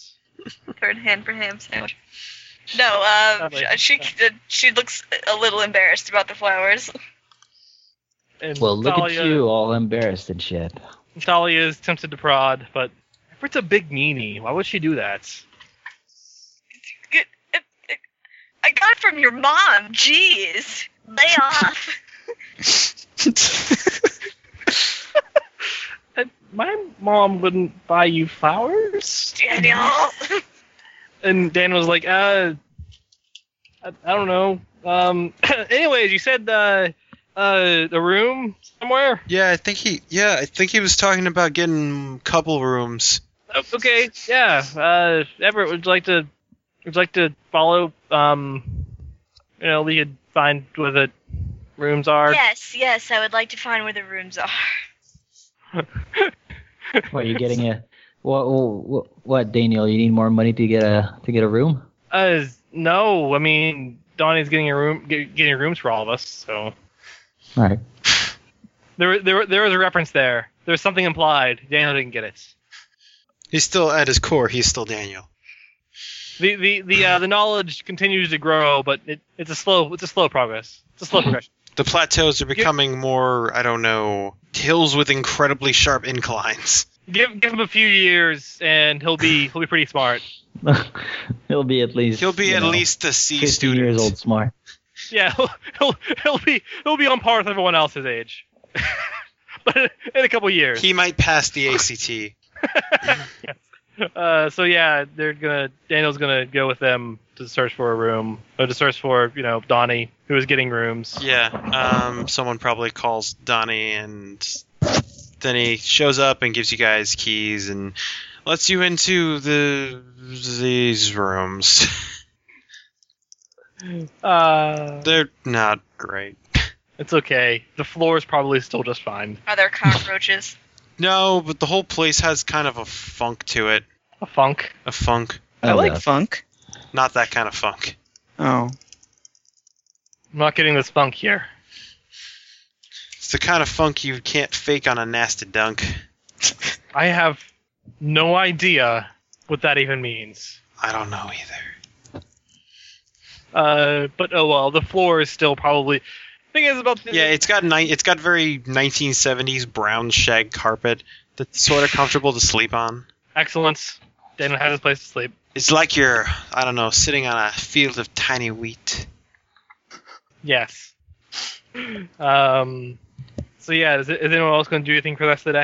S3: third hand for ham sandwich. No, um,
S4: Lovely.
S3: she she looks a little embarrassed about the flowers.
S4: And
S6: Well, look
S4: Talia,
S6: at you, all embarrassed and shit.
S4: Talia is tempted to prod, but Everett's a big meanie. Why would she do that?
S3: I got it from your mom. Jeez. Lay off.
S4: Uh, My mom wouldn't buy you flowers.
S3: Daniel.
S4: And Dan was like, uh, I, I don't know. Um, anyways, you said uh, uh, the room somewhere.
S1: Yeah, I think he. Yeah, I think he was talking about getting couple rooms.
S4: Oh, okay, yeah. Uh, Everett, would you like to would you like to follow? Um, you know, we could find where the rooms are.
S3: Yes, yes, I would like to find where the rooms are.
S2: What you getting a what, what what Daniel? You need more money to get a to get a room?
S4: Uh, no, I mean Donnie's getting a room, get, getting rooms for all of us.
S2: All
S4: So
S2: right.
S4: there, there, there was a reference there. There was something implied. Daniel didn't get it.
S1: He's still at his core. He's still Daniel.
S4: The, the, the, uh, the knowledge continues to grow, but it, it's a slow, it's a slow progress. It's a slow progression.
S1: The plateaus are becoming more. I don't know. Hills with incredibly sharp inclines.
S4: Give, give him a few years, and he'll be, he'll be pretty smart.
S2: He'll be at least
S1: He'll be
S2: you
S1: at
S2: know,
S1: least a C
S2: 15
S1: student.
S2: years old smart.
S4: Yeah, he'll, he'll, he'll be, he'll be on par with everyone else his age. but in a couple years.
S1: He might pass the ACT.
S4: Uh, so yeah, they're gonna Daniel's gonna go with them to search for a room or to search for you know Donnie who is getting rooms.
S1: Yeah. Um. Someone probably calls Donnie, and then he shows up and gives you guys keys and lets you into the these rooms.
S4: Uh,
S1: They're not great.
S4: it's okay. The floor is probably still just fine.
S3: Are there cockroaches?
S1: No, but the whole place has kind of a funk to it.
S4: A funk.
S1: A funk.
S5: I
S2: Oh,
S5: like
S2: no.
S5: funk.
S1: Not that kind of funk.
S5: Oh.
S4: I'm not getting this funk here.
S1: It's the kind of funk you can't fake on a nasty dunk.
S4: I have no idea what that even means.
S1: I don't know either.
S4: Uh, but oh well, the floor is still probably. Thing is about the,
S1: Yeah, it's got ni- it's got very 1970s brown shag carpet that's sort of comfortable to sleep on.
S4: excellence. Daniel has his place to sleep.
S1: It's like you're, I don't know, sitting on a field of tiny wheat.
S4: Yes. Um. So yeah, is, is anyone else going to do anything for the rest of the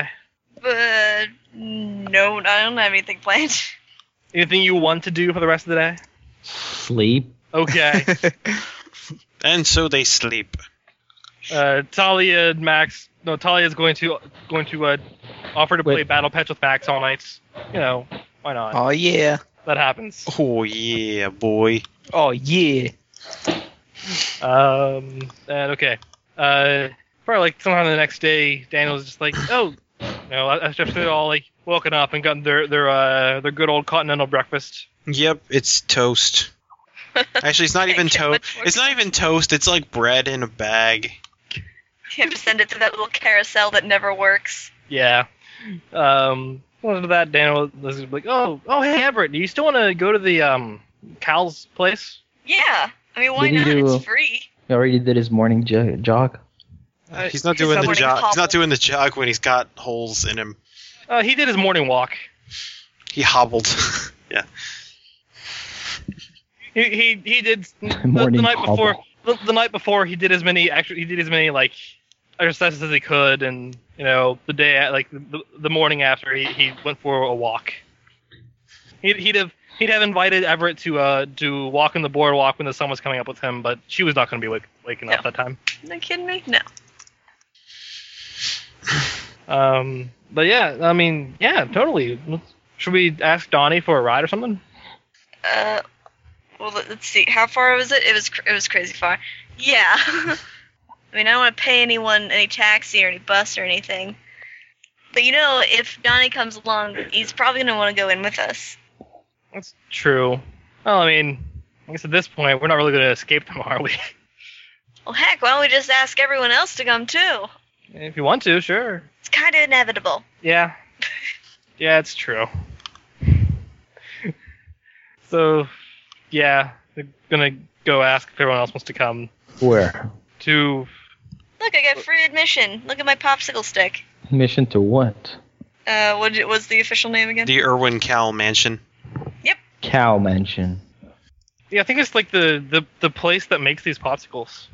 S4: day?
S3: Uh, no, I don't have anything planned.
S4: Anything you want to do for the rest of the day?
S2: Sleep.
S4: Okay.
S1: And so they sleep.
S4: uh, Talia and Max. No, Talia is going to going to uh, offer to play
S2: Wait.
S4: Battle Patch with Max all night. You know, why not?
S5: Oh yeah.
S4: that happens.
S1: Oh yeah, boy.
S5: Oh yeah.
S4: Um. And okay. Uh. Probably like sometime the next day, Daniel's just like, oh, no, after they're all like woken up and gotten their their uh their good old continental breakfast.
S1: Yep, it's toast. Actually, it's not even
S3: Thank you.
S1: toast.
S3: Much more
S1: It's not even toast. It's like bread in a bag.
S3: You have to send it to that little carousel that never works.
S4: Yeah. Um. After that, Daniel was like, oh, oh, hey, Everett, do you still want to go to the um Cal's place?
S3: Yeah, I mean, why
S2: Didn't
S3: not?
S2: do-
S3: It's free.
S2: He already did his morning jo- jog.
S4: Uh,
S1: He's not
S3: he's
S1: doing the
S3: somewhat
S1: jog. He's
S3: hobble.
S1: not doing the jog when he's got holes in him.
S4: Uh, he did his morning walk.
S1: He hobbled. yeah.
S4: He he, he did the, the
S2: Morning
S4: night before.
S2: hobble.
S4: The, the night before, he did as many actually he did as many like exercises as he could, and you know the day a- like the, the morning after he, he went for a walk. He'd, he'd have he'd have invited Everett to uh to walk on the boardwalk when the sun was coming up with him, but she was not going to be wake, waking up that time.
S3: Are you kidding me? No.
S4: Um, but yeah, I mean, yeah, totally. Let's- Should we ask Donnie for a ride or something?
S3: Uh, well, let- let's see. How far was it? It was cr- it was crazy far. Yeah. I mean, I don't want to pay anyone any taxi or any bus or anything. But you know, if Donnie comes along, he's probably gonna want to go in with us.
S4: That's true. Well, I mean, I guess at this point, we're not really going to escape them, are we?
S3: Well, heck, why don't we just ask everyone else to come too?
S4: If you want to, sure.
S3: It's kind of inevitable.
S4: Yeah. Yeah, it's true. so, yeah, they're going to go ask if everyone else wants to come
S2: Where?
S4: to.
S3: Look, I got free admission. Look at my popsicle stick.
S2: Mission to what?
S3: Uh, what did- was the official name again?
S1: The Irwin Cal Mansion.
S2: Cow mansion.
S4: Yeah, I think it's like the, the, the place that makes these popsicles.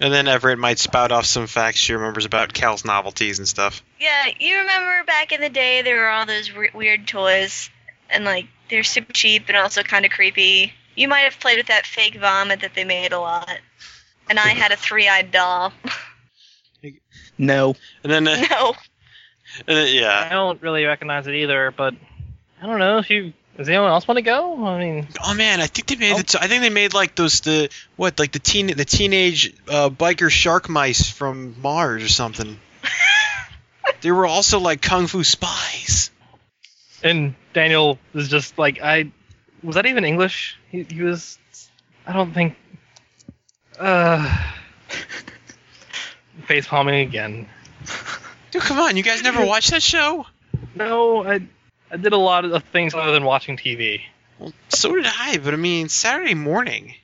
S1: And then Everett might spout off some facts she remembers about Cal's novelties and stuff.
S3: Yeah, you remember back in the day there were all those re- weird toys, and like they're super cheap and also kind of creepy. You might have played with that fake vomit that they made a lot, and I had a three-eyed doll.
S5: No.
S1: And then, uh,
S3: no,
S1: and then-
S4: I
S1: yeah.
S4: don't really recognize it either, but I don't know if you. Does anyone else want to go? I mean,
S1: Oh man, I think they made.
S4: Oh.
S1: The, I think they made like those the what like the teen the teenage uh, biker shark mice from Mars or something. they were also like kung fu spies.
S4: and Daniel was just like, I was that even English? He, he was. I don't think. Uh, face palming again.
S1: Dude, come on, you guys never watched that show?
S4: No, I I did a lot of things other than watching TV.
S1: So did I, but I mean Saturday morning.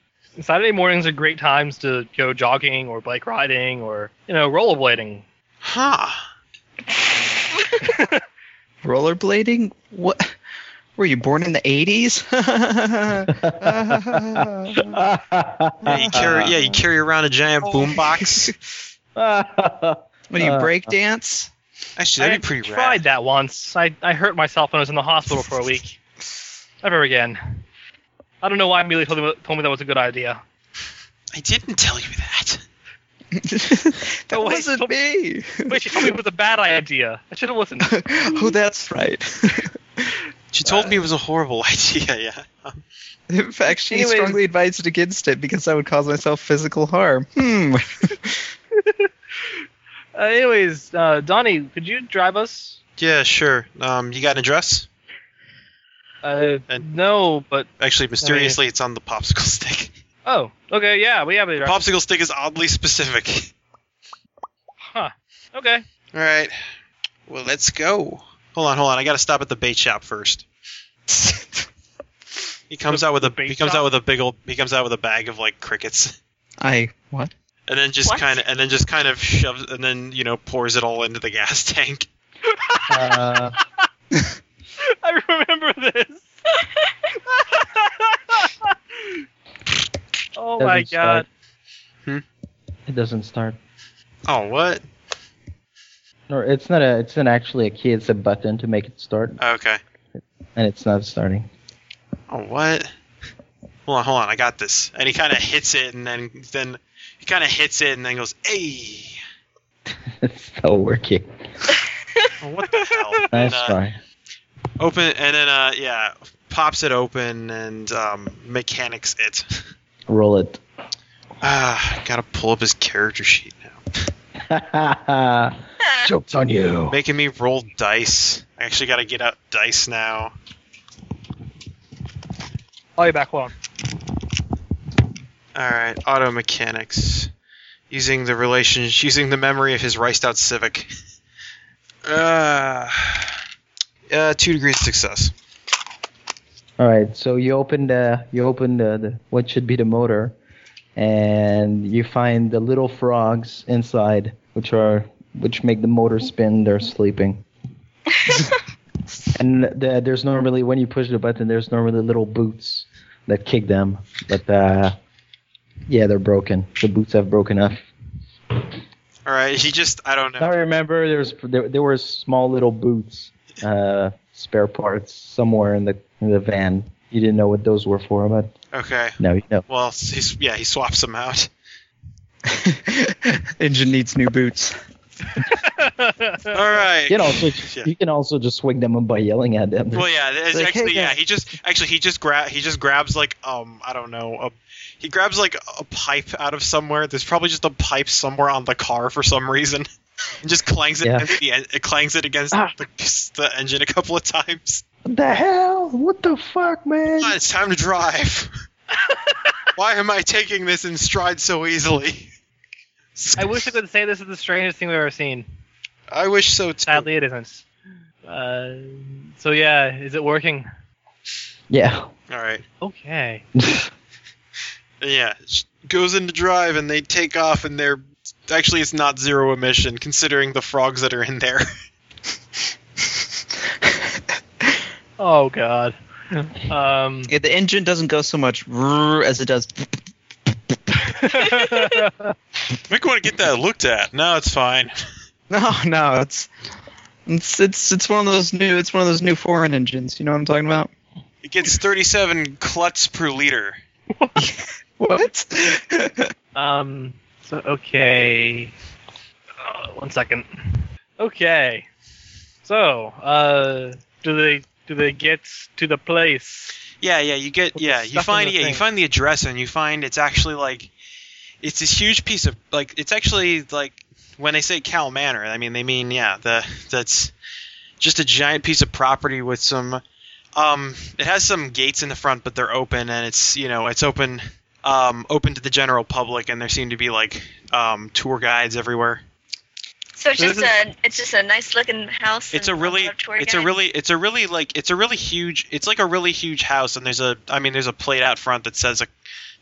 S4: Saturday mornings are great times to go jogging or bike riding or you know rollerblading.
S1: Huh.
S5: Rollerblading? What? Were you born in the 80s?
S1: Yeah, you carry yeah, you carry around a
S4: Oh.
S1: giant boombox.
S5: when you break dance?
S1: Actually,
S4: I
S1: that'd be pretty
S4: tried
S1: rad.
S4: that once. I, I hurt myself when I was in the hospital for a week. Never again. I don't know why Amelia told me, told me that was a good idea.
S1: I didn't tell you that.
S5: that
S4: Oh, wait,
S5: wasn't
S4: don't-
S5: me.
S4: Wait, she told me it was a bad idea. I should have listened. Uh,
S5: oh, that's right.
S1: She told me it was a horrible idea. Yeah.
S5: In fact, she
S4: Anyways-
S5: strongly advised against it because I would cause myself physical harm. Hmm.
S4: Uh, anyways, uh, Donnie, could you drive us?
S1: Yeah, sure. Um, you got an address?
S4: Uh,
S1: And-
S4: no, but
S1: Actually, mysteriously, it's on the popsicle stick.
S4: oh, okay, yeah, we have it. right.
S1: Popsicle stick is oddly specific.
S4: Okay,
S1: All right. Well, let's go. Hold on, hold on. I gotta stop at the bait shop first. He comes
S4: The-
S1: out with
S4: the
S1: a
S4: bait
S1: he comes
S4: shop?
S1: out with a big old he comes out with a bag of like crickets,
S5: I what?
S1: and then just
S3: What?
S1: kind of and then just kind of shoves and then you know pours it all into the gas tank.
S6: Uh,
S4: I remember this. oh my
S6: Doesn't start.
S4: god.
S6: it doesn't start.
S1: Oh, what?
S6: Or it's not a. It's not actually a key. It's a button to make it start,
S1: Okay.
S6: and it's not starting.
S1: Oh, what? Hold on, hold on. I got this. And he kind of hits it, and then then he kind of hits it, and then goes, "Hey,
S6: it's still working.
S1: Oh, what the hell?"
S6: Nice
S1: And, uh,
S6: try.
S1: Open and then uh yeah, pops it open and um mechanics it.
S6: Roll it.
S1: Ah, gotta pull up his character sheet now.
S2: Joke's on
S6: Oh.
S2: you.
S1: Making me roll dice. I actually gotta get out dice now.
S4: I'll be back. Hold on.
S1: All right, auto mechanics. Using the relation, using the memory of his riced out Civic. Uh, uh, two degrees of success.
S6: All right, so you open the you open the, the what should be the motor, and you find the little frogs inside, which are which make the motor spin. They're sleeping. and the, there's normally when you push the button, there's normally little boots that kick them, but uh, yeah, they're broken. The boots have broken off.
S1: All right, he just, I don't
S6: I
S1: know.
S6: remember there's there, there were small little boots, uh, spare parts somewhere in the in the van. You didn't know what those were for, but
S1: Okay.
S6: now you know.
S1: Well, he's yeah, he swaps them out.
S5: Engine needs new boots.
S1: All right.
S6: You can also just,
S1: Yeah.
S6: you can also just swing them up by yelling at them.
S1: Well, yeah, it's
S5: Like, hey,
S1: actually, yeah,
S5: guy.
S1: he just actually he just grab he just grabs like um I don't know a he grabs like a pipe out of somewhere. There's probably just a pipe somewhere on the car for some reason, and just clangs it
S6: Yeah.
S1: against the en- it clangs it against
S2: Ah.
S1: the, the engine a couple of times.
S2: What the hell? What the fuck, man?
S1: Come on, it's time to drive. Why am I taking this in stride so easily?
S4: I wish I could say this is the strangest thing we've ever seen.
S1: I wish so too.
S4: Sadly, it isn't. Uh, so yeah, is it working?
S6: Yeah.
S1: All right.
S4: Okay.
S1: Yeah, sh- goes into drive and they take off and they're actually it's not zero emission considering the frogs that are in there.
S4: Oh god. Um,
S5: Yeah, the engine doesn't go so much "Rrr" as it does.
S1: Make want to get that looked at. No, it's fine.
S5: No, no, it's it's it's it's one of those new it's one of those new foreign engines. You know what I'm talking about?
S1: It gets 37 cluts per liter.
S5: What?
S4: Um. So okay. Uh, one second. Okay. So, uh, do they do they get to the place?
S1: Yeah, yeah. You get
S4: Put
S1: yeah.
S4: the
S1: You
S4: stuff
S1: find
S4: in
S1: yeah.
S4: the
S1: You
S4: thing.
S1: find the address and you find it's actually like it's this huge piece of like it's actually like when they say Cal Manor, I mean they mean yeah. The that's just a giant piece of property with some um. It has some gates in the front, but they're open and it's you know it's open um open to the general public and there seem to be like um tour guides everywhere.
S3: So it's
S1: So
S3: just
S1: this
S3: a it's just a nice looking house.
S1: it's a
S3: and
S1: really
S3: lot of tour
S1: it's a
S3: guides.
S1: really it's a really like it's a really huge it's like a really huge house and there's a i mean there's a plate out front that says a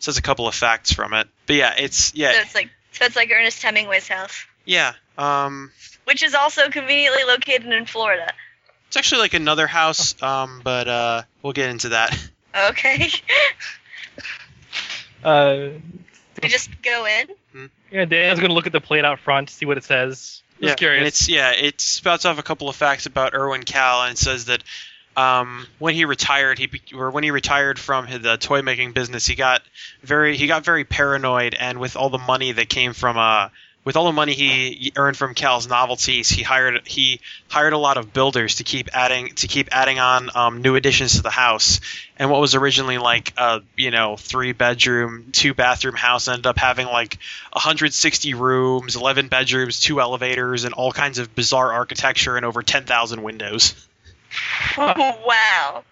S1: says a couple of facts from it but yeah it's
S3: so
S1: yeah
S3: it's like so it's like Ernest Hemingway's house,
S1: yeah um
S3: which is also conveniently located in Florida.
S1: it's actually like another house um but uh we'll get into that
S3: Okay,
S4: Uh,
S3: we just go in.
S4: yeah, Dan's gonna look at the plate out front, see what it says. Just
S1: yeah
S4: curious.
S1: and it's yeah it spouts off a couple of facts about erwin cal and says that um when he retired he be- or when he retired from his, the toy making business he got very he got very paranoid and with all the money that came from uh with all the money he earned from Cal's novelties, he hired he hired a lot of builders to keep adding to keep adding on um, new additions to the house. And what was originally like a you know three bedroom, two bathroom house ended up having like 160 rooms, 11 bedrooms, two elevators, and all kinds of bizarre architecture and over 10,000 windows.
S3: Wow,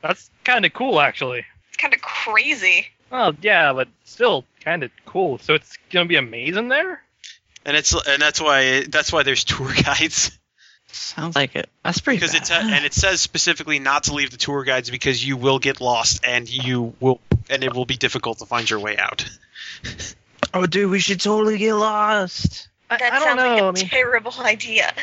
S4: That's kind of cool, actually.
S3: it's kind of crazy.
S4: Well, yeah, but still kind of cool. So it's gonna be a maze in there.
S1: And it's and that's why that's why there's tour guides.
S5: Sounds like it. That's pretty.
S1: because it
S5: bad.
S1: te- and it says specifically not to leave the tour guides because you will get lost and you will and it will be difficult to find your way out.
S5: oh, dude, we should totally get lost.
S3: That
S4: I don't
S3: sounds like
S4: know,
S3: a
S4: I mean-
S3: terrible idea.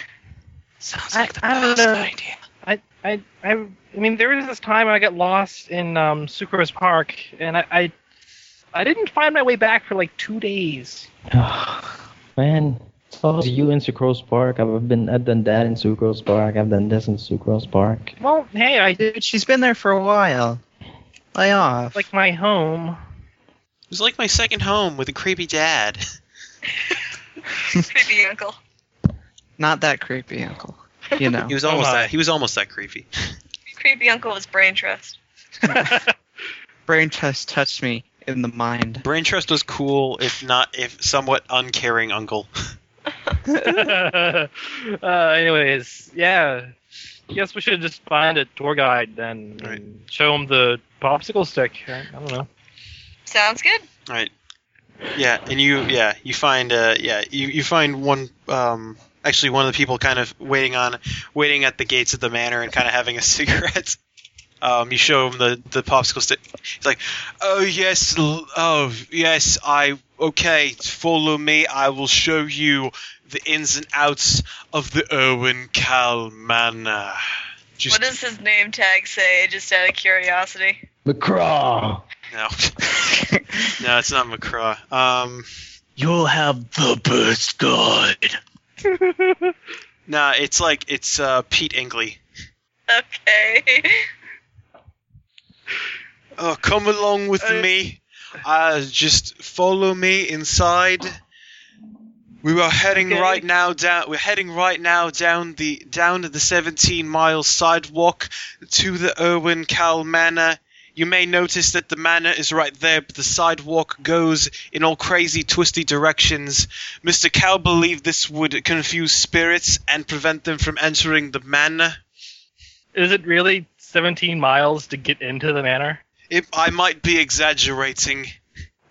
S5: Sounds
S4: I-
S5: like the
S4: I don't
S5: best
S4: know.
S5: idea.
S4: I, I, I, I mean, there was this time I got lost in um, Sucrose Park, and I, I, I didn't find my way back for like two days.
S2: Man, oh, it's always you in Sucrose Park. I've been I've done that in Sucrose Park. I've done this in Sucrose Park.
S4: Well, hey, I did
S5: Dude, she's been there for a while. Lay off.
S4: like my home.
S1: It was like my second home with a creepy dad.
S3: Creepy uncle.
S5: not that creepy, Uncle. You know.
S1: He was
S4: Oh
S1: almost
S4: my.
S1: that he was almost that creepy.
S3: Creepy uncle was brain trust.
S4: Uh,
S5: brain test touched me in the mind.
S1: Brain trust was cool if not if somewhat uncaring uncle.
S4: uh, anyways, yeah. Guess we should just find a tour guide then
S1: Right.
S4: and show him the popsicle stick. I, I don't know.
S3: Sounds good.
S1: Right. Yeah, and you yeah, you find uh yeah, you, you find one um actually one of the people kind of waiting on waiting at the gates of the manor and kind of having a cigarette. Um, you show him the the popsicle stick. He's like, "Oh yes, l- oh yes, I okay, follow me. I will show you the ins and outs of the Owen Cal Manor." Just
S3: What does his name tag say? Just out of curiosity.
S8: McCraw.
S1: no, no, it's not McCraw. Um,
S7: You'll have the best guide.
S1: Nah, it's like it's uh, Pete Ingley.
S3: Okay.
S1: Oh, come along with
S4: Uh,
S1: me. Uh, just follow me inside. We are heading
S4: Okay.
S1: right now down. We're heading right now down the down the 17 mile sidewalk to the Irwin Cal Manor. You may notice that the manor is right there, but the sidewalk goes in all crazy, twisty directions. Mr. Cal believed this would confuse spirits and prevent them from entering the manor.
S4: Is it really 17 miles to get into the manor?
S1: It, I might be exaggerating.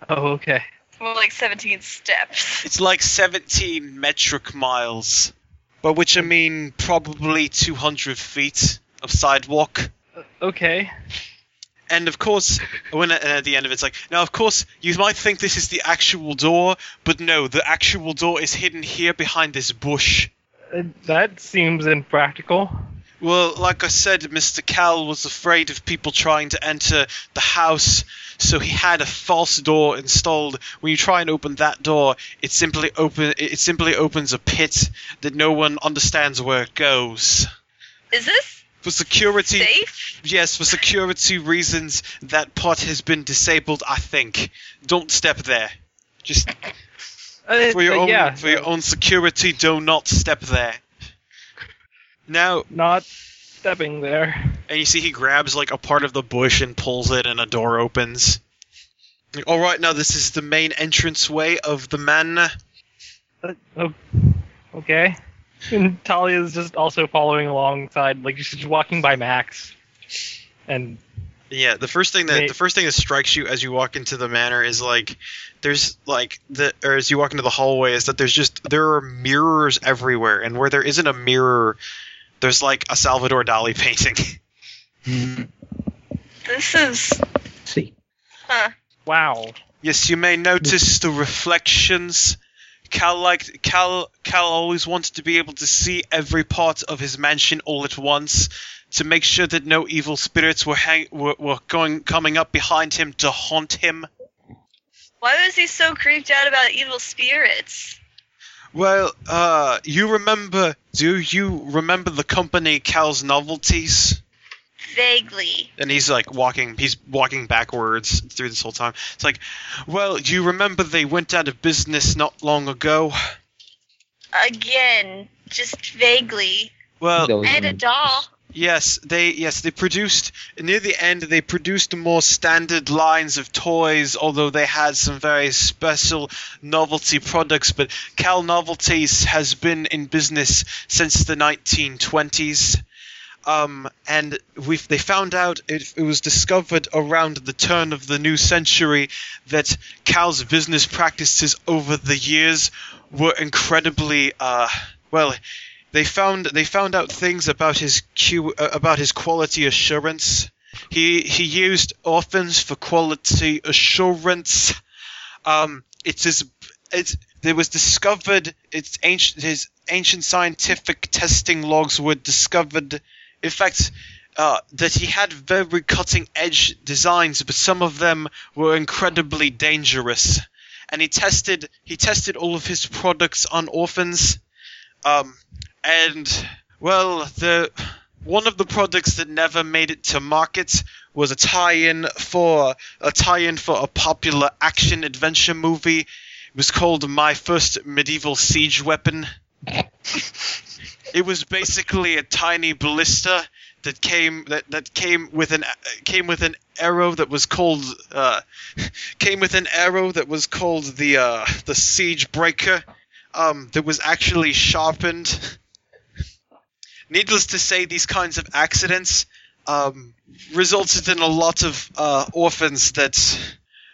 S4: Oh, okay.
S3: More like 17 steps.
S1: It's like 17 metric miles, by which I mean probably 200 feet of sidewalk.
S4: Okay.
S1: And of course, when and at the end of it, it's like, now of course, you might think this is the actual door, but no, the actual door is hidden here behind this bush.
S4: Uh, that seems impractical.
S1: Well, like I said, Mr. Cal was afraid of people trying to enter the house, so he had a false door installed. When you try and open that door, it simply open it simply opens a pit that no one understands where it goes.
S3: Is this
S1: For security,
S3: safe?
S1: yes, for security reasons, that pot has been disabled. I think. Don't step there. Just
S4: Uh,
S1: for your
S4: uh,
S1: own
S4: yeah,
S1: for your own security, do not step there. Now,
S4: not stepping there.
S1: and you see he grabs like a part of the bush and pulls it, and a door opens. All right, now this is the main entrance way of the manor.
S4: Uh, oh, okay. And Talia's just also following alongside, like she's walking by Max. And
S1: Yeah, the first thing that
S4: Ma-
S1: the first thing that strikes you as you walk into the manor is like there's like the or as you walk into the hallway is that there's just there are mirrors everywhere, and where there isn't a mirror, there's like a Salvador Dali painting.
S3: This is
S2: See.
S4: wow,
S1: Yes, you may notice the reflections. Cal liked Cal. Cal always wanted to be able to see every part of his mansion all at once, to make sure that no evil spirits were hang, were, were going coming up behind him to haunt him.
S3: why was he so creeped out about evil spirits?
S1: Well, uh, you remember? Do you remember the company Cal's Novelties?
S3: Vaguely.
S1: and he's like walking he's walking backwards through this whole time it's like well you remember they went out of business not long ago
S3: Again, just vaguely.
S1: well
S2: That was
S3: And a
S2: an-
S3: doll.
S1: yes they yes they produced near the end they produced more standard lines of toys although they had some very special novelty products but cal novelties has been in business since the 1920s um, and we they found out it, it was discovered around the turn of the new century that Cal's business practices over the years were incredibly uh, well. They found they found out things about his Q, uh, about his quality assurance. He he used orphans for quality assurance. Um, it's his it's there was discovered it's ancient his ancient scientific testing logs were discovered in fact, uh, that he had very cutting edge designs, but some of them were incredibly dangerous. And he tested he tested all of his products on orphans, um, and well, the one of the products that never made it to market was a tie-in for a tie-in for a popular action adventure movie. It was called My First Medieval Siege Weapon. It was basically a tiny ballista that came that, that came with an came with an arrow that was called uh, came with an arrow that was called the uh, the siege breaker um, that was actually sharpened. Needless to say, these kinds of accidents um, resulted in a lot of uh, orphans that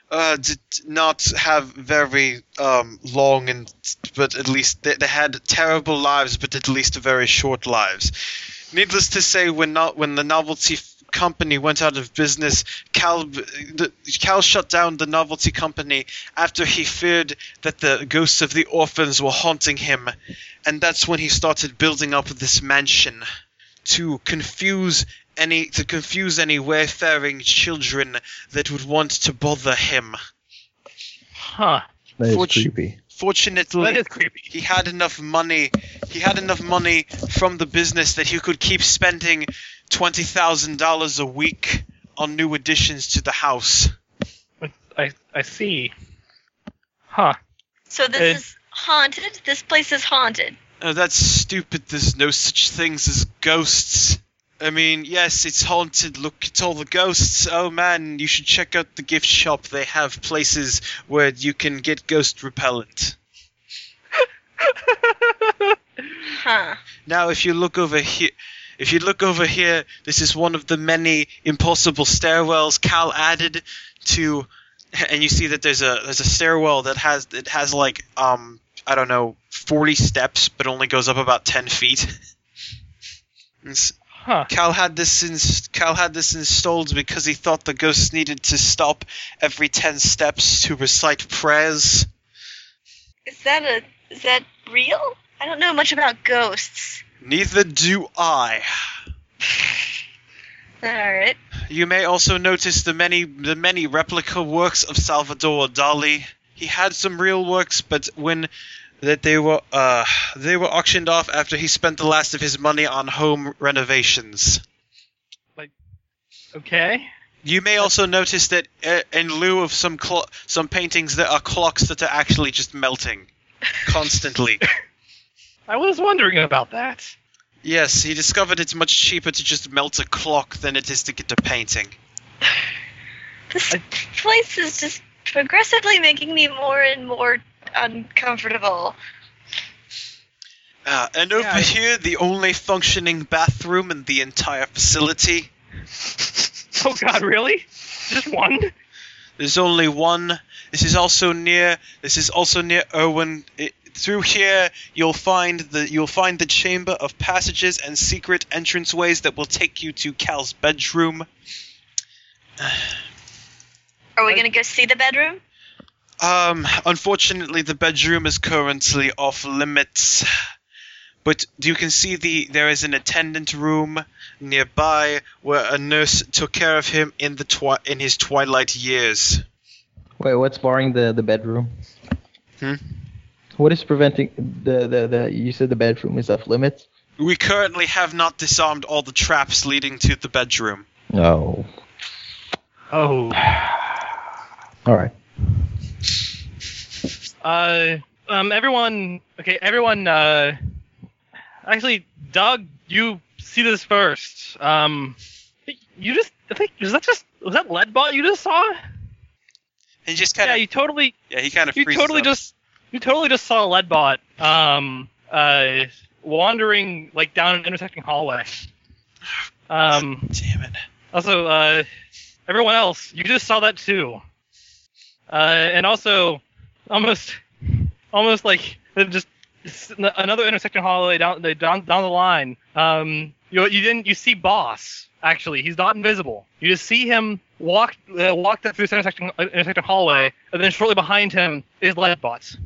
S1: uh, did not have very um, long and but at least they, they had terrible lives but at least very short lives needless to say when not when the novelty f- company went out of business cal b- the, cal shut down the novelty company after he feared that the ghosts of the orphans were haunting him and that's when he started building up this mansion to confuse any to confuse any wayfaring children that would want to bother him.
S4: huh?
S2: That is
S1: Fortune-
S2: creepy.
S1: Fortunately,
S4: That is creepy.
S1: he had enough money. He had enough money from the business that he could keep spending twenty thousand dollars a week on new additions to the house.
S4: I I see. Huh?
S3: So this
S4: Eh.
S3: is haunted. This place is haunted.
S1: Oh, that's stupid. There's no such things as ghosts. I mean, yes, it's haunted. Look at all the ghosts. Oh man, you should check out the gift shop. They have places where you can get ghost repellent.
S3: Huh.
S1: Now, if you look over here, if you look over here, this is one of the many impossible stairwells Cal added to, and you see that there's a there's a stairwell that has it has like um I don't know forty steps, but only goes up about ten feet. It's-
S4: Huh?
S1: Cal had this in, Cal had this installed because he thought the ghosts needed to stop every ten steps to recite prayers.
S3: Is that a is that real? I don't know much about ghosts.
S1: Neither do I.
S3: All right.
S1: You may also notice the many the many replica works of Salvador Dali. He had some real works, but when that they were uh, they were auctioned off after he spent the last of his money on home renovations.
S4: Okay.
S1: You may also notice that uh, in lieu of some clo- some paintings, there are clocks that are actually just melting constantly.
S4: I was wondering about that.
S1: yes, he discovered it's much cheaper to just melt a clock than it is to get a painting.
S3: This place is just progressively making me more and more uncomfortable.
S1: Uh, and over
S4: Yeah, I-
S1: here, the only functioning bathroom in the entire facility.
S4: Oh God, really? Just one?
S1: There's only one. This is also near. This is also near Owen. It, through here, you'll find the you'll find the chamber of passages and secret entranceways that will take you to Cal's bedroom.
S3: Are we gonna go see the bedroom?
S1: Um, unfortunately, the bedroom is currently off limits. But you can see the there is an attendant room nearby where a nurse took care of him in the twi- in his twilight years.
S2: Wait, what's barring the, the bedroom?
S1: Hmm?
S2: What is preventing the, the, the you said the bedroom is off limits?
S1: We currently have not disarmed all the traps leading to the bedroom.
S2: No.
S4: Oh.
S2: Alright.
S4: Uh, um, everyone. Okay, everyone. Uh, actually, Doug, you see this first. Um, you just. I think was that just was that lead ball you just saw?
S1: He just
S4: Yeah,
S1: kind of
S4: you totally.
S1: yeah, he kind of
S4: You totally just you totally just saw Leadbot um uh wandering like down an intersecting hallway. Um
S1: damn it.
S4: also uh everyone else, you just saw that too. Uh and also almost almost like it just it's n- another intersecting hallway down the down down the line. Um you you didn't you see boss actually. He's not invisible. You just see him walk uh, walked up through this intersecting uh, intersecting hallway and then shortly behind him is Leadbot.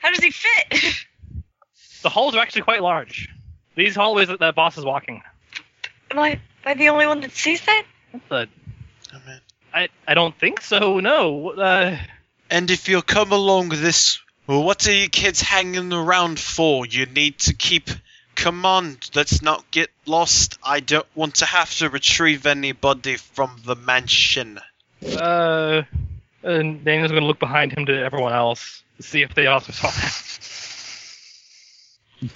S3: How does he fit?
S4: The halls are actually quite large. These hallways that, that boss is walking.
S3: am I am I the only one that sees that?
S4: But
S1: Oh, man.
S4: I I don't think so. No. Uh,
S1: And if you come along this, well, what are you kids hanging around for? You need to keep command. Let's not get lost. I don't want to have to retrieve anybody from the mansion.
S4: uh, and Daniel's gonna look behind him to everyone else to see if they also saw that.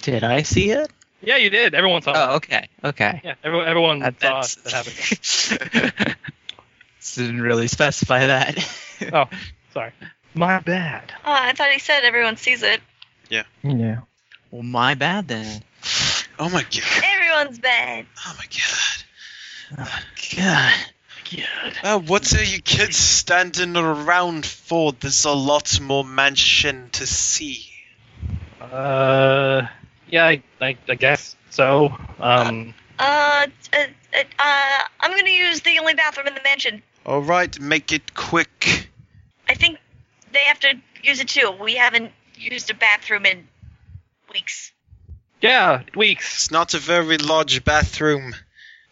S5: Did I see it?
S4: Yeah, you did. Everyone saw. that.
S5: Oh, okay. Okay.
S4: Yeah, everyone everyone
S5: That-
S4: saw it
S5: that's-
S4: that happened.
S5: Didn't really specify that.
S4: Oh, sorry. My bad.
S3: Oh, I thought he said everyone sees it.
S2: Yeah.
S5: well, my bad then.
S1: Oh my god.
S3: Everyone's bad.
S1: Oh my god.
S5: God.
S1: Uh, what are you kids standing around for? There's a lot more mansion to see.
S4: Uh, yeah, I I, I guess so. Um,
S3: Uh, uh, uh, uh, I'm gonna use the only bathroom in the mansion.
S1: All right, make it quick.
S3: I think they have to use it too. We haven't used a bathroom in weeks.
S4: yeah, weeks.
S1: It's not a very large bathroom.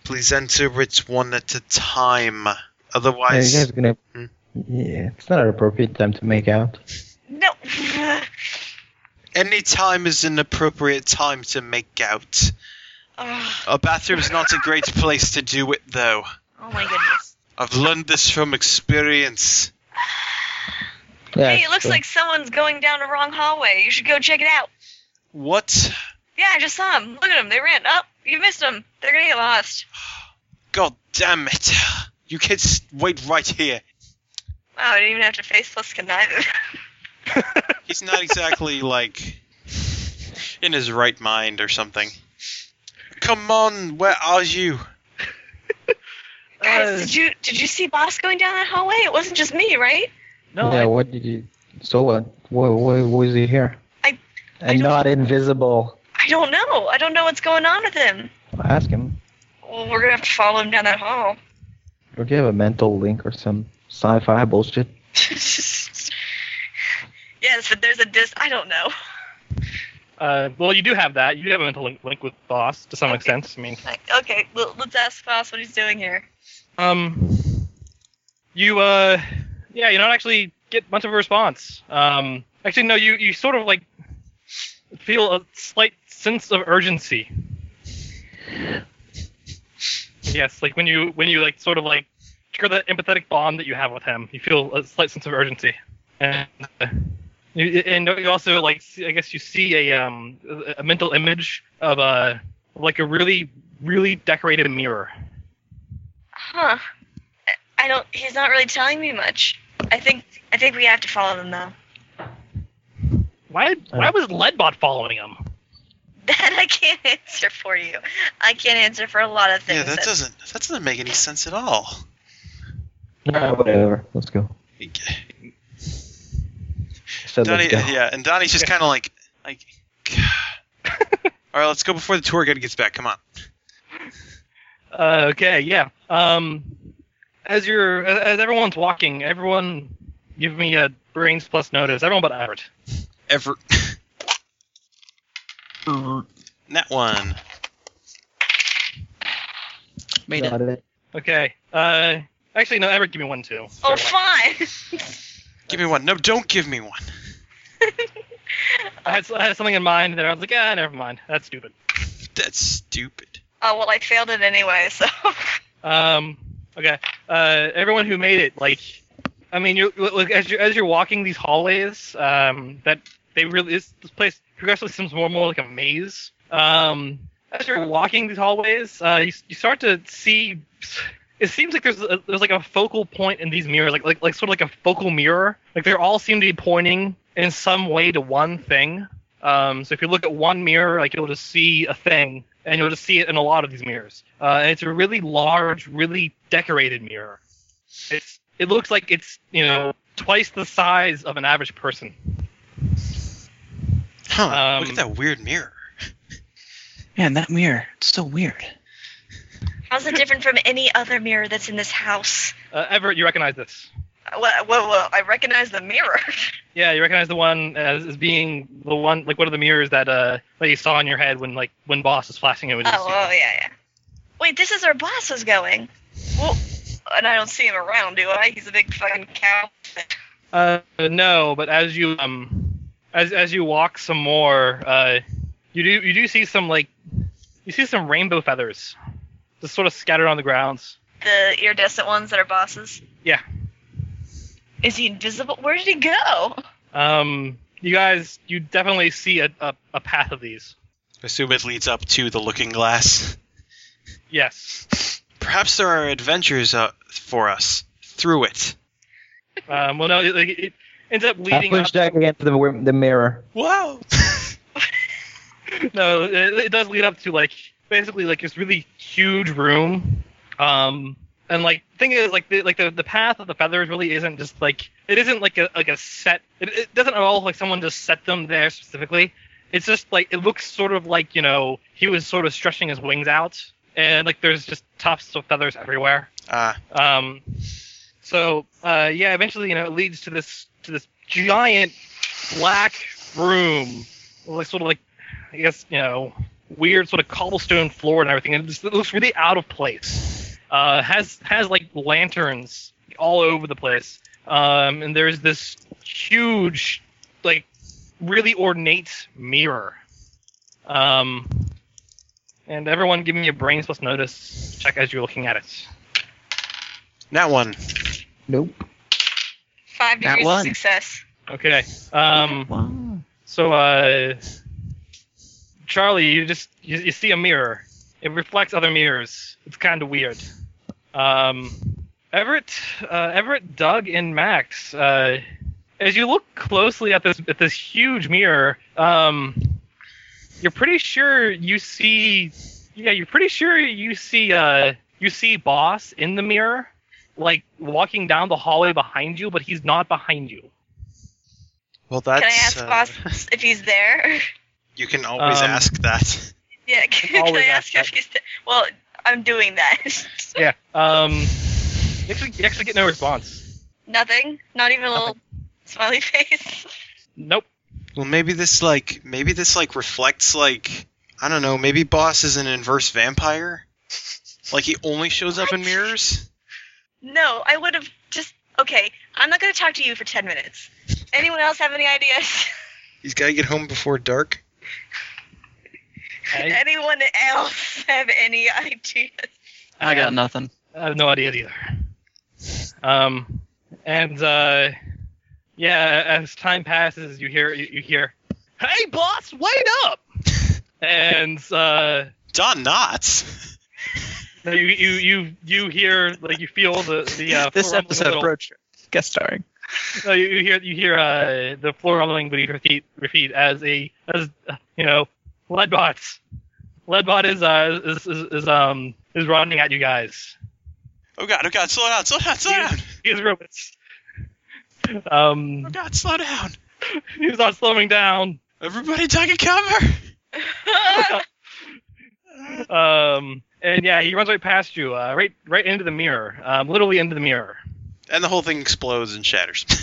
S1: Please enter it one at a time.
S2: Yeah, you
S1: Otherwise,
S2: guys gonna
S1: Hmm.
S2: Yeah, it's not an appropriate time to make out.
S3: No.
S1: any time is an appropriate time to make out.
S3: Ugh.
S1: A bathroom's not a great place to do it, though.
S3: oh my goodness.
S1: I've learned this from experience.
S2: Yeah,
S3: hey, it looks
S2: so-
S3: like someone's going down the wrong hallway. You should go check it out.
S1: What?
S3: Yeah, I just saw them. Look at them. They ran up. you missed them. They're gonna get lost.
S1: God damn it. You kids wait right here.
S3: Wow, I didn't even have to face plus connive.
S1: He's not exactly, like, in his right mind or something. Come on, where are you?
S3: Guys, did you did you see Boss going down that hallway? It wasn't just me, right?
S4: No,
S2: yeah,
S4: I-
S2: what did you so what what, what was he here?
S3: I- I
S2: and
S3: don't-
S2: not invisible.
S3: I don't know. I don't know what's going on with him.
S2: Ask him.
S3: Well, we're gonna have to follow him down that hall.
S2: Don't you have a mental link or some sci fi bullshit?
S3: yes, but there's a dis. I don't know.
S4: Uh, well, you do have that. You do have a mental link, link with Boss to some
S9: Okay.
S4: extent. I mean,
S9: Like, okay, well, let's ask Boss what he's doing here.
S4: um, you uh, yeah, you don't actually get much of a response. Um, actually, no, you you sort of like feel a slight sense of urgency. Yes, like when you when you like sort of like trigger that empathetic bond that you have with him, you feel a slight sense of urgency, and uh, you, and you also like see, I guess you see a um a- a mental image of a like a really really decorated mirror.
S9: Huh. I- I don't. He's not really telling me much. I think. I think we have to follow them though.
S4: Why why was Leadbot following him?
S9: That I can't answer for you. I can't answer for a lot of things.
S1: Yeah, that doesn't that doesn't make any sense at all.
S2: Alright, whatever. Let's go. So
S1: Donnie,
S2: let's go.
S1: yeah, and Donnie's just kind of like like. all right, let's go before the tour guide gets back. Come on.
S4: Uh, okay, yeah. Um, as you're as, as everyone's walking, everyone give me a brains plus notice. Everyone but Everett.
S1: Ever. Uh-huh. That one.
S7: Made
S2: Got
S7: it.
S2: it.
S4: Okay. Uh, actually, no, Everett, give me one too.
S9: Oh, fine.
S1: Give me one. No, don't give me one.
S4: I had, I had something in mind that I was like, ah, never mind. That's stupid.
S1: That's stupid.
S9: Oh well, I failed it anyway. So.
S4: Um, okay. Uh, everyone who made it, like, I mean, you look as you're as you're walking these hallways, um, that they really this, this place progressively seems more and more like a maze. Um, as you're walking these hallways, uh, you, you start to see. It seems like there's a, there's like a focal point in these mirrors, like, like like sort of like a focal mirror. Like they all seem to be pointing in some way to one thing. Um, so if you look at one mirror, like you'll just see a thing, and you'll just see it in a lot of these mirrors. Uh, and it's a really large, really decorated mirror. It's it looks like it's you know twice the size of an average person.
S1: Huh?
S4: Um,
S1: look at that weird mirror.
S7: Man, that mirror. It's so weird.
S9: How's it different from any other mirror that's in this house? Uh,
S4: Uh, Everett, you recognize this?
S9: Well, well, well I recognize the mirror.
S4: Yeah, you recognize the one as, as being the one like one of the mirrors that uh that you saw in your head when like when boss was flashing images.
S9: Oh, oh yeah, yeah. Wait, this is where boss was going. Well, and I don't see him around, do I? He's a big fucking cow.
S4: Uh, no, but as you um, as as you walk some more, uh, you do you do see some like, you see some rainbow feathers, just sort of scattered on the grounds.
S9: The iridescent ones that are bosses.
S4: Yeah.
S9: Is he invisible? Where did he go?
S4: Um, you guys, you definitely see a, a, a path of these.
S1: I assume it leads up to the looking glass.
S4: Yes.
S1: Perhaps there are adventures uh, for us through it.
S4: Um, well, no, it, like, it ends up
S2: I
S4: leading up.
S2: push Jack against the, wi- the mirror.
S1: Wow.
S4: No, it, it does lead up to like basically like this really huge room. Um, and like thing is like the like the, the path of the feathers really isn't just like it isn't like a like a set. It, it doesn't at all like someone just set them there specifically. It's just like it looks sort of like you know he was sort of stretching his wings out, and like there's just tufts of feathers everywhere.
S1: Ah,
S4: Um, so uh, yeah, eventually you know it leads to this to this giant black room, like sort of like I guess you know weird sort of cobblestone floor and everything. And it, just, it looks really out of place. Uh, has has like lanterns all over the place. Um, and there's this huge, like really ornate mirror. Um, and everyone, give me a brains plus notice check as you're looking at it.
S1: that one.
S2: Nope.
S9: Five
S7: Not
S9: degrees
S7: one.
S9: of success.
S4: Okay. Um.
S7: Wow.
S4: So, uh, Charlie, you just you, you see a mirror. It reflects other mirrors. It's kind of weird. Um, Everett, uh, Everett, Doug, and Max. Uh, as you look closely at this at this huge mirror, um, you're pretty sure you see. Yeah, you're pretty sure you see. Uh, you see Boss in the mirror, like walking down the hallway behind you, but he's not behind you.
S1: Well, that's.
S9: Can I ask
S1: uh,
S9: boss if he's there?
S1: You can always
S4: Um,
S1: ask that.
S9: yeah. Can, can I
S4: always
S9: ask
S4: ask
S9: if he's there? Well, I'm doing that.
S4: yeah. Um, you actually, you actually get no response.
S9: Nothing. Not even a little smiley face.
S4: Nope.
S1: Well, maybe this like maybe this like reflects like I don't know. Maybe Boss is an inverse vampire. Like he only shows up in mirrors.
S3: No, I would have just. Okay, I'm not going to talk to you for 10 minutes. Anyone else have any ideas?
S1: He's got to get home before dark.
S4: I,
S3: Anyone else have any ideas?
S5: I got nothing.
S4: I have no idea either. Um, and uh, yeah, as time passes, you hear you, you hear, "Hey, boss, wait up!" and uh,
S1: Don Knotts.
S4: you you you you hear like you feel the the uh,
S5: this
S4: floor rumbling a
S5: episode
S4: little.
S5: of Road Trip, guest starring.
S4: No, you, you hear you hear uh, the floor rumbling beneath her feet, her feet as a as uh, you know Leadbot. Leadbot is uh is, is, is um is running at you guys.
S1: Oh god! Oh god! Slow down! Slow down! Slow down!
S4: He is robots.
S1: Oh
S4: Um,
S1: god! Slow down!
S4: he's not slowing down.
S1: Everybody, take a cover!
S4: Um, and yeah, he runs right past you, uh, right right into the mirror, um, literally into the mirror.
S1: And the whole thing explodes and shatters.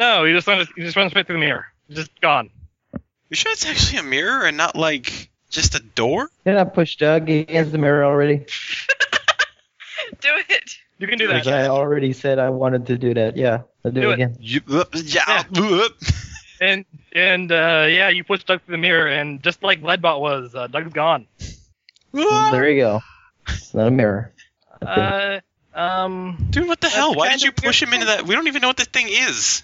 S4: No, he just runs he just runs right through the mirror, just gone.
S1: you sure it's actually a mirror and not like just a door?
S6: Did I push Doug against the mirror already?
S3: Do it.
S4: You can do
S6: Because
S4: that.
S6: I already said I wanted to do that. Yeah, I'll do,
S4: Do
S6: it
S4: it.
S6: again.
S1: You, uh, yeah.
S4: And and uh, yeah, you push Doug through the mirror, and just like Leadbot was, uh, Doug's gone.
S6: There you go. It's not a mirror.
S4: Uh, um,
S1: Dude, what the hell? Why
S4: kind
S1: did you
S4: of weird
S1: push him into that? We don't even know what this thing is.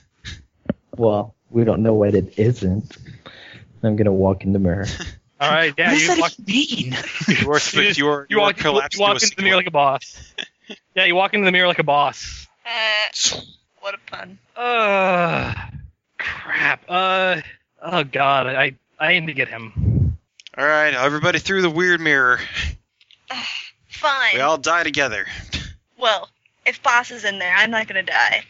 S6: Well, we don't know what it isn't. I'm gonna walk in the mirror.
S4: all right, yeah,
S5: what does
S4: you
S5: that
S4: walk,
S5: even mean?
S1: You are,
S4: you just- you walk, you walk into the mirror like a boss. yeah, you walk into the mirror like a boss.
S3: Uh, what a pun.
S4: Uh, crap. Uh, oh god, I I need to get him.
S1: All right, everybody through the weird mirror.
S3: Fine.
S1: We all die together.
S3: well, if Boss is in there, I'm not going to die.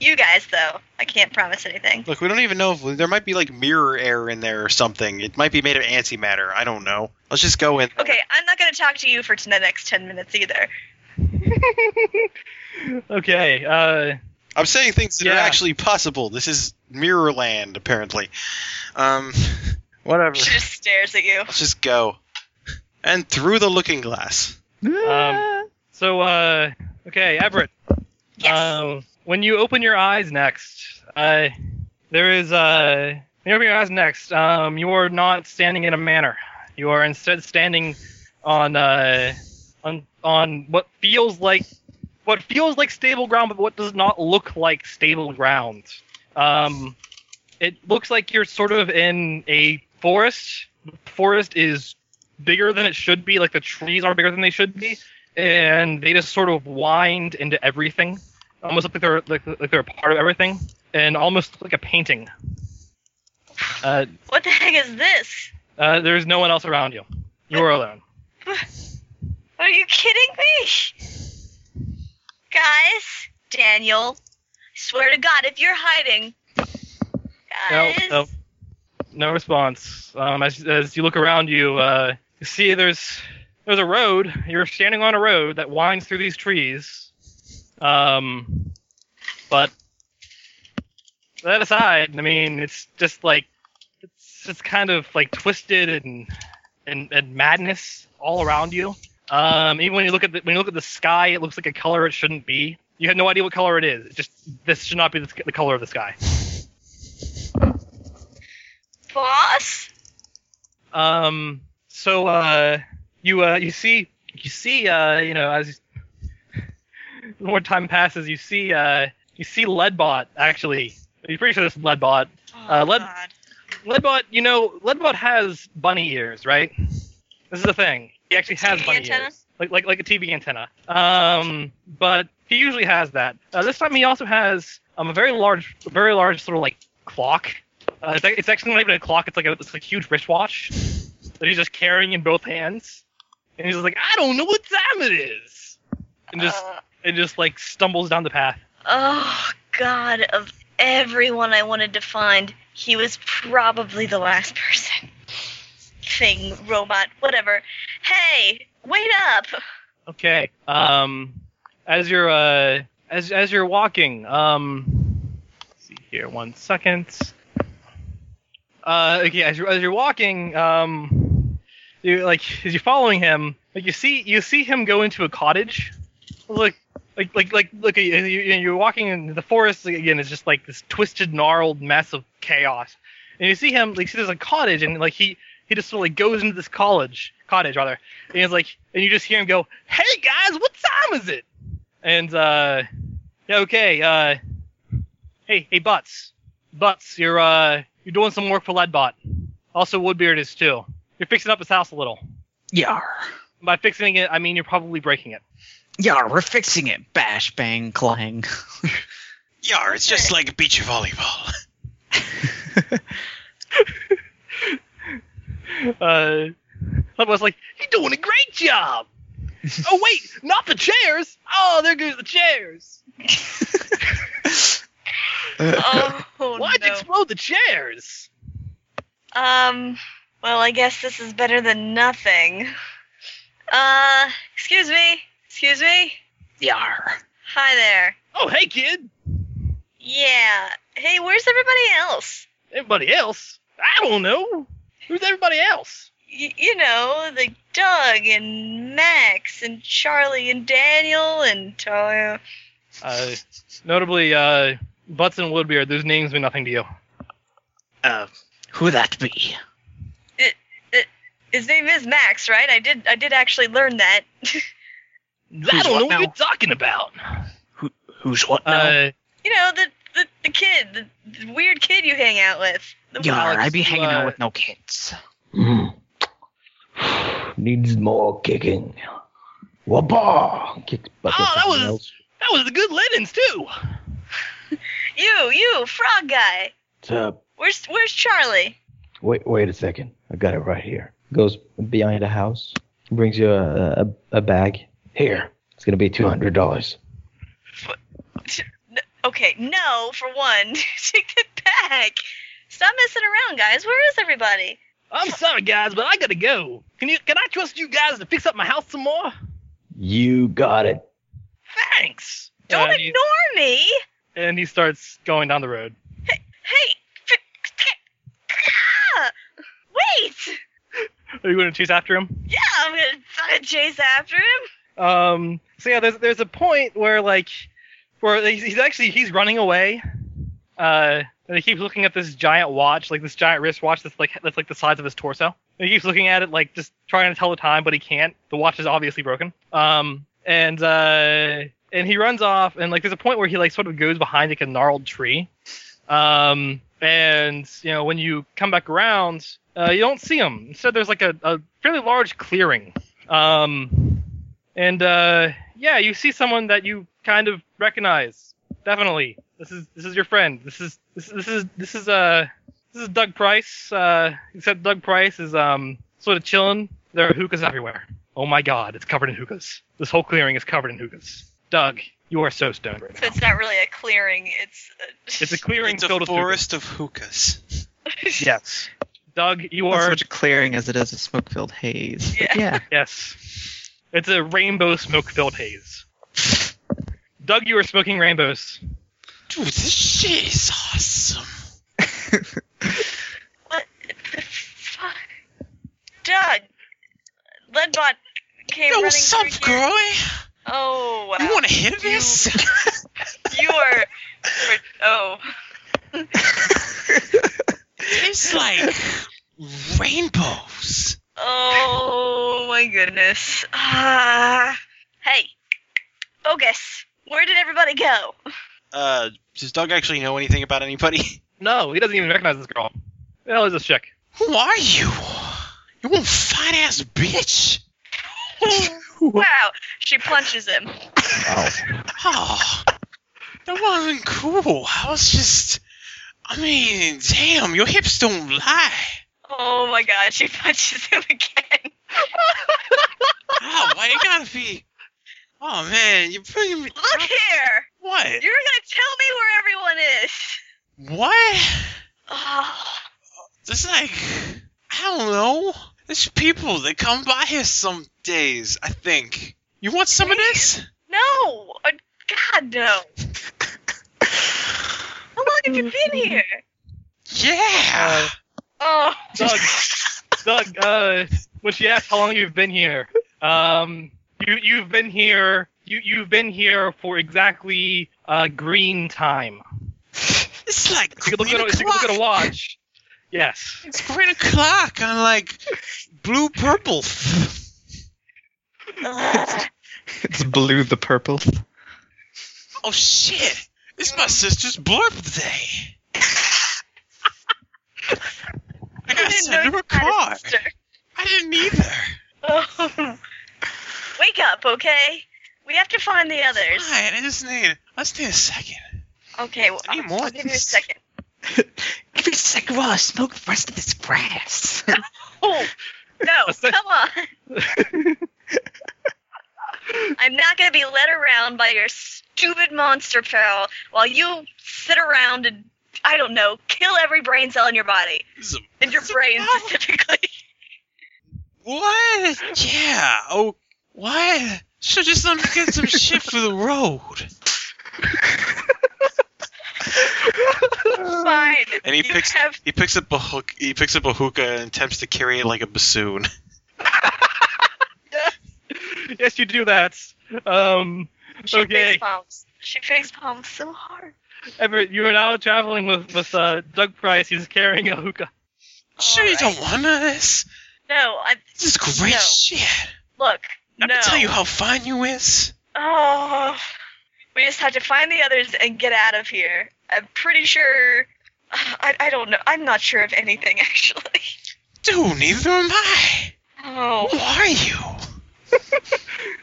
S3: You guys, though, I can't promise anything.
S1: Look, we don't even know if there might be like mirror air in there or something. It might be made of antimatter. I don't know. Let's just go in.
S3: Okay, I'm not going to talk to you for t- the next 10 minutes either.
S4: Okay. Uh,
S1: I'm saying things that are
S4: Yeah.
S1: actually possible. This is mirror land, apparently. Um, whatever.
S3: She just stares at you.
S1: Let's just go. And through the looking glass.
S4: um, so uh, okay, Everett.
S3: Yes.
S4: Um, when you open your eyes next, uh, there is uh, when you open your eyes next, um, you are not standing in a manor. You are instead standing on uh, on on what feels like what feels like stable ground, but what does not look like stable ground. Um, it looks like you're sort of in a forest. The forest is bigger than it should be. Like the trees are bigger than they should be, and they just sort of wind into everything, almost like they're like, like they're a part of everything, and almost like a painting. Uh,
S3: what the heck is this?
S4: uh, there's no one else around you. You are alone.
S3: Are you kidding me? Guys, Daniel, swear to God, if you're hiding.
S4: No,
S3: Guys,
S4: no, no response. Um, as, as you look around you, uh, you see there's there's a road. You're standing on a road that winds through these trees. Um, but that aside, I mean, it's just like it's just kind of like twisted and and, and madness all around you. Um, even when you look at the, when you look at the sky, it looks like a color it shouldn't be. You have no idea what color it is. It's just this should not be the, sk- the color of the sky.
S3: boss?
S4: Um. So uh, you uh, you see you see uh, you know as the more time passes, you see uh, you see Leadbot actually. You're pretty sure this is Leadbot. Uh, let-
S3: Oh, God.
S4: Leadbot, you know, Leadbot has bunny ears, right? This is the thing. He actually has
S3: TV
S4: bunny
S3: antenna?
S4: ears, like like like a TV antenna. Um, but he usually has that. Uh, this time he also has um a very large, very large sort of like clock. Uh, it's, ac- it's actually not even a clock. It's like a it's like a huge wristwatch that he's just carrying in both hands, and he's just like, I don't know what time it is, and just
S3: Uh,
S4: and just like stumbles down the path.
S3: oh, God, of everyone I wanted to find, he was probably the last person. Thing, robot, whatever. Hey, wait up!
S4: Okay. Um, as you're uh, as as you're walking, um, let's see here, one second. Uh, okay, as you're, as you're walking, um, you like as you're following him, like you see you see him go into a cottage. Look, like like like look, you, you- you're walking in the forest like, again. It's just like this twisted, gnarled mess of chaos. And you see him like see there's a cottage, and like he he just sort of like goes into this college cottage rather, and he's like, and you just hear him go, "Hey guys, what time is it?" And uh, yeah, okay, uh, hey hey Butts, Butts, you're uh you're doing some work for Leadbot. Also, Woodbeard is too. You're fixing up his house a little.
S7: Yar.
S4: By fixing it, I mean you're probably breaking it.
S7: Yar, we're fixing it. Bash, bang, clang.
S1: Yar, it's just like a beach volleyball.
S4: Uh, Leadbot's like, you're doing a great job. oh wait, not the chairs. Oh, there goes the chairs.
S3: Oh,
S4: Why'd you
S3: no.
S4: explode the chairs?
S3: Um, well, I guess this is better than nothing. Uh, excuse me. Excuse me.
S7: Yar.
S3: Hi there.
S4: Oh hey kid,
S3: Yeah. Hey, where's everybody else?
S4: everybody else. I don't know. Who's everybody else?
S3: Y- you know, the Doug and Max and Charlie and Daniel and Talia.
S4: Uh, notably, uh, Butts and Woodbeard. Those names mean nothing to you.
S7: Uh, who that be?
S3: His name is Max, right? I did. I did actually learn that.
S4: I don't
S7: what
S4: know what
S7: now?
S4: you're talking about.
S7: Who's what now?
S4: Uh,
S3: You know, the the, the kid, the, the weird kid you hang out with. The
S7: Yar,
S4: Alex,
S7: I be
S4: you,
S7: hanging
S4: uh,
S7: out with no kids.
S2: Needs more kicking. Wabah! Kicks butt.
S4: Oh, that was- that was the good linens too.
S3: You, you, frog guy.
S2: Tub.
S3: Where's where's Charlie?
S2: Wait, wait a second. I got it right here. Goes behind a house, brings you a, a, a bag. Here, it's gonna be two hundred dollars.
S3: Okay, no, for one. Take it back. Stop messing around, guys. Where is everybody?
S4: I'm sorry, guys, but I gotta go. Can you? Can I trust you guys to fix up my house some more?
S2: You got it.
S4: Thanks.
S3: Don't
S4: Uh,
S3: ignore
S4: he-
S3: me.
S4: and he starts going down the road.
S3: Hey. Ah, Wait!
S4: Are you going to chase after him?
S3: Yeah, I'm gonna fucking chase after him.
S4: Um. So yeah, there's there's a point where like, where he's, he's actually he's running away. Uh, and he keeps looking at this giant watch, like this giant wristwatch that's like that's like the size of his torso. And he keeps looking at it, like just trying to tell the time, but he can't. The watch is obviously broken. Um, and uh, and he runs off, and like there's a point where he like sort of goes behind like a gnarled tree. Um, and you know when you come back around, uh, you don't see him. Instead, there's like a, a fairly large clearing. Um, and uh, yeah, you see someone that you kind of recognize. Definitely, this is this is your friend. This is this, this is this is uh this is Doug Price. Uh, except Doug Price is um sort of chilling. There are hookahs everywhere. Oh my God, it's covered in hookahs. This whole clearing is covered in hookahs. Doug, you are so stoned right
S3: So
S4: now.
S3: it's not really a clearing. It's a,
S4: It's a clearing
S1: It's a
S4: filled with hookahs.
S1: forest of hookahs.
S4: Yes. Doug, you
S5: Not so
S4: are
S5: much a clearing as it is a smoke-filled haze. But yeah.
S4: yes. It's a rainbow smoke filled haze. Doug, you are smoking rainbows.
S1: Dude, this shit is awesome.
S3: fuck. Doug, Leadbot came
S1: Yo,
S3: running
S1: what's up,
S3: through here.
S1: girl?
S3: Oh wow.
S1: You wanna hear this?
S3: You are. you are- oh.
S1: It's like rainbows.
S3: Oh my goodness. Ah. hey, Bogus, where did everybody go?
S1: Uh, does Doug actually know anything about anybody?
S4: No, he doesn't even recognize this girl. The hell is this chick?
S1: Who are you? You little fine ass bitch.
S3: wow, she punches him.
S1: Oh, that wasn't cool. I was just. I mean, damn, your hips don't lie.
S3: Oh my god, she punches him again.
S1: Oh, why you gotta be? Oh man, you're bringing me.
S3: Look here,
S1: What?
S3: you're gonna tell me where everyone is.
S1: What?
S3: Oh,
S1: It's like I don't know. There's people that come by here some days. I think. You want some of this?
S3: no, Uh, God no. How long have you been here?
S4: Uh,
S1: Yeah.
S3: Oh.
S4: Doug, Doug, uh, when she asked how long you've been here, um, you you've been here, you you've been here for exactly uh green time.
S14: It's like
S4: If you look at,
S14: green
S4: a- if you look at a
S14: o'clock.
S4: watch, yes.
S14: It's green o'clock on like blue purple.
S7: It's blue the purple.
S14: oh shit! It's my sister's blurb day. I gotta send her a card. I didn't either.
S3: Oh. Wake up, okay? We have to find the others.
S14: Fine, I just need. I just need a second.
S3: Okay, well, I'll, I'll give you a second.
S14: Give me a second while I smoke the rest of this grass.
S3: Oh, no,
S4: sec-
S3: come on. I'm not going to be led around by your stupid monster pal while you sit around and, I don't know, kill every brain cell in your body. In your brain, specifically.
S14: What? Yeah. Oh, what? So just let me get some shit for the road.
S3: Fine.
S1: And he
S3: You
S1: picks
S3: have-
S1: he picks up a hook he picks up a hookah and attempts to carry it like a bassoon.
S4: Yes, you do that. Um,
S3: She
S4: okay,
S3: face palms. She face palms so hard.
S4: Everett, you are now traveling with with uh, Doug Price. He's carrying a hookah.
S14: Sure, you don't want none of this.
S3: No, I.
S14: This is great
S3: No.
S14: shit.
S3: Look,
S14: I'm
S3: no.
S14: gonna tell you how fine you is.
S3: Oh, we just have to find the others and get out of here. I'm pretty sure. I, I don't know. I'm not sure of anything actually.
S14: Dude, neither am I.
S3: Oh,
S14: Who are you?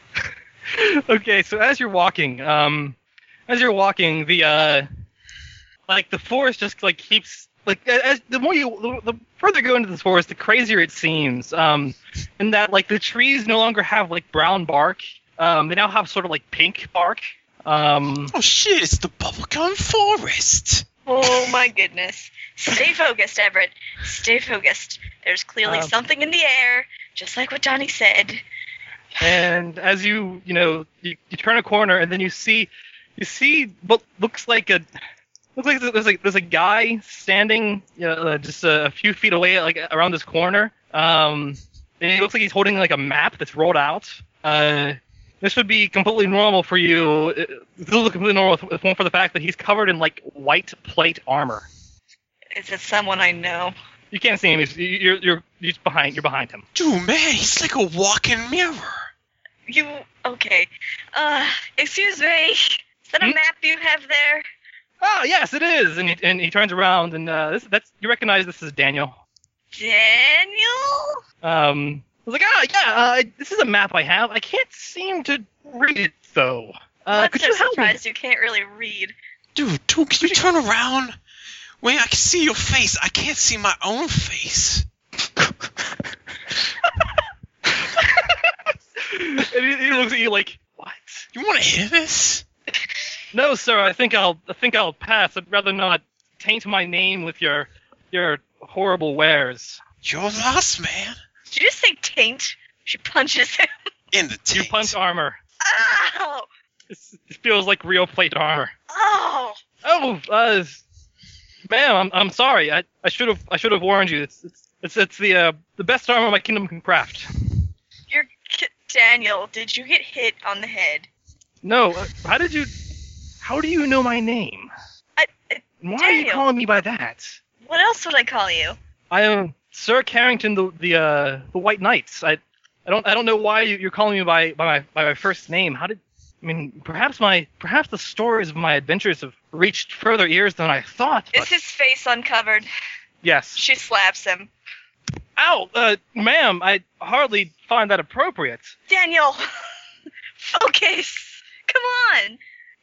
S4: okay, so as you're walking, um, as you're walking, the uh, like the forest just like keeps like a- as the more you the, the further you go into this forest, the crazier it seems. Um, in that like the trees no longer have like brown bark. Um, they now have sort of like pink bark. Um,
S14: Oh shit, it's the bubblegum forest.
S3: oh my goodness. Stay focused, Everett. Stay focused. There's clearly
S4: Um,
S3: something in the air, just like what Donnie said.
S4: and as you you know you, you turn a corner and then you see you see what looks like a looks like there's like there's a guy standing you know, uh, just a, a few feet away like around this corner um and it looks like he's holding like a map that's rolled out uh this would be completely normal for you. uh, This would look completely normal if- if one for the fact that he's covered in like white plate armor.
S3: Is it someone I know?
S4: You can't see him. He's, you- you're you're he's behind. You're behind him.
S14: Dude, man, he's like a walking mirror.
S3: You okay? Uh, excuse me. Is that a
S4: Hmm?
S3: map you have there?
S4: Ah, yes, it is. And he, and he turns around and uh, this that's you recognize this is Daniel.
S3: Daniel?
S4: Um, I was like, ah, yeah, uh, this is a map I have. I can't seem to read it though. Uh,
S3: I'm
S4: could
S3: so
S4: you help me?
S3: surprised you can't really read.
S14: Dude, dude, can you turn around? Wait, I can see your face. I can't see my own face.
S4: and he, he looks at you like, what?
S14: You want to hear this?
S4: No, sir. I think I'll, I think I'll pass. I'd rather not taint my name with your, your horrible wares.
S14: You're lost, man.
S3: Did you just say taint? She punches him.
S14: In the
S4: You
S14: tank.
S4: punch armor.
S3: Ow!
S4: It's, it feels like real plate armor.
S3: Oh!
S4: Oh, uh, ma'am, I'm, I'm sorry. I, I should have, I should have warned you. It's, it's, it's, it's the, uh, the best armor my kingdom can craft.
S3: You're. ki- Daniel, did you get hit on the head?
S4: No, uh, how did you? How do you know my name?
S3: I- uh, I-
S4: And Why are you
S3: Daniel.
S4: calling me by that?
S3: What else would I call you?
S4: I am Sir Carrington, the the uh, the White Knights. I, I don't I don't know why you, you're calling me by by my by my first name. How did? I mean, perhaps my perhaps the stories of my adventures have reached further ears than I thought.
S3: Is
S4: But
S3: his face uncovered?
S4: yes.
S3: She slaps him.
S4: Ow, uh, ma'am, I hardly find that appropriate.
S3: Daniel! Focus! Come on!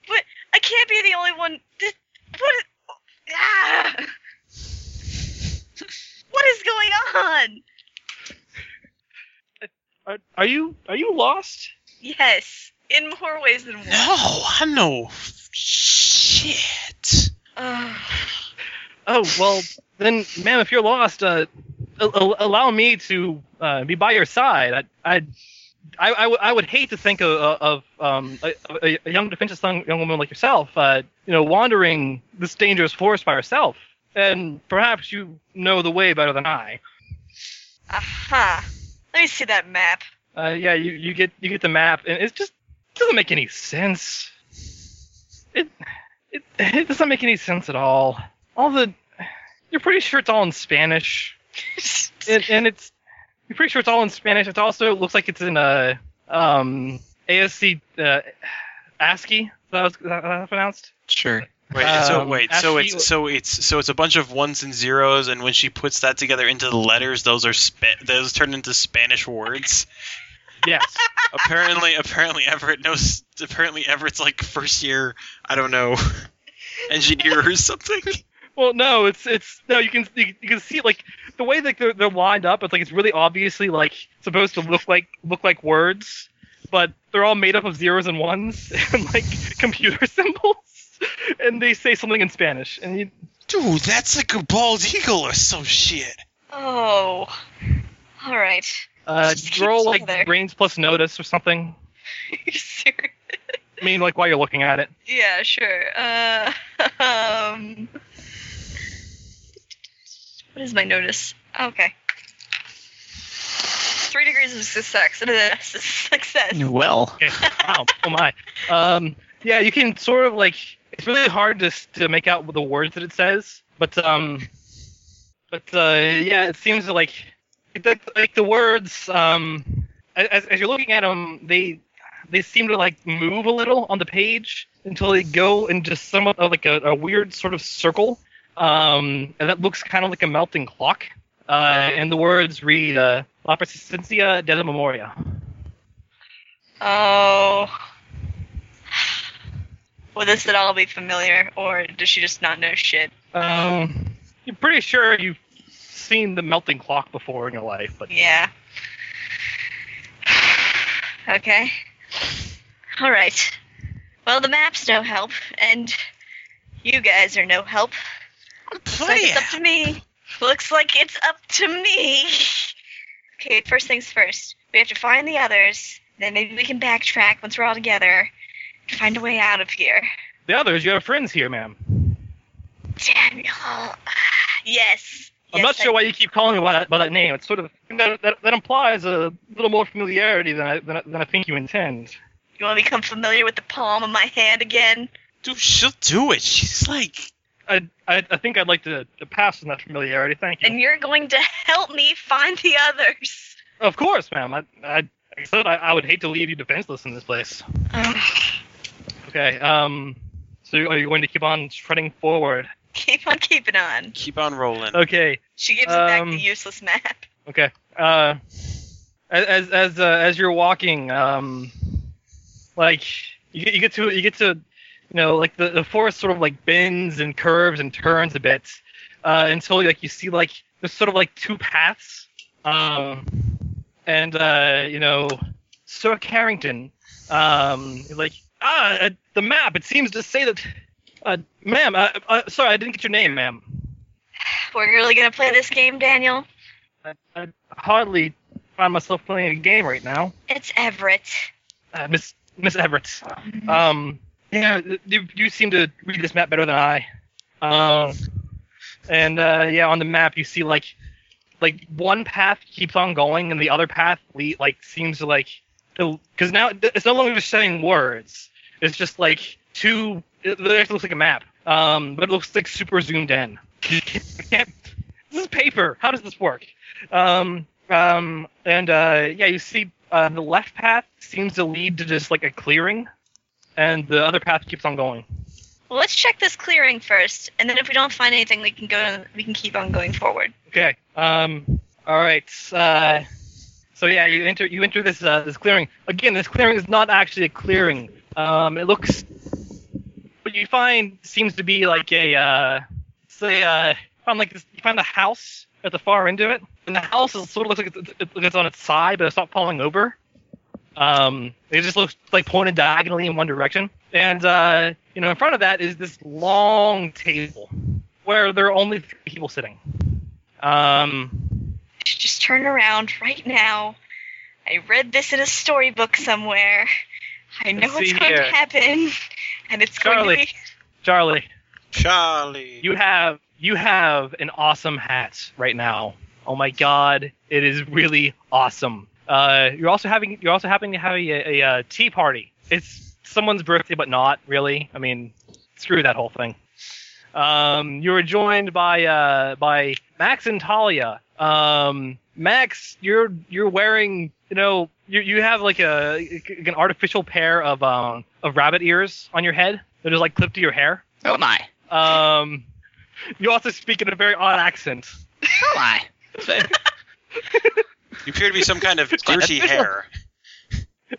S3: But I can't be the only one. This, what is. Ah! What is going on?
S4: Are, are you are you lost?
S3: Yes, in more ways than one.
S14: No, I know. Shit.
S3: Ugh.
S4: Oh well, then, ma'am, if you're lost, uh, al- al- allow me to uh, be by your side. I, I'd, I, I, w- I would hate to think of, of um, a, a- a young, defenseless young, young woman like yourself, uh, you know, wandering this dangerous forest by herself. and perhaps you know the way better than I.
S3: Aha. Let me see that map.
S4: Uh, yeah, you, you get you get the map, and it just doesn't make any sense. It, it it doesn't make any sense at all. All the you're pretty sure it's all in Spanish, and, and it's you're pretty sure it's all in Spanish. It also looks like it's in a um ASC uh, ASCII. Is that was that how it's pronounced?
S5: Sure.
S1: Wait, so
S4: Um,
S1: wait, so
S4: actually-
S1: it's so it's so it's a bunch of ones and zeros, and when she puts that together into the letters, those are spa- those turn into Spanish words.
S4: Yes.
S1: apparently, apparently Everett knows. Apparently Everett's like first year, I don't know, engineer or something.
S4: Well, no, it's it's no. You can you, you can see like the way that they're, they're lined up. It's like it's really obviously like supposed to look like look like words, but they're all made up of zeros and ones and like computer symbols, and they say something in Spanish. And you,
S1: dude, that's like a bald eagle or some shit.
S3: Oh. All right.
S4: uh, roll like
S3: There.
S4: brains plus notice or something.
S3: You're serious?
S4: I mean, like while you're looking at it.
S3: Yeah, sure. Uh, um, what is my notice? Oh, okay. Three degrees of success. Success.
S5: Well,
S4: Okay. Wow. oh my. Um. Yeah, you can sort of like it's really hard to to make out the words that it says, but um, but uh, yeah, it seems like it- that- like the words um, as as you're looking at them, they they seem to like move a little on the page until they go into somewhat of like a, a weird sort of circle, um, and that looks kind of like a melting clock. Uh, and the words read uh, "La persistencia de la memoria."
S3: Oh. Will this at all be familiar, or does she just not know shit?
S4: Um, you're pretty sure you've seen the melting clock before in your life, but
S3: Yeah. Okay. All right. Well, the map's no help, and you guys are no help. Looks like it's up to me. Looks like it's up to me. Okay, first things first. We have to find the others. Then maybe we can backtrack once we're all together to find a way out of here.
S4: the others, you have friends here, ma'am.
S3: Damn y'all. Yes.
S4: I'm
S3: Yes,
S4: not
S3: I-
S4: sure why you keep calling me by that, by that name. It's sort of that, that, that implies a little more familiarity than I, than I than I think you intend.
S3: You want to become familiar with the palm of my hand again?
S1: Dude, she'll do it. She's like.
S4: I, I, I think I'd like to, to pass on that familiarity. Thank you.
S3: And you're going to help me find the others.
S4: Of course, ma'am. I, I, like I said I, I would hate to leave you defenseless in this place.
S3: Um,
S4: Okay. Um. So are you going to keep on shredding forward?
S3: keep on keeping on.
S1: Keep on rolling.
S4: Okay.
S3: She gives him back
S4: Um,
S3: the useless map.
S4: Okay. Uh, as as uh, as you're walking, um, like you, get- you get to you get to, you know, like the, the forest sort of like bends and curves and turns a bit, uh, until like you see like there's sort of like two paths, um, and uh, you know, Sir Carrington, um, like ah, uh, the map. It seems to say that, uh, ma'am. Uh, uh, sorry, I didn't get your name, ma'am.
S3: We're really gonna play this game, Daniel.
S4: I, I hardly find myself playing a game right now.
S3: It's Everett.
S4: Uh, Miss Miss Everett. Um, yeah, you, you seem to read this map better than I. Um, and uh, yeah, on the map you see like like one path keeps on going, and the other path le- like seems to like because now it's no longer just saying words. It's just like two. It it looks like a map, um, but it looks like super zoomed in. Can't- this is paper. How does this work? Um, um, and uh, yeah, you see uh, the left path seems to lead to just like a clearing, and the other path keeps on going.
S3: Well, let's check this clearing first, and then if we don't find anything, we can go. We can keep on going forward.
S4: Okay. Um. All right. Uh, so yeah, you enter you enter this uh, this clearing. Again, this clearing is not actually a clearing. Um. It looks. What you find seems to be like a uh, say uh, found like this, you find a house at the far end of it, and the house is sort of looks like it's, it's, it's on its side, but it's not falling over. Um. It just looks like pointed diagonally in one direction, and uh, you know, in front of that is this long table where there are only three people sitting. Um,
S3: We should Just turn around right now. I read this in a storybook somewhere. I know
S4: Let's
S3: what's
S4: see
S3: going
S4: here.
S3: to happen, and it's
S4: Charlie.
S3: going to be.
S4: Charlie,
S1: Charlie.
S4: you have you have an awesome hat right now. Oh my god, it is really awesome. Uh, you're also having you're also happening to have a, a, a tea party. It's someone's birthday, but not really. I mean, screw that whole thing. Um, you were joined by uh, by Max and Talia. Um, Max, you're you're wearing you know you you have like a like an artificial pair of um of rabbit ears on your head. They're just like clipped to your hair.
S5: Oh my.
S4: Um, you also speak in a very odd accent.
S5: Oh my.
S1: You appear to be some kind of dirty hair.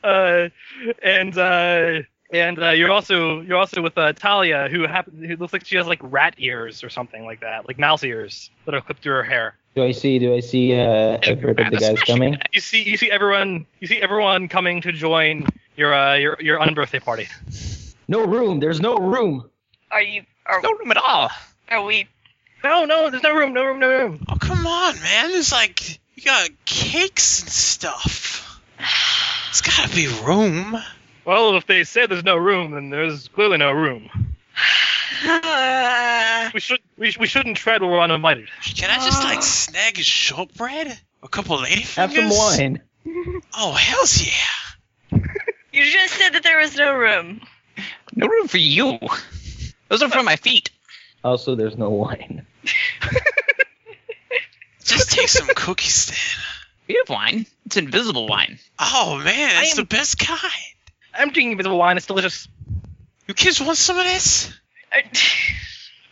S4: Uh, and uh, and uh, you're also you're also with uh, Talia, who happen, who looks like she has like rat ears or something like that, like mouse ears that are clipped through her hair.
S6: Do I see? Do I see uh, a group of the guys coming?
S4: You see you see everyone you see everyone coming to join your uh, your your unbirthday party.
S6: No room. There's no room.
S3: Are you? Are,
S5: No room at all.
S3: are we?
S4: No, no, there's no room, no room, no room.
S1: Oh come on, man! There's like you got cakes and stuff. It's gotta be room.
S4: Well, if they say there's no room, then there's clearly no room.
S3: Uh,
S4: We should we, sh- we shouldn't tread where we're uninvited.
S1: Can I just like snag a shortbread? A couple ladyfingers?
S6: Have some wine.
S1: Oh hell's yeah!
S3: you just said that there was no room.
S5: No room for you. Those are for my feet.
S6: Also, there's no wine.
S1: Just take some cookies then.
S5: We have wine. It's invisible wine.
S1: Oh man,
S4: I am-
S1: it's the best kind.
S4: I'm drinking invisible wine. It's delicious.
S1: You kids want some of this?
S3: Uh,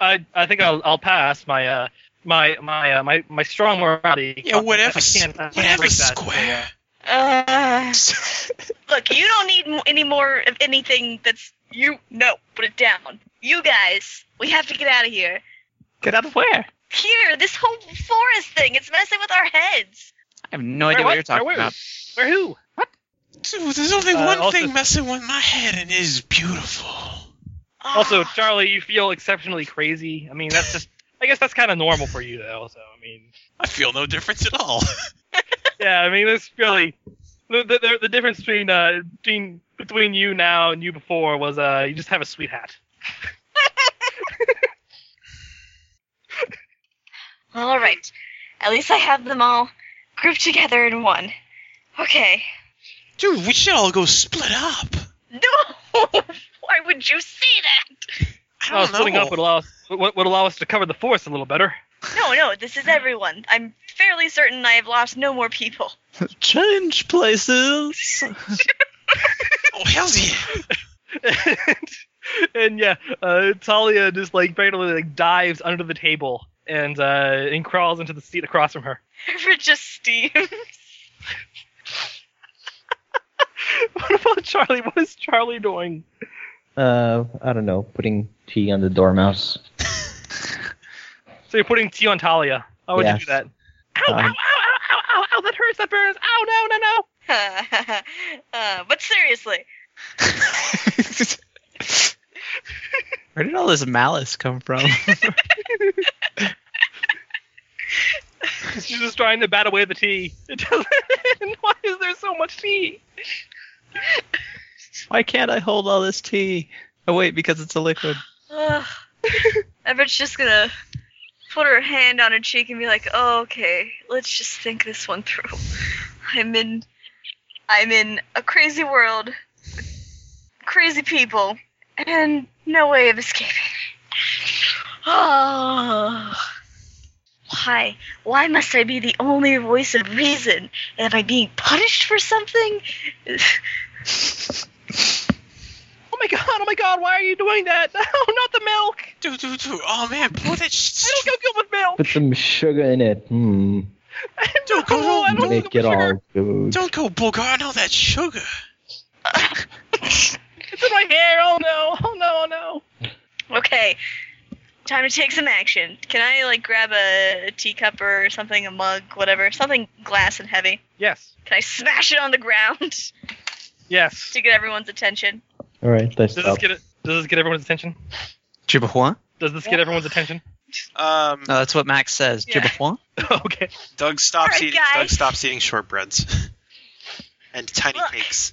S4: I I think I'll I'll pass my uh my my uh, my my strong morality.
S1: Yeah, whatever.
S4: Oh, I can't, uh, I can't
S1: whatever,
S4: break that.
S1: square.
S3: Uh, look, you don't need m- any more of anything that's you. No, put it down. You guys, we have to get out of here.
S5: Get out of where?
S3: Here, this whole forest thing—it's messing with our heads.
S5: I have no
S4: Where
S5: idea
S4: what?
S5: what you're talking
S4: Where
S5: about.
S4: Where who?
S1: Dude, there's only
S4: Uh,
S1: one
S4: also-
S1: thing messing with my head, and it is beautiful.
S4: Also, Charlie, you feel exceptionally crazy. I mean, that's just I guess that's kind of normal for you though. So I mean,
S1: I feel no difference at all.
S4: yeah, I mean, it's really the the, the, the difference between uh between between you now and you before was uh you just have a sweet hat.
S3: Ah, All right. At least I have them all grouped together in one. Okay.
S1: Dude, we should all go split up.
S3: No. Why would you say
S1: I
S4: Oh,
S1: don't
S4: splitting
S1: know.
S4: up would allow us would, would allow us to cover the force a little better.
S3: that? No, no. This is everyone. I'm fairly certain I have lost no more people.
S5: Change places.
S1: oh, hell's yeah.
S4: and, and yeah, uh, Talia just like barely like dives under the table and uh, and crawls into the seat across from her.
S3: Everett just steams.
S4: what about Charlie? What is Charlie doing?
S6: Uh, I don't know. Putting tea on the dormouse.
S4: So you're putting tea on Talia. Why would you do that?
S6: Yes.
S4: Ow, ow, ow,
S6: Um,
S4: ow, ow, ow, ow, that hurts, that burns. Ow, no, no, no.
S3: uh, but seriously,
S5: Where did all this malice come from?
S4: She's just trying to bat away the tea. It doesn't end. Why is there so much tea?
S5: Why can't I hold all this tea? Oh wait, because it's a liquid.
S3: Ugh. Everett's just gonna put her hand on her cheek and be like, oh, "Okay, let's just think this one through. I'm in, I'm in a crazy world, crazy people, and no way of escaping. Oh, why? Why must I be the only voice of reason? Am I being punished for something?
S4: Oh my god, oh my god, why are you doing that? No, not the milk.
S1: Dude, dude, dude. Oh, man. Pour that sh-
S4: I don't go good with milk.
S6: Put some sugar in it. Hmm.
S1: Don't go
S4: No, I don't go
S6: Make
S4: good with
S6: it
S4: sugar.
S6: all good.
S1: Don't go Bulgarin all that sugar.
S4: It's in my hair. Oh no, oh no, oh no.
S3: Okay. Time to take some action. Can I like grab a teacup or something, a mug, whatever, something glass and heavy?
S4: Yes.
S3: Can I smash it on the ground
S4: Yes.
S3: to get everyone's attention?
S6: All right, I
S4: Does this
S6: stop.
S4: get it? Does this get everyone's attention?
S5: Jibahuan?
S4: Does this get everyone's attention?
S1: Um,
S5: No, that's what Max says.
S3: Yeah.
S5: Jibahuan?
S4: okay.
S1: Doug stops,
S3: Alright,
S1: eating, Doug
S3: guys.
S1: stops eating shortbreads. and tiny
S3: Look.
S1: cakes.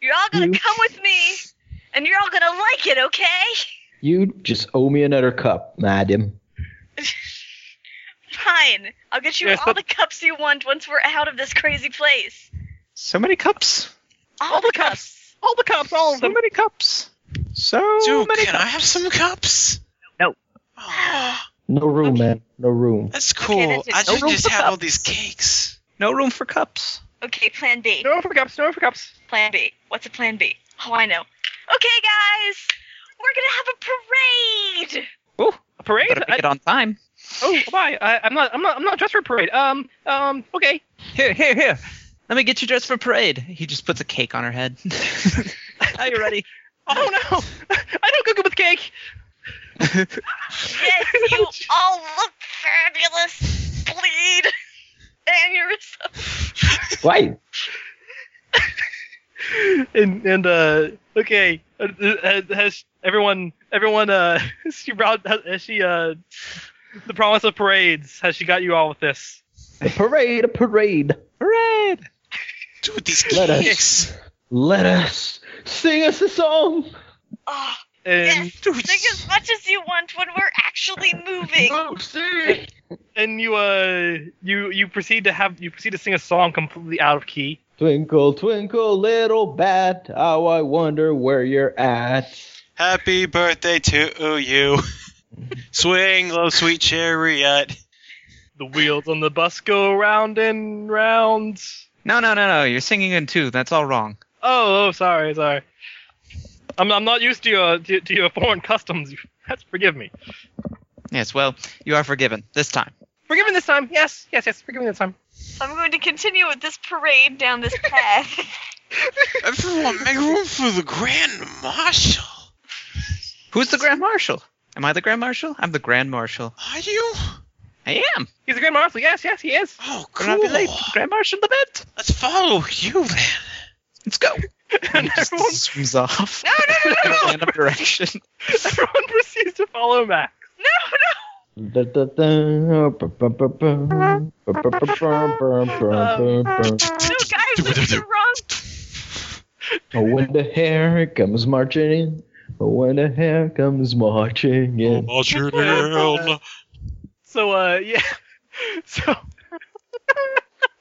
S3: You're all gonna
S6: You-
S3: come with me, and you're all gonna like it, okay?
S6: You just owe me another cup, madam.
S3: mine. I'll get you
S5: Yes,
S3: all
S5: but-
S3: the cups you want once we're out of this crazy place.
S5: So many cups.
S3: All, the cups.
S4: All the cups. All of
S5: So many cups. So
S1: Dude,
S5: many
S1: can
S5: cups.
S1: I have some cups? Oh,
S5: No.
S6: No room, man. No room.
S1: That's cool.
S3: that's it.
S1: I
S3: No
S1: just,
S3: room
S1: just
S3: for
S1: have all
S3: cups.
S1: these cakes.
S5: No room for cups.
S3: Okay, plan B.
S4: No for cups. No for cups.
S3: Plan B. What's a plan B? Oh, I know. Okay, guys, we're gonna have a parade.
S5: Ooh,
S4: A parade.
S5: better
S4: I-
S5: make it on time.
S4: oh, bye. I, I'm not. I'm not. I'm not dressed for a parade. Um. Um. Okay.
S5: Here, here, here. Let me get you dressed for parade. He just puts a cake on her head. Are you ready?
S4: Oh no! I don't cook it with cake.
S3: Yes, you all look fabulous. Bleed. Aneurysm.
S6: Why?
S4: and and uh okay Uh, uh, has everyone everyone uh she brought has, has she uh the promise of parades has she got you all with this
S6: A parade, a parade.
S5: Parade.
S1: Dude, these
S6: Let us-
S1: cakes.
S6: Let us sing us a song.
S3: Oh,
S4: and
S3: yes. Drink as much as you want when we're actually moving.
S4: and you uh you you proceed to have you proceed to sing a song completely out of key
S6: Twinkle, twinkle, little bat, how I wonder where you're at.
S1: Happy birthday to you. Swing low, sweet chariot.
S4: the wheels on the bus go round and round
S5: No, no, no, no. You're singing in two. That's all wrong.
S4: oh oh sorry sorry I'm, I'm not used to your to, to your foreign customs you that's forgive me
S5: Yes, well, you are forgiven this time.
S4: forgiven this time yes yes yes forgiven this time
S3: So I'm going to continue with this parade down this path.
S1: Everyone, make room for the Grand Marshal.
S5: Who's the Grand Marshal? Am I the Grand Marshal? I'm the Grand Marshal.
S1: Are you?
S5: I am.
S4: he's a grand marshal yes yes he is
S1: Oh,
S5: We're not be
S1: cool.
S5: late. Grand Marshal the bit.
S1: Let's follow you then.
S5: Let's go.
S4: and
S5: He just
S4: everyone
S5: zooms off
S3: no, no, no, no,
S5: in a
S3: no,
S5: random direction.
S4: Everyone proceeds to follow Max.
S3: no, no. No,
S6: Oh,
S3: guys, this is the wrong.
S6: when the hare comes marching in. Oh, when the hare comes marching in.
S15: March your down.
S4: uh, So, uh, yeah. So.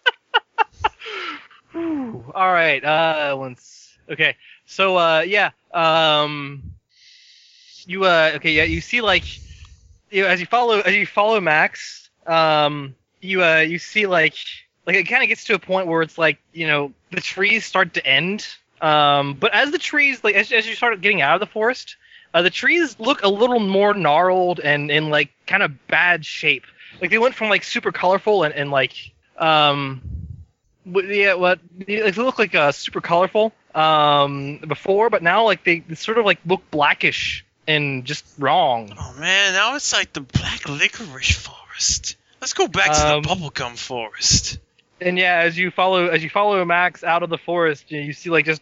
S4: Whew. All right. Uh, once. Okay. So, uh, yeah. Um, you uh, okay? Yeah, you see like, you as you follow as you follow Max. Um, you uh, you see like like it kind of gets to a point where it's like you know the trees start to end. Um, but as the trees like as as you start getting out of the forest, Uh, the trees look a little more gnarled and in like kind of bad shape. Like they went from like super colorful and, and like um, w- yeah, what like they look like uh, super colorful um before, but now like they, they sort of like look blackish and just wrong.
S1: Oh man, now it's like the black licorice forest. Let's go back to
S4: Um,
S1: the bubblegum forest.
S4: and yeah, as you follow as you follow Max out of the forest, you, you see like just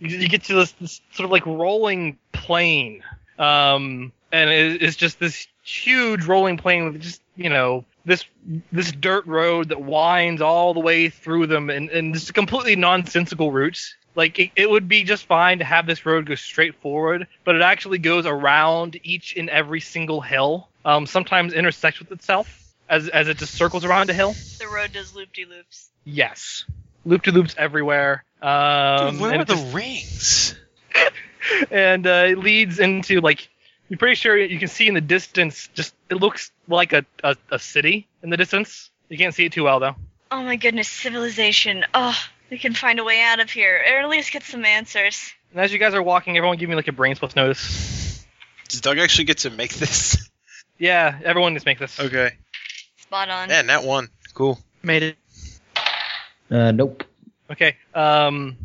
S4: you, you get to this, this sort of like rolling plain, um, and it, it's just this huge rolling plain with just you know this this dirt road that winds all the way through them, and and just completely nonsensical routes. Like it, it would be just fine to have this road go straight forward, but it actually goes around each and every single hill. Um, sometimes intersects with itself as as it just circles around a hill.
S3: The road does loop de loops.
S4: Yes. Loop to loops everywhere. Um,
S1: Dude, where
S4: and,
S1: are
S4: it
S1: the
S4: just-
S1: rings?
S4: and, uh, it leads into like you're pretty sure you can see in the distance. Just it looks like a, a, a city in the distance. You can't see it too well though.
S3: Oh my goodness, civilization. Oh, we can find a way out of here, or at least get some answers.
S4: And as you guys are walking, everyone give me like a brain plus notice.
S1: Does Doug actually get to make this?
S4: Yeah, everyone just make this.
S1: Okay.
S3: Spot on.
S1: Man, that one. Cool.
S5: Made it.
S6: Uh, nope.
S4: Okay. Um,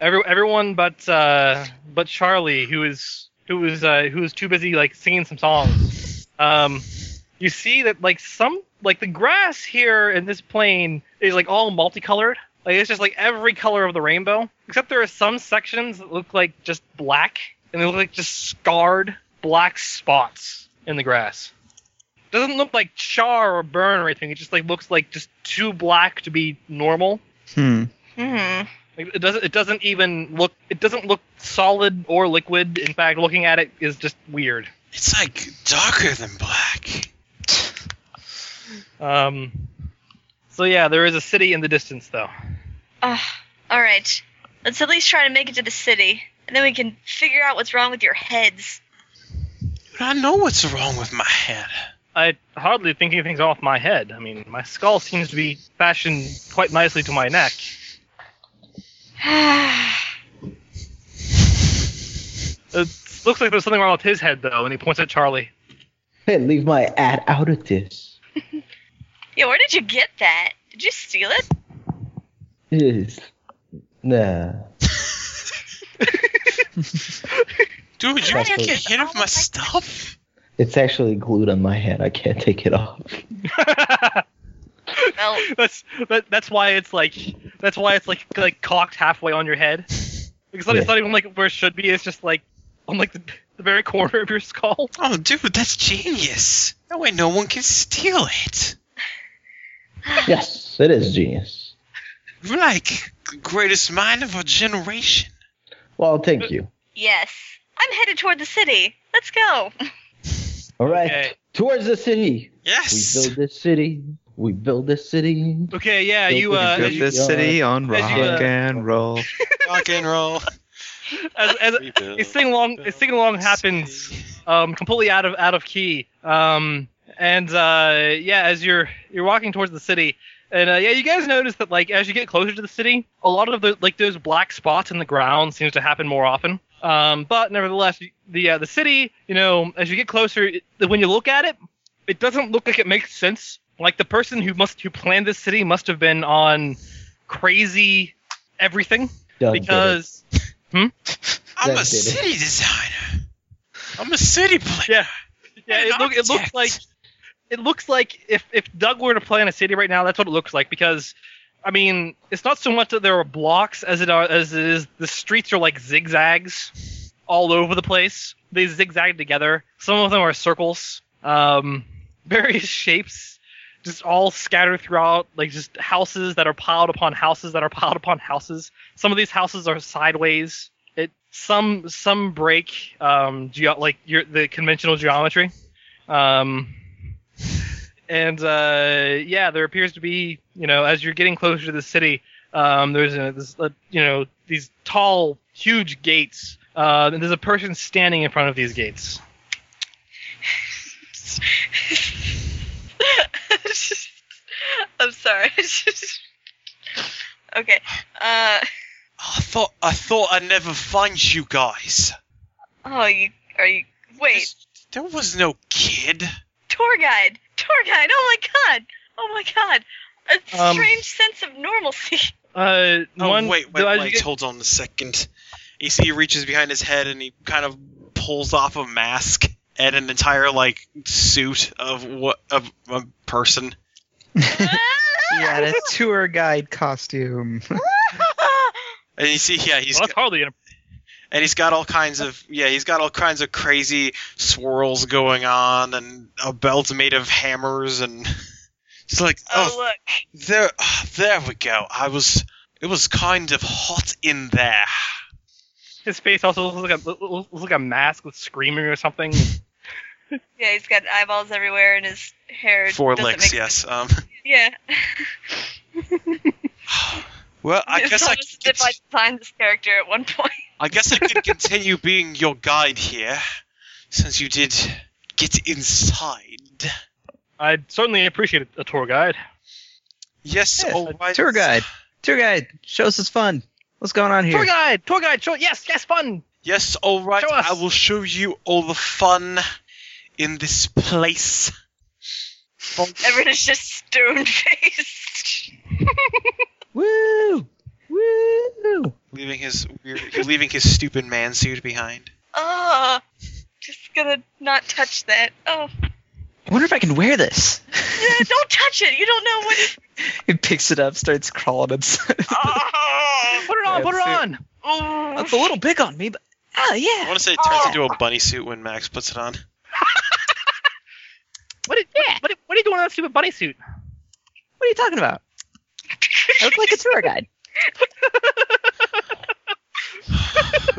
S4: every, everyone but uh, but Charlie, who is who is uh, who is too busy like singing some songs. Um, you see that like some like the grass here in this plane is like all multicolored. Like it's just like every color of the rainbow, except there are some sections that look like just black, and they look like just scarred black spots in the grass. Doesn't look like char or burn or anything. It just like looks like just too black to be normal.
S5: Hmm.
S3: Hmm.
S4: Like, it doesn't. It doesn't even look. It doesn't look solid or liquid. In fact, looking at it is just weird.
S1: It's like darker than black.
S4: Um, so yeah, there is a city in the distance, though.
S3: Ugh. Oh, all right. Let's at least try to make it to the city, and then we can figure out what's wrong with your heads.
S1: Dude, I know what's wrong with my head.
S4: I hardly think anything's off my head. I mean, my skull seems to be fashioned quite nicely to my neck. it looks like there's something wrong with his head, though, and he points at Charlie.
S6: Hey, leave my ad out of this.
S3: Yeah, where did you get that? Did you steal it?
S6: Yes. Nah.
S1: Dude, you
S6: That's
S1: can't
S6: what-
S1: get hit of my stuff.
S6: It's actually glued on my head. I can't take it off.
S4: that's that, that's why it's like that's why it's like like cocked halfway on your head. Because it's not even like where it should be. It's just like on like the, the very corner of your skull.
S1: Oh, dude, that's genius. That way, no one can steal it.
S6: Yes, it is genius.
S1: You're like the greatest mind of our generation.
S6: Well, thank you.
S3: Yes. I'm headed toward the city. Let's go.
S6: All right, towards the city.
S1: Yes.
S6: We build this city. We build this city.
S4: Okay, yeah, you uh,
S5: Built
S4: as you-
S5: this city on rock
S4: uh,
S5: and roll.
S1: rock and roll.
S4: as, as his sing along, his sing along happens um, completely out of out of key. Um, and uh, yeah, as you're you're walking towards the city, and uh, yeah, you guys notice that like as you get closer to the city, a lot of the like those black spots in the ground seems to happen more often. Um, but nevertheless, the uh, the city, you know, as you get closer, it, when you look at it, it doesn't look like it makes sense. Like the person who must who planned this city must have been on crazy everything
S6: Done did it.
S4: because hmm?
S1: I'm
S6: That
S1: a
S6: did it.
S1: city designer. I'm a city planner.
S4: Yeah, it, look, it looks like it looks like if if Doug were to plan a city right now, that's what it looks like because. I mean, it's not so much that there are blocks as it are as it is the streets are like zigzags all over the place. They zigzag together. Some of them are circles, um, various shapes, just all scattered throughout. Like just houses that are piled upon houses that are piled upon houses. Some of these houses are sideways. It some some break um, geo like your the conventional geometry. Um, and uh, yeah, there appears to be, you know, as you're getting closer to the city, um, there's a, this, uh, you know, these tall, huge gates, uh, and there's a person standing in front of these gates.
S16: I'm sorry. okay. Uh,
S1: I thought I thought I'd never find you guys.
S3: Oh, you are you? Wait,
S1: There was no kid.
S3: tour guide, tour guide. Oh my god. Oh my god. A
S1: Um,
S3: strange sense of normalcy.
S4: Uh,
S1: oh
S4: one-
S1: wait, wait,
S4: no, as
S1: wait,
S4: you get-
S1: Hold on a second. You see, he reaches behind his head and he kind of pulls off a mask and an entire like suit of what of a person.
S5: yeah, the tour guide costume.
S3: Oh,
S1: And you see, yeah, he's
S4: that's hardly an.
S1: And he's got all kinds of yeah, he's got all kinds of crazy swirls going on, and a belt made of hammers, and it's like oh, look. there, ah, there we go. I was, it was kind of hot in there.
S4: His face also looks like a looks like a mask with screaming or something.
S3: Yeah, he's got eyeballs everywhere, and his hair.
S1: Four
S3: doesn't
S1: licks,
S3: make-
S1: yes. Um,
S3: Yeah.
S1: well, I
S3: It's
S1: guess I,
S3: almost as if I designed this character at one point.
S1: I guess I could continue being your guide here, since you did get inside.
S4: I'd certainly appreciate a tour guide.
S1: Yes,
S5: tour guide. Tour guide. Shows us fun. What's going on here?
S4: Tour guide, tour guide, show yes, yes, fun.
S1: Yes, all right. I will show you all the fun in this place.
S3: Everyone is just stone faced.
S5: Woo! Woo!
S1: Leaving his weird, leaving his stupid man suit behind.
S3: Oh, just gonna not touch that. Oh,
S5: I wonder if I can wear this.
S3: yeah, don't touch it. You don't know what.
S5: He picks it up, starts crawling inside.
S3: Ah.
S4: put it
S5: on, put it
S4: on.
S3: Oh,
S5: That's a little big on me, but ah, yeah.
S1: I want to say it turns into a bunny suit when Max puts it on.
S4: What, is, yeah. what, what are you doing in that stupid bunny suit?
S5: What are you talking about? I look like a tour guide.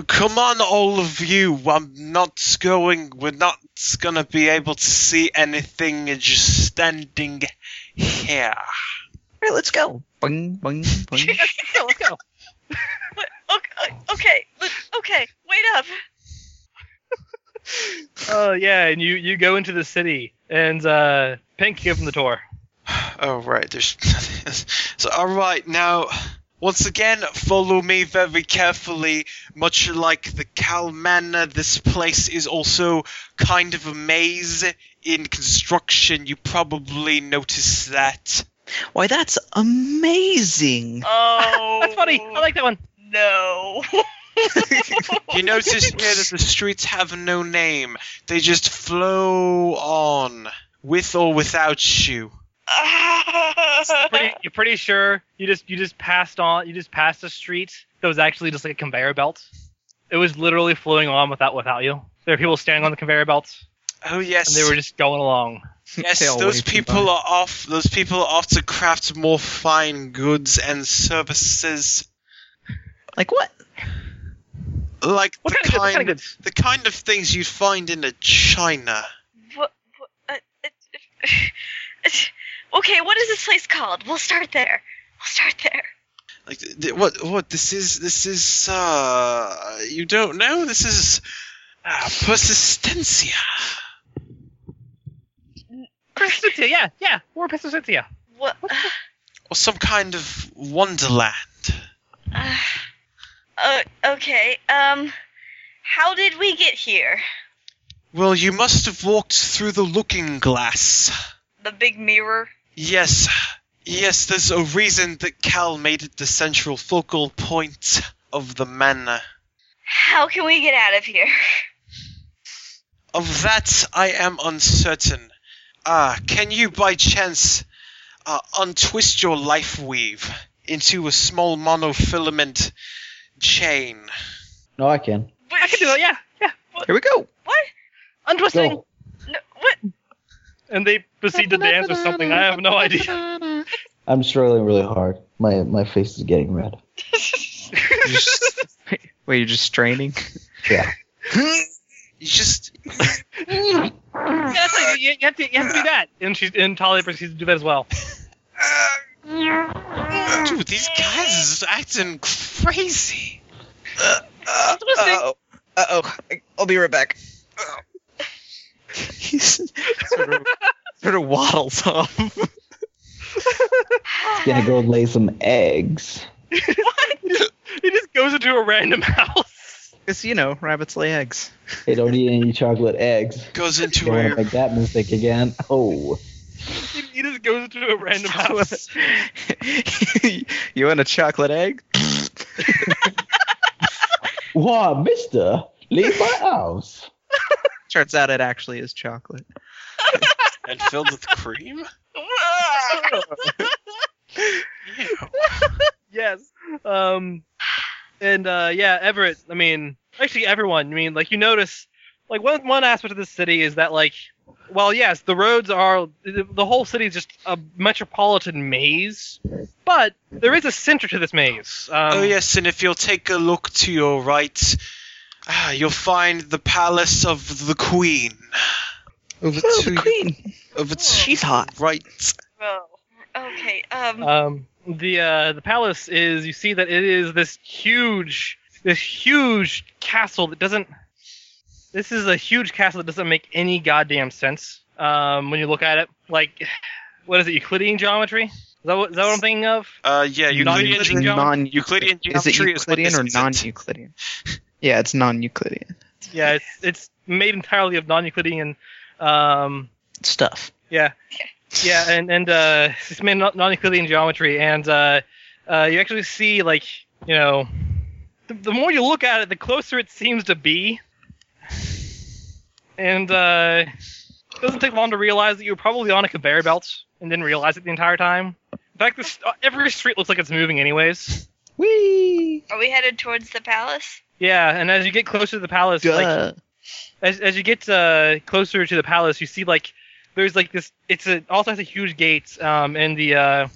S1: Come on, all of you. I'm not going. We're not it's gonna be able to see anything just standing here.
S5: All right, let's go. Bung, bung, bung.
S3: go, let's go. okay, uh, okay, look, okay, wait up.
S4: Oh yeah, and you you go into the city, and uh, Pink give him the tour.
S1: Oh right, there's so all right now. Once again, follow me very carefully. Much like the Cal Manor, this place is also kind of a maze in construction. You probably noticed that.
S5: Why, that's amazing.
S3: Oh,
S4: That's funny. I like that one.
S3: no.
S1: you notice here that the streets have no name. They just flow on, with or without you.
S4: Pretty, you're pretty sure you just you just passed on you just passed a street that was actually just like a conveyor belt. It was literally flowing on without without you. There were people standing on the conveyor belts,
S1: Oh yes.
S4: and they were just going along.
S1: Yes,
S5: Tail
S1: those
S5: wave
S1: people are off. Those people are off to craft more fine goods and services,
S5: Like what?
S1: like
S4: What
S1: the
S4: kind of good? What kind of good?
S1: the kind of things you'd find in a China.
S3: What, what, uh, it- it- okay, what is this place called? We'll start there. We'll start there.
S1: Like th- th- what? What? This is this is uh. You don't know. This is uh, persistencia.
S4: Pisitia, yeah, yeah, we're Pisitia.
S3: What?
S1: or some kind of wonderland.
S3: Uh, uh, okay. Um, how did we get here?
S1: Well, you must have walked through the looking glass.
S3: The big mirror.
S1: Yes, yes, there's a reason that Cal made it the central focal point of the manor.
S3: How can we get out of here?
S1: Of that, I am uncertain. Ah, can you by chance uh, untwist your life weave into a small monofilament chain?
S6: No, I can.
S4: I can do that. Yeah, yeah.
S5: Here we go.
S3: What?
S4: Untwisting.
S6: Go.
S3: No, what?
S4: And they proceed to dance or something. I have no idea.
S6: I'm struggling really hard. My my face is getting red.
S5: You're just, wait, you're just straining.
S6: Yeah.
S1: You just
S4: Yeah, that's like, you, you have to you have to do that. And she and Talia proceeds to do that as well.
S1: dude, these guys is acting crazy.
S5: Uh oh. Uh oh. I'll be right back. He sort of, sort of waddles off.
S6: Gonna go lay some eggs.
S4: He just goes into a random house.
S5: Because, you know, rabbits lay eggs.
S6: They don't eat any chocolate eggs.
S1: Goes
S6: Don't
S1: into
S6: want
S1: a
S6: to make that mistake again. Oh,
S4: He, he just goes into a random house.
S5: you want a chocolate egg?
S6: wow, Mister, leave my house.
S5: Turns out it actually is chocolate.
S1: and filled with cream.
S4: yes. Um, and uh, yeah, Everett. I mean, actually, everyone. I mean, like you notice, like one one aspect of this city is that like, well, yes, the roads are the, the whole city is just a metropolitan maze, but there is a center to this maze. Um,
S1: oh yes, and if you'll take a look to your right, ah, you'll find the palace of the queen. Over
S5: Oh,
S1: to
S5: the
S1: your-
S5: queen. Oh.
S1: over to
S5: She's hot.
S1: your right.
S3: Oh, okay. Um.
S4: Um, the uh, the palace is you see that it is this huge this huge castle that doesn't this is a huge castle that doesn't make any goddamn sense um, when you look at it like what is it Euclidean geometry is that what, is that what I'm thinking of
S1: Uh, yeah, Euclidean,
S4: Euclidean
S1: ge-
S4: geometry.
S1: Euclidean
S5: Is it
S1: geometry is what
S5: Euclidean
S1: this
S5: or
S1: is.
S5: non-Euclidean? Yeah, it's non-Euclidean
S4: yeah it's it's made entirely of non-Euclidean um,
S5: stuff.
S4: Yeah. Yeah, and and uh, it's made non Euclidean geometry, and uh, uh, you actually see like you know, the, the more you look at it, the closer it seems to be, and uh, it doesn't take long to realize that you were probably on a conveyor belt and didn't realize it the entire time. In fact, this uh, every street looks like it's moving anyways.
S5: Whee!
S3: Are we headed towards the palace?
S4: Yeah, and as you get closer to the palace, like
S5: Duh.
S4: as as you get uh, closer to the palace, you see like there's like this. It's a also has a huge gate, um, and the uh,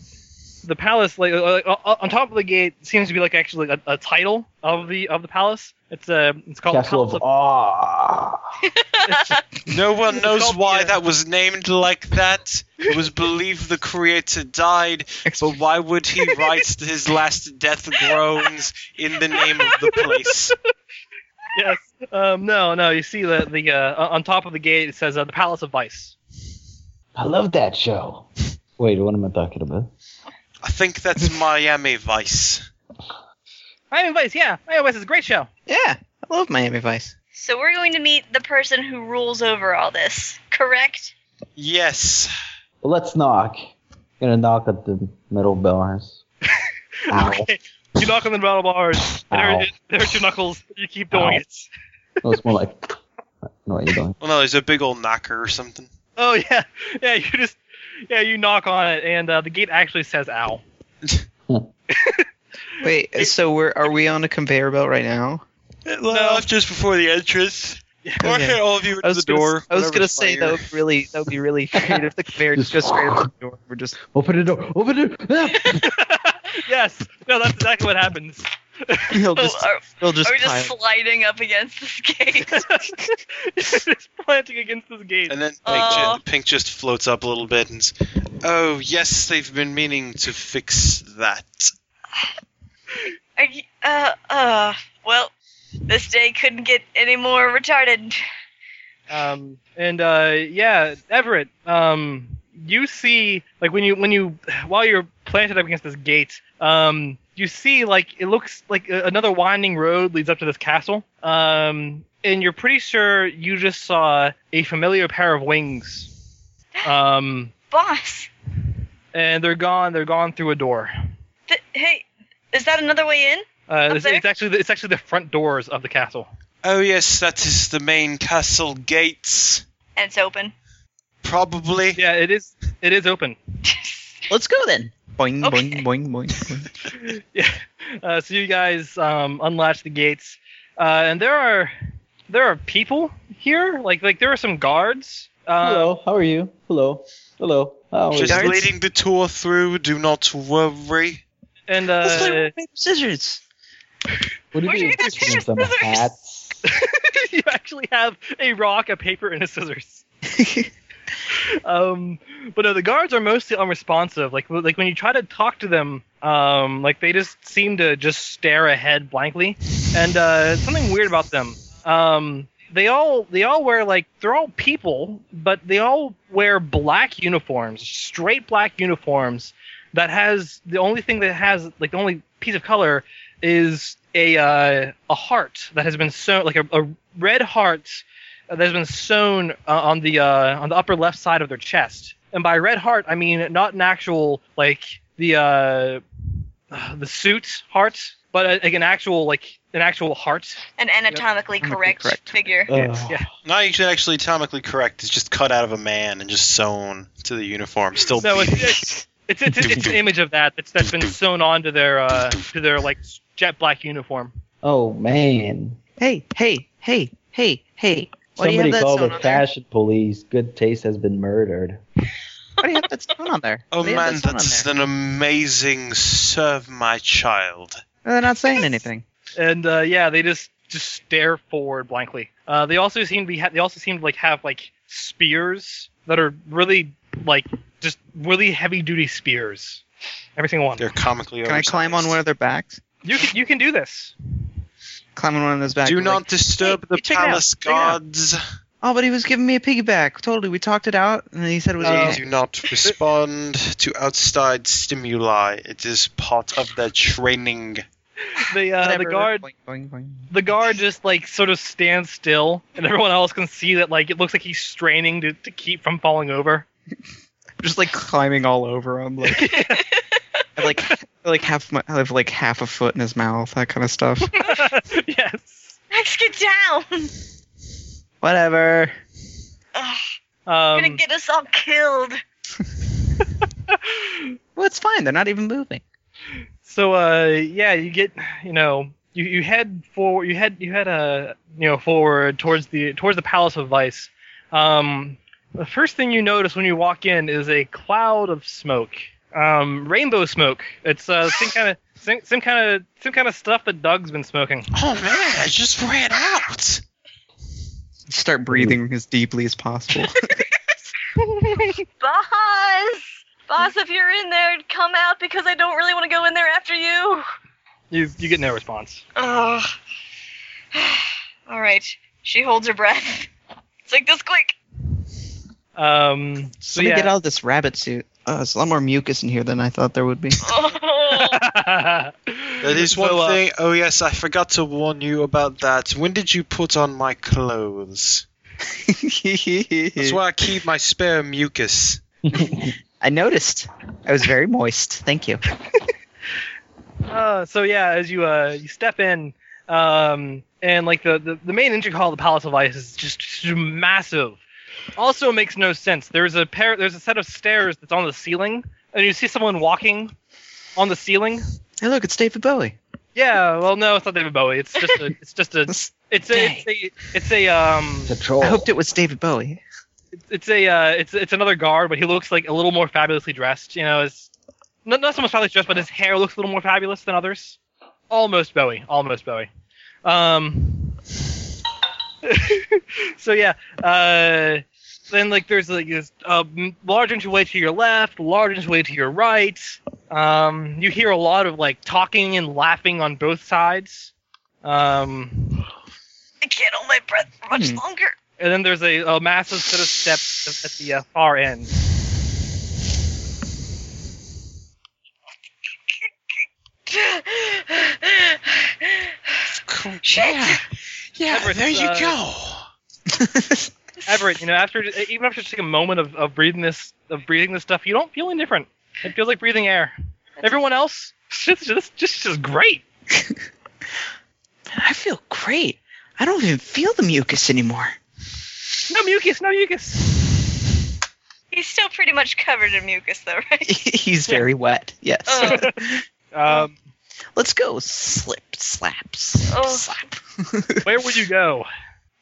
S4: the palace, like, like uh, on top of the gate, seems to be like actually a, a title of the of the palace. It's a uh, it's called
S6: Castle
S4: House
S6: of Awe.
S1: No one knows why that was named like that. It was believed the creator died, but why would he write his last death groans in the name of the place?
S4: yes. Um, no, no. You see the the uh, on top of the gate it says uh, the Palace of Vice.
S6: I love that show. Wait, what am I talking about?
S1: I think that's Miami Vice.
S4: Miami Vice, yeah. Miami Vice is a great show.
S5: Yeah, I love Miami Vice.
S3: So we're going to meet the person who rules over all this, correct?
S1: Yes.
S6: Well, let's knock. gonna knock at the metal bars. Ow.
S4: Okay. You knock on the battle bars. It
S6: Ow.
S4: hurt, it hurt your knuckles. You keep doing
S6: Ow.
S4: it.
S6: No, it's more like. No, you don't.
S1: Well, Oh, no, there's a big old knocker or something.
S4: Oh yeah, yeah. You just yeah. You knock on it, and uh, the gate actually says "ow."
S5: Wait, so we're are we on a conveyor belt right now?
S1: It left just before the entrance. Or
S5: Okay.
S1: all of you
S5: I
S1: into the
S5: was gonna,
S1: door.
S5: I was gonna
S1: whatever's
S5: say
S1: funnier.
S5: that would really that would be really weird if the conveyor just goes straight up to the door. We're just
S6: Open the door. Open the door. Ah,
S4: Yes. No, that's exactly what happens.
S5: he'll just
S3: are,
S5: he'll just,
S3: are we
S5: pile-
S3: just sliding up against this gate?
S4: You're just planting against this gate.
S1: And then Pink,
S3: Aw.
S1: ju- Pink just floats up a little bit and s- Oh, yes, they've been meaning to fix that.
S3: Are you, uh, uh, well, this day couldn't get any more retarded.
S4: Um, and uh, yeah, Everett, um, you see, like when you when you while you're planted up against this gate, um, you see like it looks like a- another winding road leads up to this castle. Um, and you're pretty sure you just saw a familiar pair of wings. Um,
S3: Boss,
S4: and they're gone. They're gone through a door.
S3: th- hey, is that another way in?
S4: Uh, it's,
S3: there?
S4: it's actually it's actually the front doors of the castle.
S1: Oh, yes, that is the main castle gates.
S3: And it's open.
S1: Probably.
S4: Yeah, it is. It is open.
S5: let's go then. Boing
S3: Okay.
S5: boing boing boing. boing.
S4: yeah. Uh, so you guys um, unlatch the gates, uh, and there are there are people here. Like like there are some guards. Uh,
S6: Hello. How are you? Hello. Hello. How are
S1: Just
S6: you?
S5: Guards?
S1: leading the tour through, do not worry.
S4: and
S5: Let's play
S4: uh,
S5: rock, paper, scissors.
S6: What do
S3: Where'd
S6: you
S3: you
S6: mean?
S3: get that pair of
S6: Some
S3: scissors?
S6: hats.
S4: you actually have a rock, a paper, and a scissors. um, but no, the guards are mostly unresponsive. Like like when you try to talk to them, um, like they just seem to just stare ahead blankly. And uh, something weird about them. Um, they all they all wear like they're all people, but they all wear black uniforms, straight black uniforms. That has the only thing that has like the only piece of color is a uh, a heart that has been sewn like a, a red heart that has been sewn uh, on the uh, on the upper left side of their chest. And by red heart, I mean not an actual like the uh, the suit heart, but uh, like an actual like an actual heart.
S3: An anatomically correct,
S5: correct.
S3: figure.
S6: Ugh.
S4: Yeah.
S1: No, you should actually atomically correct. It's just cut out of a man and just sewn to the uniform. Still
S4: No, it's
S1: beating.
S4: it's, it's, it's, it's an image of that that's, that's been sewn onto their uh, to their like jet black uniform.
S6: Oh man.
S5: Hey hey hey hey hey. Why do you
S6: Somebody
S5: have that
S6: called
S5: sewn
S6: the
S5: on there?
S6: fashion police. Good taste has been murdered.
S5: Why do you have that sewn on there?
S1: Oh
S5: Why do you
S1: man,
S5: have that sewn on
S1: that's
S5: there?
S1: an amazing serve, my child.
S5: They're not saying anything.
S4: and uh, yeah, they just just stare forward blankly. Uh, they also seem to be ha- they also seem to like have like spears that are really like just really heavy duty spears. Every single one.
S1: They're comically.
S5: Can I climb on one of their backs?
S4: You can you can do this.
S5: Climb on one of those backs.
S1: Do
S5: and be like,
S1: not disturb
S5: "Hey,
S1: the
S5: you check it out,
S1: palace
S5: check it out."
S1: guards.
S5: Oh, but he was giving me a piggyback. Totally, we talked it out, and he said it was
S1: They
S5: okay.
S1: do not respond to outside stimuli. It is part of their training.
S4: The uh, the
S5: Whatever.
S4: guard
S5: Boing, boing, boing.
S4: the guard just like sort of stands still, and everyone else can see that like it looks like he's straining to, to keep from falling over.
S5: just like climbing all over him, like I like I like half my, I have like half a foot in his mouth, that kind of stuff.
S4: yes.
S3: Max, get down!
S5: Whatever.
S3: Ugh, gonna
S4: Um,
S3: get us all killed.
S5: Well, it's fine. They're not even moving.
S4: So uh yeah, you get you know you, you head forward you head you head uh you know forward towards the towards the Palace of Vice. Um, the first thing you notice when you walk in is a cloud of smoke. Um, rainbow smoke. It's uh, some kind of some, some kind of some kind of stuff that Doug's been smoking.
S1: Oh man, I just ran out.
S5: Start breathing as deeply as possible.
S3: boss, boss, if you're in there, come out because I don't really want to go in there after you.
S4: You you get no response.
S3: Ugh. All right. She holds her breath. It's like this quick.
S4: Um, so
S5: Let me
S4: yeah.
S5: get out of this rabbit suit. Oh, there's a lot more mucus in here than I thought there would be.
S3: Oh,
S1: that is one
S4: So, uh,
S1: thing. Oh yes, I forgot to warn you about that. When did you put on my clothes? That's where I keep my spare mucus.
S5: I noticed. I was very moist. Thank you.
S4: Uh, so yeah, as you uh, you step in, um, and like the, the the main entry hall of the Palace of Ice is just massive. Also makes no sense. There's a pair. There's a set of stairs that's on the ceiling, and you see someone walking on the ceiling.
S5: Hey, look, it's David Bowie.
S4: Yeah, well, no, it's not David Bowie. It's just a. It's just a. It's a. It's a. It's a. Um.
S5: The troll. I hoped it was David Bowie.
S4: It's a. Uh, it's it's another guard, but he looks like a little more fabulously dressed. You know, it's not not so much fabulously dressed, but his hair looks a little more fabulous than others. Almost Bowie. Almost Bowie. Um. so yeah. Uh. Then like there's like this uh, m- large entryway to your left, large entryway to your right. Um. You hear a lot of like talking and laughing on both sides. Um.
S3: I can't hold my breath for much
S4: Hmm.
S3: longer.
S4: And then there's a, a massive set of steps at the uh, far end.
S1: Yeah, yeah.
S4: Everett,
S1: there you
S4: uh,
S1: go.
S4: Everett, you know, after even after just like a moment of, of breathing this of breathing this stuff, you don't feel indifferent. It feels like breathing air. Everyone else, just just just, just great.
S5: I feel great. I don't even feel the mucus anymore.
S4: No mucus, no mucus.
S3: He's still pretty much covered in mucus, though, right?
S5: He's very wet. Yes.
S3: Ugh.
S4: Uh. um,
S5: Let's go. Slip, slap, slip,
S4: Uh.
S3: Ugh.
S5: slap.
S4: Where would you go?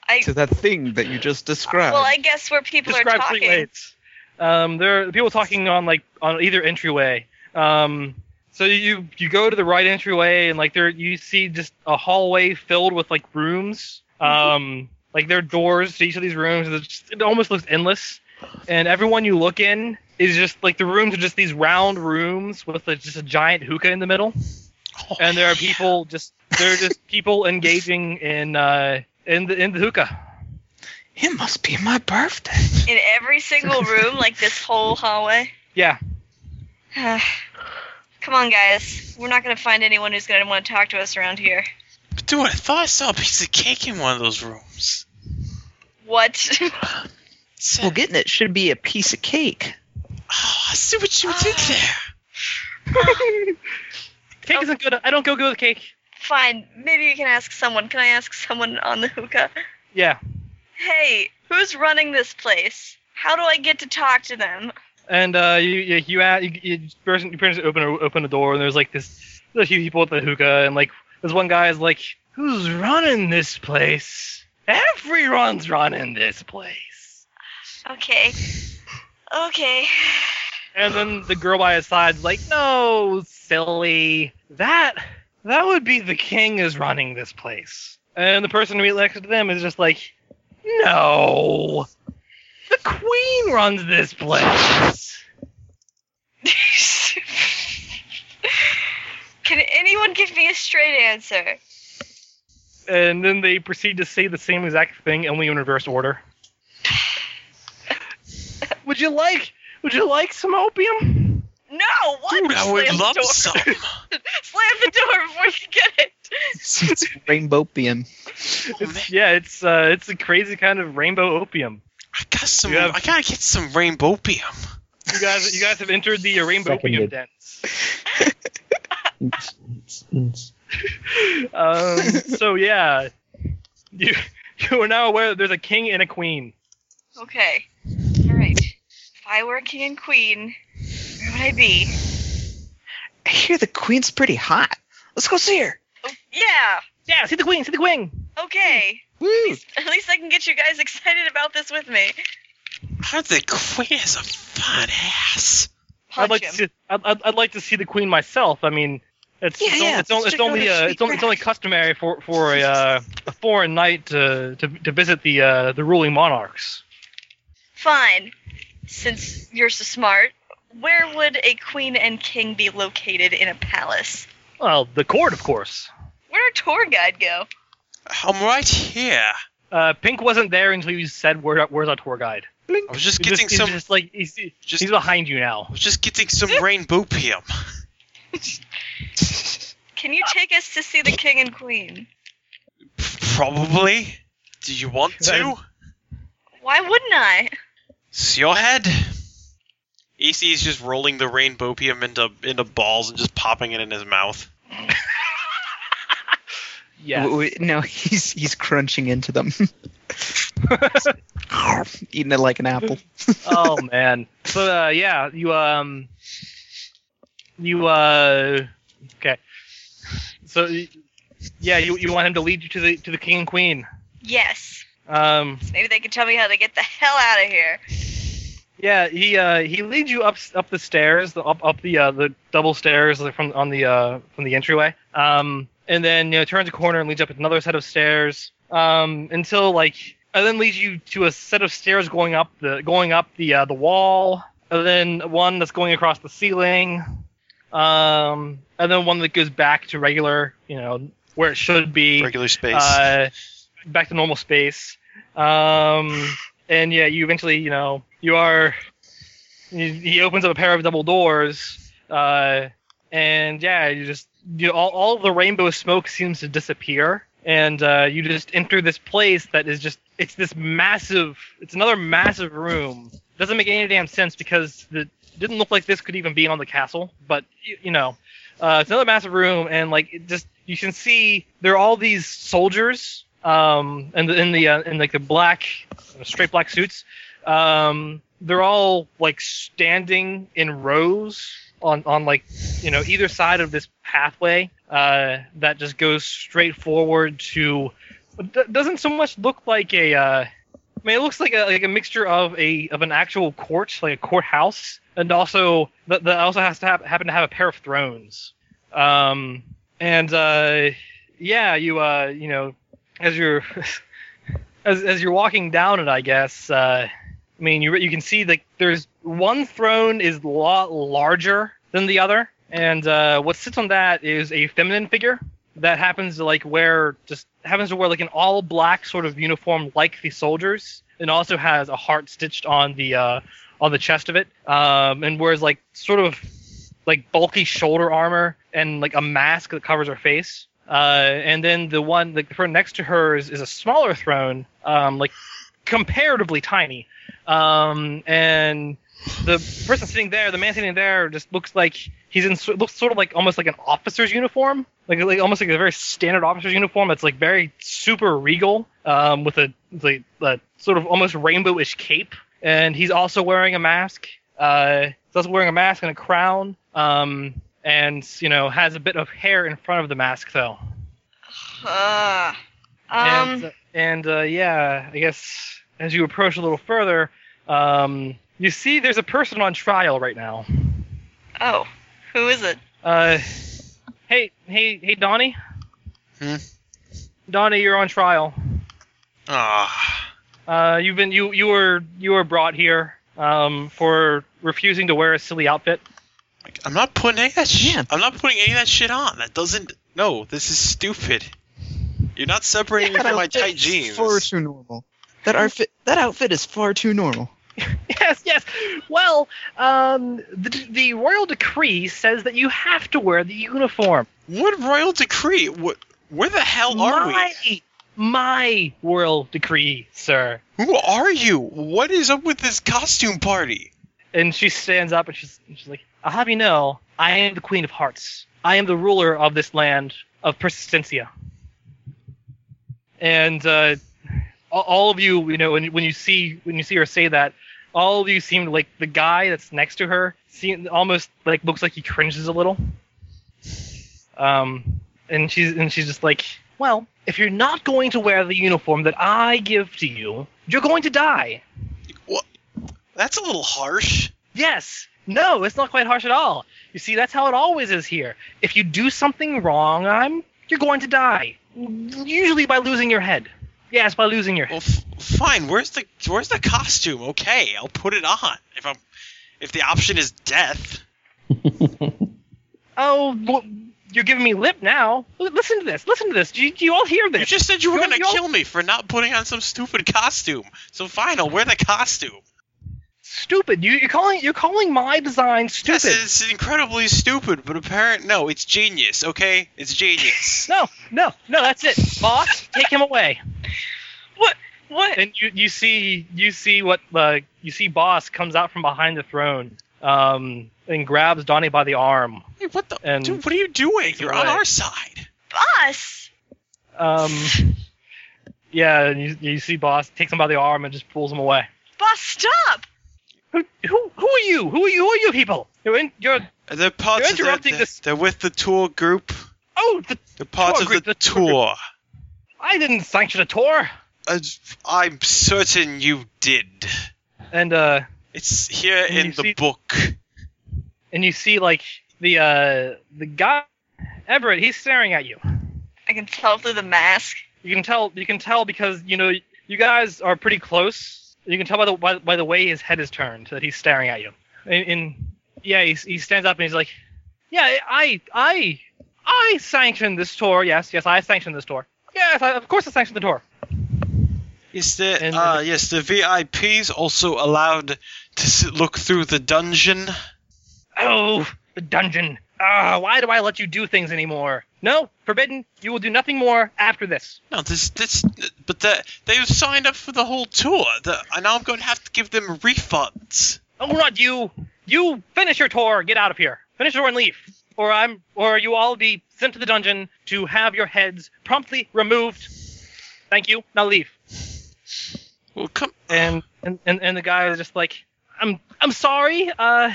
S3: I-
S5: to that thing that you just described.
S3: well, I guess where people are
S4: Describe three
S3: talking.
S4: ways. Um, there are people talking on like on either entryway. Um, so you you go to the right entryway and like there you see just a hallway filled with like rooms.
S3: Mm-hmm.
S4: Um, like there are doors to each of these rooms. and It's just, it almost looks endless. And everyone you look in is just like the rooms are just these round rooms with like, just a giant hookah in the middle.
S3: Oh,
S4: and there are people just there are just people engaging in uh in the in the hookah.
S5: It must be my birthday.
S3: In every single room, like this whole hallway.
S4: Yeah.
S3: Come on, guys. We're not going to find anyone who's going to want to talk to us around here.
S1: But dude, I thought I saw a piece of cake in one of those rooms.
S3: What?
S5: Well, getting it should be a piece of cake.
S1: oh, I see what you
S4: uh,
S1: did there.
S3: Oh.
S4: Cake isn't good. I don't go good with cake.
S3: Fine. Maybe you can ask someone. Can I ask someone on the hookah?
S4: Yeah.
S3: Hey, who's running this place? How do I get to talk to them?
S4: And uh, you you you, at, you, you first you pretty much open a- open a door and there's like this there's a few people at the hookah and like this one guy is like who's running this place? Everyone's running this place.
S3: Okay. Okay.
S4: And then the girl by his side's like no silly that that would be the king is running this place. And the person we elected to them is just like no the queen runs this place.
S3: Can anyone give me a straight answer?
S4: and then they proceed to say the same exact thing, only in reverse order. would you like? Would you like some opium?
S3: No! What?
S1: Dude, I would
S3: Slam the
S1: love
S3: door.
S1: some.
S3: Slam the door before you get it.
S5: It's rainbowpium.
S1: Oh,
S4: It's, yeah, it's uh, it's a crazy kind of rainbow opium.
S1: I got some.
S4: You have-
S1: I gotta get some rainbow opium.
S4: You guys, you guys have entered the uh, rainbow opium
S1: Seconded.
S4: den. Um, so yeah, you you are now aware that there's a king and a queen.
S3: Okay. Alright. If I were a king and queen, where would I be?
S5: I hear the queen's pretty hot. Let's go see her.
S3: Oh, Yeah!
S4: Yeah, see the queen, see the queen.
S3: Okay.
S5: Woo!
S3: At least I can get you guys excited about this with me.
S1: I heard the queen has a fat ass.
S9: punch
S4: I'd like
S9: him.
S4: to see. I'd, I'd, I'd like to see the queen myself. I mean, it's
S9: Yeah,
S4: it's,
S9: yeah,
S4: only, it's, only,
S9: let's
S4: it's
S9: go
S4: only
S9: to
S4: uh, it's only it's only customary for for a, uh, a foreign knight to, to to visit the uh, the ruling monarchs.
S3: Fine. Since you're so smart, where would a queen and king be located in a palace?
S4: Well, the court, of course.
S3: Where'd our tour guide go?
S4: I'm right here. Uh, Pink wasn't there until you said, Where, "Where's our tour guide?"
S14: I was just
S4: He's
S14: getting
S4: he's
S14: some-
S4: Just like he's, he's behind you now. I was just getting some rainbow PM.
S3: Can you take us to see the king and queen?
S14: Probably. Do you want to?
S3: Why wouldn't I?
S14: It's your head. EC is just rolling the rainbow PM into into balls and just popping it in his mouth.
S4: Yeah.
S7: no, he's he's crunching into them, eating it like an apple.
S4: oh man. So uh, yeah, you um, you uh, okay. So y- yeah, you you want him to lead you to the to the king and queen.
S3: Yes.
S4: Um,
S3: Maybe they could tell me how to get the hell out of here.
S4: yeah, he uh he leads you up up the stairs, the, up up the uh the double stairs like, from on the uh from the entryway. Um, and then you know turns a corner and leads up another set of stairs. Um, until like and then leads you to a set of stairs going up the going up the uh, the wall, and then one that's going across the ceiling. Um, and then one that goes back to regular, you know, where it should be.
S14: Regular space.
S4: Uh, back to normal space. Um, and yeah, you eventually, you know, you are. He, he opens up a pair of double doors. Uh, and yeah, you just you all all the rainbow smoke seems to disappear, and uh, you just enter this place that is just it's this massive. It's another massive room. Doesn't make any damn sense because the didn't look like this could even be on the castle, but you, you know, uh, it's another massive room, and like it just you can see there are all these soldiers, um, and in the uh, in like the black, uh, straight black suits, um, they're all like standing in rows on on like you know either side of this pathway uh, that just goes straight forward to it do- doesn't so much look like a uh, I mean, it looks like a like a mixture of a of an actual court, like a courthouse, and also that that also has to hap- happen to have a pair of thrones. Um, and uh, yeah, you uh, you know, as you're as as you're walking down it, I guess. Uh, I mean, you you can see that there's one throne is a lot larger than the other, and uh, what sits on that is a feminine figure that happens to like wear just happens to wear like an all black sort of uniform like the soldiers, and also has a heart stitched on the uh, on the chest of it, um, and wears like sort of like bulky shoulder armor and like a mask that covers her face. Uh, and then the one like the throne next to her is, is a smaller throne, um, like comparatively tiny. Um, and the person sitting there, the man sitting there, just looks like he's in so- looks sort of like almost like an officer's uniform, like like almost like a very standard officer's uniform. That's like very super regal, um, with a, with a, a sort of almost rainbowish cape, and he's also wearing a mask. Uh, he's also wearing a mask and a crown, um, and you know has a bit of hair in front of the mask though.
S3: Uh, um,
S4: And, and uh, yeah, I guess as you approach a little further, um, you see there's a person on trial right now.
S3: oh, who is it?
S4: Uh, hey, hey, hey, Donnie.
S14: Hmm?
S4: Donnie, you're on trial.
S14: Ah,
S4: Uh, you've been you you were you were brought here um, for refusing to wear a silly outfit.
S14: I'm not putting any of that shit. I'm not putting any of that shit on. That doesn't. No, this is stupid. You're not separating me from my tight jeans.
S7: Far too normal. That outfit, that outfit is far too normal.
S4: Yes, yes. Well, um, the, the royal decree says that you have to wear the uniform.
S14: What royal decree? What? Where the
S1: Oh,
S14: hell are
S4: we? My royal decree, sir.
S14: Who are you? What is up with this costume party?
S4: And she stands up and she's, she's like, I'll have you know, I am the Queen of Hearts. I am the ruler of this land of Persistencia. And uh, all- all of you, you know, when, when you see when you see her say that, all of you seem like the guy that's next to her seem, almost like looks like he cringes a little. Um, and she's and she's just like, well, if you're not going to wear the uniform that I give to you, you're going to die.
S14: That's a little harsh.
S4: Yes. No, it's not quite harsh at all. You see, that's how it always is here. If you do something wrong, I'm you're going to die. Usually by losing your head. Yes, by losing your
S1: head. Well, f- fine. Where's the where's the costume? Okay, I'll put it on. If I'm if the option is death.
S4: oh, well, you're giving me lip now. L- listen to this. Listen to this. Do you, do you, all hear this?
S1: You just said you were
S4: do
S1: gonna you all... kill me for not putting on some stupid costume. So fine, I'll wear the costume
S4: stupid. You, are calling you're calling my design stupid.
S1: Yes, it's incredibly stupid, but apparent no, it's genius. Okay, it's genius.
S4: no, no, no. That's it, boss. take him away.
S3: What? What?
S4: And you you see you see what uh, you see. Boss comes out from behind the throne um, and grabs Donnie by the arm.
S1: Hey, what the? And dude, what are you doing? You're away. on our side,
S3: boss.
S4: Um. Yeah, and you, you see Boss takes him by the arm and just pulls him away.
S3: Boss, stop!
S4: Who, who, who are you? Who are you? Who are you people? You're in, you're.
S1: They're parts
S4: you're interrupting
S1: the,
S4: this.
S1: They're with the tour group.
S4: Oh, the
S1: they're parts
S4: tour group,
S1: of the, the tour. tour.
S4: I didn't sanction a tour.
S1: Uh, I'm certain you did.
S4: And uh,
S1: it's here in the
S4: see,
S1: book.
S4: And you see, like the uh, the guy Everett, he's staring at you.
S3: I can tell through the mask.
S4: You can tell. You can tell because you know you guys are pretty close. You can tell by the by, by, the way his head is turned that he's staring at you. And, and yeah, he, he stands up and he's like, "Yeah, I I I sanctioned this tour. Yes, yes, I sanctioned this tour. Yes, I, of course I sanctioned the tour."
S1: Yes, the and, uh, yes the VIPs also allowed to look through the dungeon?
S4: Oh, the dungeon! Ah, uh, why do I let you do things anymore? No, forbidden. You will do nothing more after this.
S1: No, this, this, but the, they've signed up for the whole tour, the, and now I'm going to have to give them refunds.
S4: Oh, not you! You finish your tour. Get out of here. Finish your tour and leave, or I'm, or you all be sent to the dungeon to have your heads promptly removed. Thank you. Now leave.
S1: Well, come
S4: and and and, and the guy is just like, I'm I'm sorry. Uh,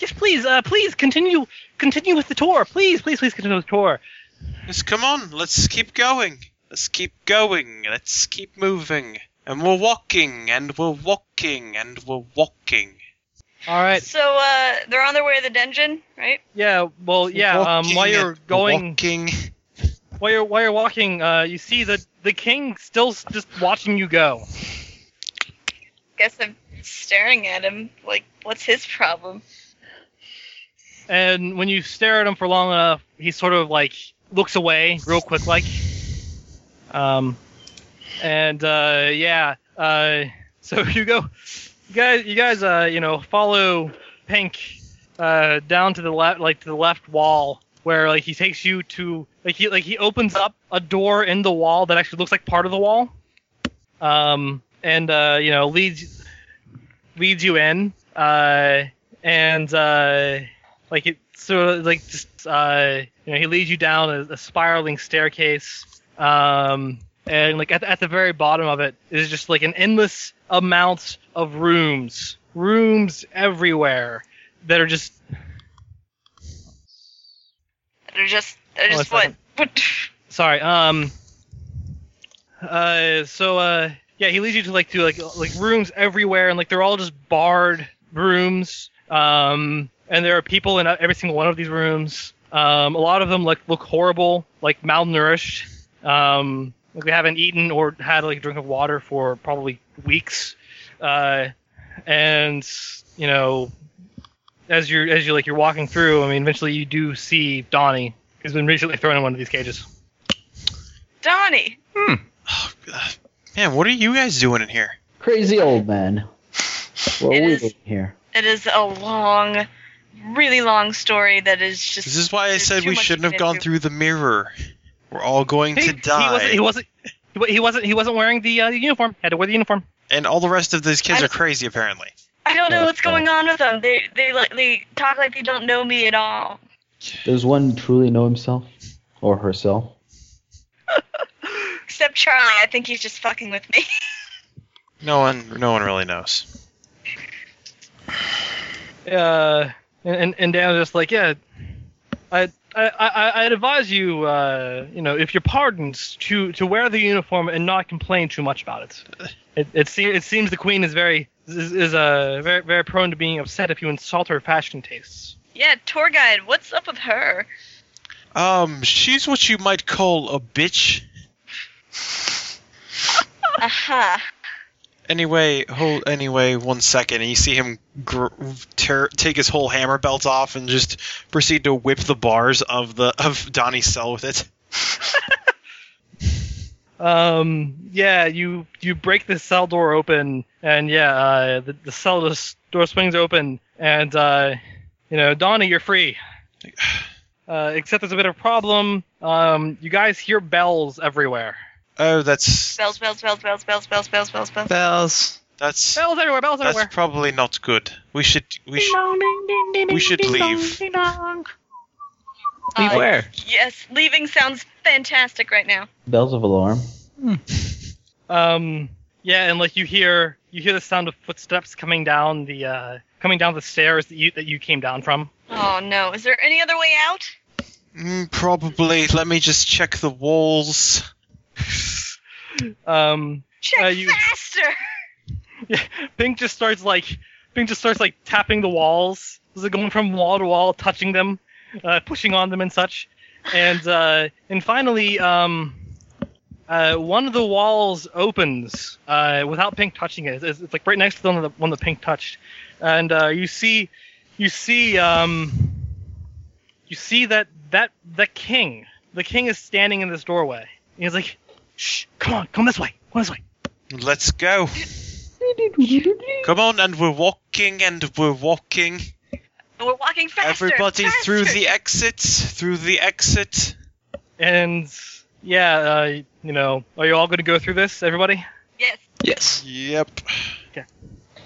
S4: yes, please, uh, please continue continue with the tour. Please, please, please continue with the tour.
S1: Yes, come on, let's keep going. Let's keep going. Let's keep moving. And we're walking, and we're walking, and we're walking.
S4: All right.
S3: So uh, they're on their way to the dungeon, right?
S4: Yeah. Well, yeah.
S1: Walking
S4: um, while you're
S1: and
S4: going,
S1: walking.
S4: while you're while you're walking, uh, you see the the king still just watching you go.
S3: Guess I'm staring at him. Like, what's his problem?
S4: and when you stare at him for long enough, he sort of like looks away real quick, like. Um, and uh, yeah, uh, so you go, you guys, you guys, uh, you know, follow Pink uh, down to the left, like to the left wall, where like he takes you to, like he like he opens up a door in the wall that actually looks like part of the wall. Um, and uh, you know leads leads you in. Uh, and uh like it sort of like just uh, you know he leads you down a, a spiraling staircase um, and like at the, at the very bottom of it is just like an endless amount of rooms rooms everywhere that are just
S3: they're just they're just
S4: Hold
S3: what
S4: on sorry um uh so uh yeah he leads you to like to like like rooms everywhere and like they're all just barred rooms um and there are people in every single one of these rooms. Um, a lot of them like look horrible, like malnourished. Um, like they haven't eaten or had like a drink of water for probably weeks. Uh, and you know, as you're as you like you're walking through, I mean, eventually you do see Donnie, who's been recently thrown in one of these cages.
S3: Donnie.
S1: Hmm. Oh, God. man, what are you guys doing in here?
S6: Crazy old man. What
S3: It
S6: are we
S3: is-
S6: doing here?
S3: It is a long, really long story that is just.
S1: This is why I
S3: there's
S1: said
S3: too
S1: we
S3: much
S1: shouldn't have
S3: to
S1: gone
S3: do.
S1: through the mirror. We're all going
S4: He,
S1: to die.
S4: he wasn't. He wasn't. He wasn't. He wasn't wearing the uh, uniform. Had to wear the uniform.
S1: and all the rest of these kids
S3: I-
S1: are crazy, apparently.
S3: I don't know
S6: Yeah,
S3: what's
S6: well.
S3: going on with them. They they like they talk like they don't know me at all.
S6: Does one truly know himself or herself?
S3: Except Charlie, I think he's just fucking with me.
S1: No one, no one really knows.
S4: uh, and and Dan was just like, yeah, I I, I, I'd advise you, uh, you know, if you're pardoned, to, to wear the uniform and not complain too much about it. It it, se- it seems the queen is very is, is uh, very very prone to being upset if you insult her fashion tastes.
S9: Yeah, tour guide, what's up with her?
S1: Um, she's what you might call a bitch.
S3: Uh-huh.
S9: Aha.
S1: Anyway, hold. Anyway, one second, and you see him gr- tear, take his whole hammer belt off and just proceed to whip the bars of the of Donnie's cell with it.
S4: Um, yeah, you you break the cell door open, and yeah, uh, the, the cell just, door swings open, and uh, you know, Donnie, you're free. Uh, except there's a bit of a problem. Um, you guys hear bells everywhere.
S1: Oh, that's
S9: Bells, bells, bells, bells, bells, bells, bells, bells, bells.
S5: Bells.
S1: that's
S4: Bells everywhere. Bells everywhere.
S1: that's probably not good. We should we should we should leave.
S9: Uh,
S5: Beware.
S9: Yes, leaving sounds fantastic right now.
S2: Bells of alarm.
S4: Um, yeah, and like you hear you hear the sound of footsteps coming down the uh, coming down the stairs that you that you came down from.
S9: Oh no, is there any other way out?
S1: Mm, probably. Let me just check the walls.
S4: Um,
S9: Check
S4: Uh, you-
S9: faster!
S4: Pink just starts like Pink just starts like tapping the walls, Is like going from wall to wall, touching them, uh, pushing on them and such, and uh, and finally, um, uh, one of the walls opens uh, without Pink touching it. It's, it's like right next to the one that, one that Pink touched, and uh, you see you see um, you see that that the king the king is standing in this doorway. And he's like, "Shh, come on, come this way, come this way."
S1: Let's go. Come on, and we're walking, and we're walking.
S9: We're walking faster!
S1: Everybody
S9: faster.
S1: through the exit, through the exit.
S4: And yeah, uh, you know, are you all going to go through this, everybody?
S9: Yes.
S5: Yes.
S1: Yep.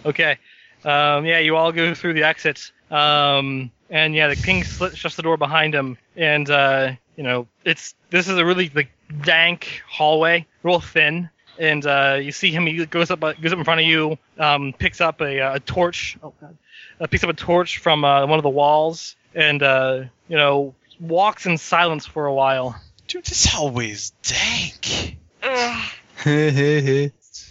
S4: Okay. Um, yeah, you all go through the exit. Um, and yeah, the king slit, shuts the door behind him, and uh, you know, it's this is a really like dank hallway, real thin. And uh, you see him. He goes up, uh, goes up in front of you. Um, picks up a, uh, a torch. Oh God! Uh, picks up a torch from uh, one of the walls, and uh, you know, walks in silence for a while.
S1: Dude, this hallway is dank.
S9: Ugh.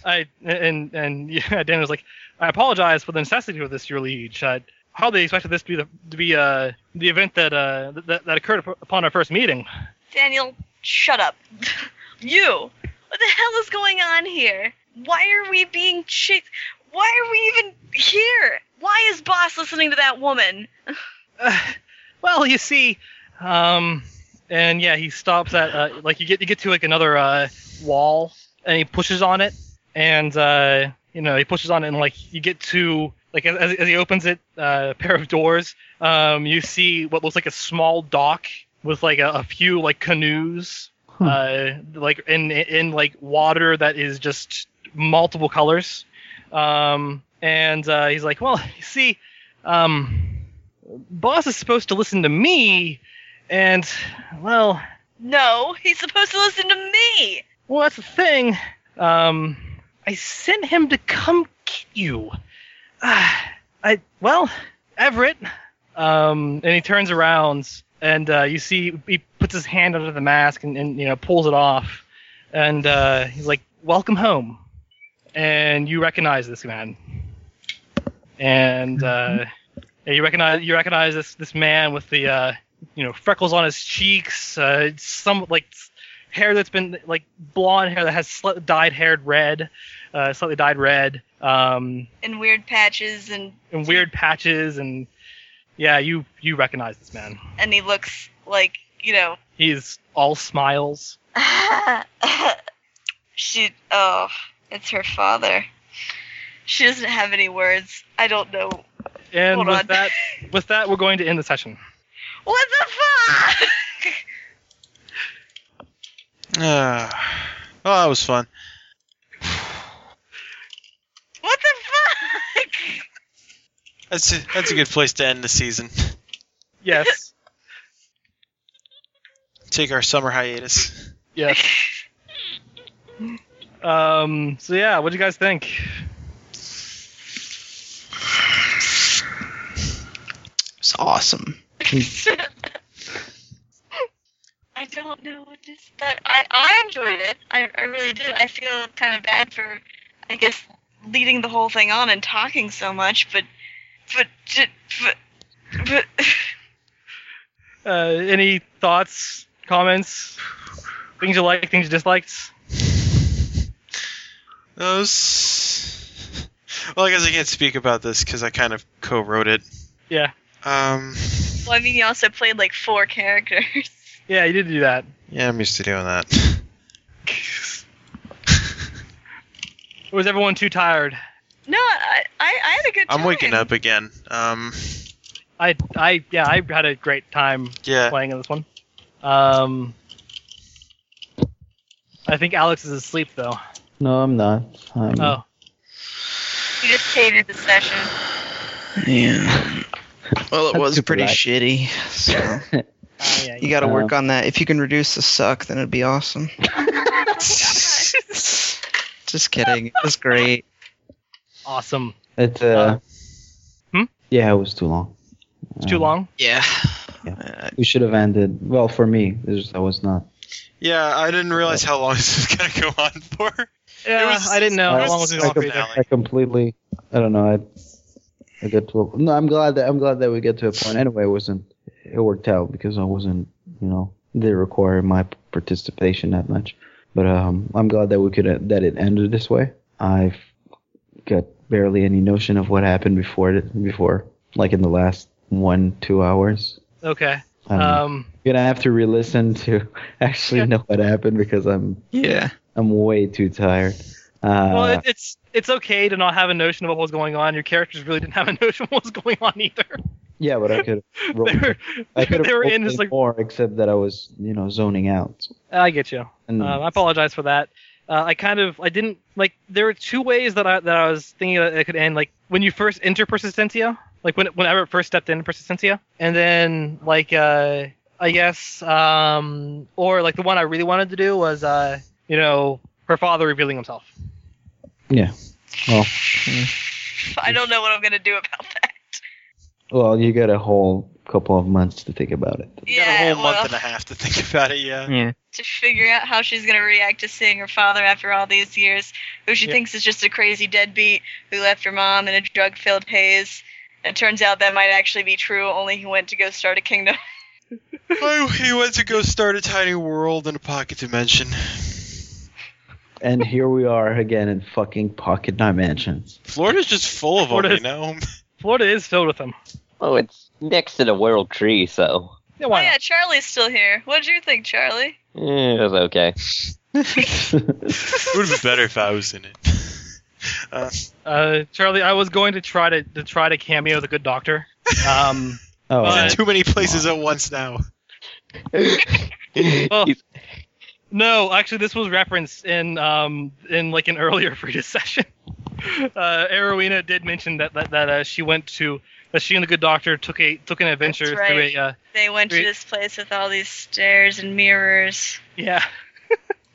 S4: I and and yeah, Dan was like, I apologize for the necessity of this, your liege. I hardly expected this to be the to be uh the event that uh that, that occurred up- upon our first meeting.
S9: Daniel, shut up. you! What the hell is going on here? Why are we being chased? Why are we even here? Why is Boss listening to that woman?
S4: Uh, well, you see, um, and yeah, he stops at uh, like you get you get to like another uh wall, and he pushes on it, and uh you know he pushes on it, and like you get to like as, as he opens it, uh, a pair of doors. Um, you see what looks like a small dock with like a, a few like canoes, uh, like in in like water that is just multiple colors. Um, and uh, he's like, well, you see, um, boss is supposed to listen to me, and well,
S9: No, he's supposed to listen to me!
S4: well, that's the thing. Um, I sent him to come get you. Ah, I well, Everett. Um, and he turns around, and uh, you see he puts his hand under the mask and, and you know pulls it off, and uh, he's like, "Welcome home," and you recognize this man, and uh, yeah, you recognize you recognize this this man with the uh, you know freckles on his cheeks, uh, some like hair that's been like blonde hair that has slightly dyed haired red, uh, slightly dyed red, um,
S9: In weird patches, and,
S4: and weird patches, and yeah, you you recognize this man.
S9: and he looks like, you know,
S4: He's all smiles.
S9: she oh it's her father she doesn't have any words i don't know
S4: And
S9: Hold
S4: with
S9: on.
S4: that, with that, we're going to end the session.
S9: what the fuck
S1: Uh, oh, that was fun.
S9: what the fuck
S1: That's a, that's a good place to end the season.
S4: Yes,
S1: Take our summer hiatus.
S4: yes. Um. So yeah, what do you guys think?
S5: It's awesome.
S3: no, just that I, I enjoyed it. I, I really did. I feel kind of bad for, I guess, leading the whole thing on and talking so much, but, but, but, but.
S4: Uh, any thoughts, comments, things you like, things you disliked?
S1: Those. Well, I guess I can't speak about this because I kind of co-wrote it.
S4: Yeah.
S1: Um.
S3: Well, I mean, you also played like four characters.
S4: Yeah, you did do that.
S1: Yeah, I'm used to doing that.
S4: or was everyone too tired?
S3: No, I, I, I had a good time.
S1: I'm waking up again. Um.
S4: I, I, yeah, I had a great time
S1: Yeah.
S4: playing in this one. Um, I think Alex is asleep though.
S6: No, I'm not. I'm,
S4: Oh,
S3: You just hated the session.
S5: Yeah. Well, it
S6: That's
S5: was
S6: super
S5: pretty
S6: light.
S5: shitty. So
S4: yeah,
S5: you got to work
S6: Uh,
S5: on that. If you can reduce the suck, then it'd be awesome.
S14: Oh
S5: Just kidding. It was great.
S4: awesome.
S6: It's uh.
S4: hmm?
S6: Yeah, it was too long. uh,
S4: It's too long.
S5: Yeah.
S6: We should have ended. Well, for me, it was, I was not.
S1: Yeah, I didn't realize how long this was gonna go on for.
S4: Yeah,
S1: was-
S4: I didn't know how
S6: it was
S4: long was it
S1: like
S4: going
S1: a-
S4: for either.
S6: I completely. I don't know. I, I got to. A, no, I'm glad that I'm glad that we get to a point. Anyway, it wasn't. It worked out because I wasn't. You know, they require my participation that much. But um, I'm glad that we could that it ended this way. I've got barely any notion of what happened before it before, like in the last one two hours.
S4: Okay.
S6: Um,
S4: Um,
S6: gonna have to re-listen to actually know what happened because I'm
S5: Yeah.
S6: I'm way too tired. Uh,
S4: well, it, it's it's okay to not have a notion of what was going on. Your characters really didn't have a notion of what was going on either.
S6: yeah, but I could have rolled
S4: they were,
S6: I could have
S4: they were in
S6: opened
S4: just like
S6: more, except that I was, you know, zoning out.
S4: I get you.
S6: And
S4: Um, I apologize for that. Uh, I kind of I didn't like. There were two ways that I that I was thinking that it could end. Like when you first enter Persistentia, like when whenever it first stepped into Persistentia, and then like uh, I guess um, or like the one I really wanted to do was uh, you know her father revealing himself.
S6: yeah,
S3: I don't know what I'm gonna do about that.
S6: well, you got a whole couple of months to think about it.
S1: You got a
S3: Yeah,
S1: whole
S3: well,
S1: month and a half to think about it. Yeah.
S5: Yeah.
S3: to figure out how she's gonna react to seeing her father after all these years, who she
S4: Yeah.
S3: thinks is just a crazy deadbeat who left her mom in a drug-filled haze. And it turns out that might actually be true. Only he went to go start a kingdom.
S1: Oh, he went to go start a tiny world in a pocket dimension.
S6: And here we are again in fucking Pocket Dimensions.
S1: Florida's just full of them,
S4: Florida-
S1: you know.
S4: Florida is filled with them.
S2: Oh, it's next to the world tree, so
S4: Yeah,
S3: Oh
S4: why
S3: yeah,
S4: not?
S3: Charlie's still here. What did you think, Charlie?
S2: eh, it was okay.
S1: It would have been better if I was in it.
S4: Uh, Charlie, I was going to try to, to try to cameo the good doctor. Um,
S6: Oh,
S4: But-
S1: Too many places at once now.
S4: well, Oh. no, actually, this was referenced in um in like an earlier Frida session. Uh, Arowena did mention that that, that uh, she went to that she and the good doctor took a took an adventure
S3: That's right.
S4: through a uh,
S3: They went to
S4: Great.
S3: this place with all these stairs and mirrors.
S4: yeah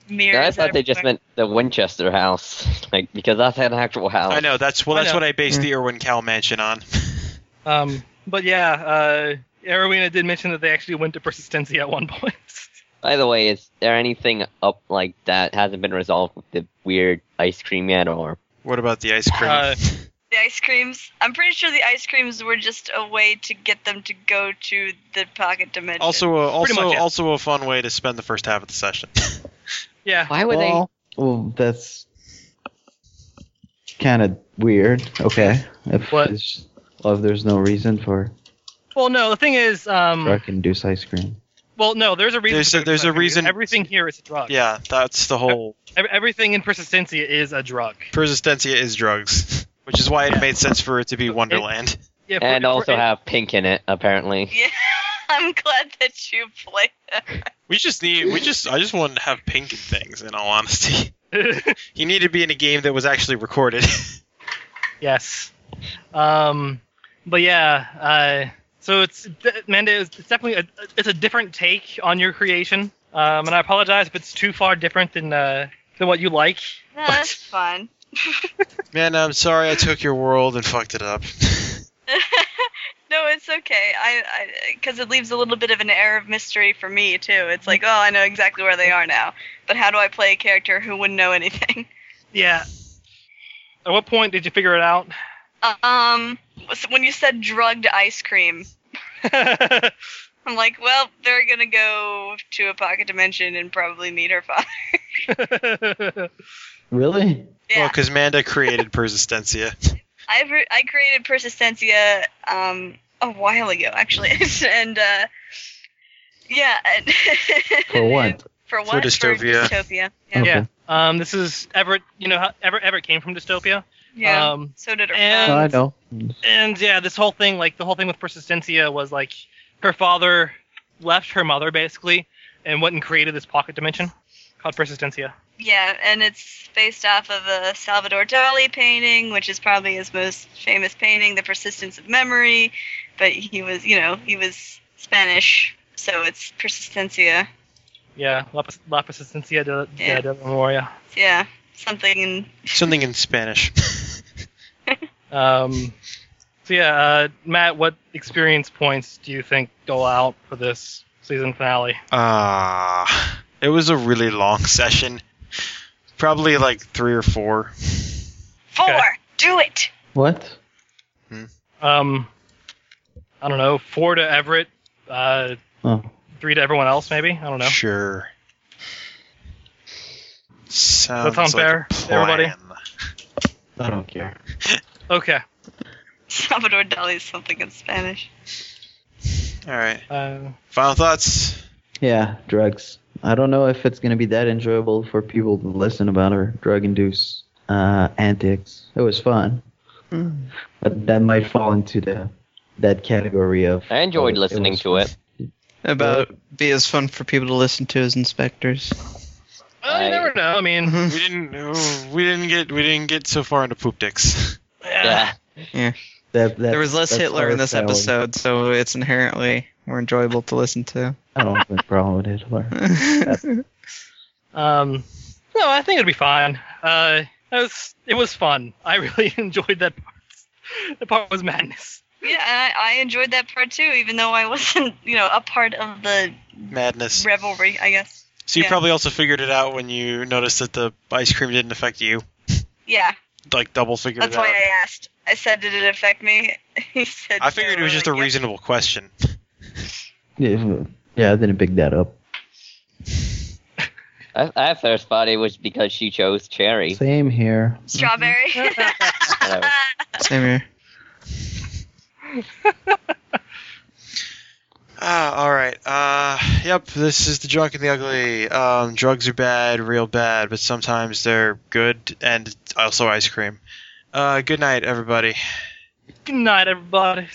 S3: Mirrors.
S2: I thought they
S3: everywhere.
S2: just meant the Winchester house, like because that's an actual house.
S1: I know. That's well.
S4: I
S1: That's
S4: know.
S1: what I based the Irwin Cal mansion on.
S4: um but yeah uh Arowena did mention that they actually went to Persistency at one point.
S2: By the way, is there anything up like that hasn't been resolved with the weird ice cream yet, or
S1: What about the ice cream?
S4: Uh,
S3: the ice creams. I'm pretty sure the ice creams were just a way to get them to go to the pocket dimension.
S1: also, uh, also,
S4: pretty much, yeah.
S1: also a fun way to spend the first half of the session.
S4: yeah,
S2: why would
S6: well, well, that's kind of weird. Okay, if
S4: What?
S6: it's- well, if there's no reason for
S4: well no the thing is um
S6: drug-induced ice cream.
S4: well no there's a reason
S1: There's
S4: for
S1: a-
S4: the
S1: there's a
S4: drug.
S1: reason-
S4: everything here is a drug
S1: yeah, that's the whole.
S4: Ev- everything in Persistency is a drug
S1: Persistencia is drugs, which is why it made sense for it to be Wonderland.
S2: they?
S4: yeah for-
S2: And
S4: for-
S2: also
S4: it-
S2: have pink in it, apparently.
S3: Yeah, I'm glad that you played that.
S1: We just need. We just. I just wanted to have pink in things. In all honesty, he needed to be in a game that was actually recorded.
S4: Yes. Um, but yeah, uh, so it's de- Manda. It's it's definitely a, it's a different take on your creation, um, and I apologize if it's too far different than uh, than what you like.
S3: No, that's fun.
S1: Man, I'm sorry I took your world and fucked it up.
S3: no, it's okay. I because it leaves a little bit of an air of mystery for me too. It's like, oh, I know exactly where they are now, but how do I play a character who wouldn't know anything?
S4: Yeah. At what point did you figure it out?
S3: Um, so when you said drugged ice cream, I'm like, well, they're gonna go to a pocket dimension and probably meet her father.
S6: really?
S3: Yeah.
S1: Well, because Manda created Persistencia.
S3: I've re- I created Persistencia um, a while ago, actually, and uh, yeah. and-
S6: For what?
S1: For
S3: for what?
S1: Dystopia.
S3: Dystopia. Yeah.
S4: Yeah. Um, this is Everett. You know, how Everett Everett came from Dystopia.
S3: Yeah.
S4: Um,
S3: so did her
S4: and-
S6: Oh, I know.
S4: And yeah, this whole thing, like the whole thing with Persistencia was like her father left her mother basically and went and created this pocket dimension called Persistencia.
S3: Yeah, and it's based off of a Salvador Dali painting, which is probably his most famous painting, The Persistence of Memory. But he was, you know, he was Spanish, so it's Persistencia.
S4: Yeah, La, Pers- La Persistencia de, de,
S3: Yeah.
S4: de la Memoria.
S3: Yeah, something in.
S1: Something in Spanish.
S4: Um, so yeah, uh, Matt, what experience points do you think go out for this season finale?
S1: Ah, it was a really long session. Probably like three or four.
S3: Four! Do it!
S6: What?
S4: Um, I don't know, four to Everett, uh,
S6: Oh.
S4: three to everyone else, maybe. I don't know.
S1: Sure. Sounds
S4: That sounds
S1: like
S4: fair,
S1: a plan.
S4: everybody.
S17: I don't care.
S4: Okay.
S3: Salvador Dali is something in Spanish.
S1: All right.
S4: Uh,
S1: Final thoughts.
S6: Yeah, drugs. I don't know if it's gonna be that enjoyable for people to listen about our drug-induced uh, antics. It was fun,
S5: Hmm.
S6: but that might fall into the that category of. oh,
S2: I enjoyed
S6: It
S2: listening
S6: was
S2: to it.
S5: About be as fun for people to listen to as inspectors.
S4: Well, you
S2: I-
S4: never know. I mean,
S1: We didn't. oh, We didn't get. We didn't get so far into poop dicks.
S2: Yeah.
S6: That, that,
S5: There was less
S6: that's
S5: Hitler in this
S6: our selling.
S5: episode, so it's inherently more enjoyable to listen to.
S6: I don't have a problem with Hitler.
S4: Um, no, I think it'd be fine. Uh, it was it was fun. I really enjoyed that part. The part was madness.
S3: Yeah, and I, I enjoyed that part too, even though I wasn't, you know, a part of the
S1: Madness.
S3: revelry, I guess.
S1: So you
S3: yeah.
S1: probably also figured it out when you noticed that the ice cream didn't affect you.
S3: Yeah,
S1: Like double figured
S3: that's
S1: it out.
S3: why I asked. I said, did it affect me? He said,
S1: I figured
S3: no,
S1: it was
S3: I'm
S1: just a
S3: like, "Yep."
S1: reasonable question.
S6: Yeah, yeah, I didn't pick that up.
S2: I, I first thought it was because she chose cherry.
S6: Same here.
S3: Strawberry.
S2: Whatever.
S5: Same here.
S1: Ah, all right. Uh, yep. This is the drunk and the ugly. Um, drugs are bad, real bad, but sometimes they're good, and also ice cream. Uh, good night, everybody.
S4: Good night, everybody.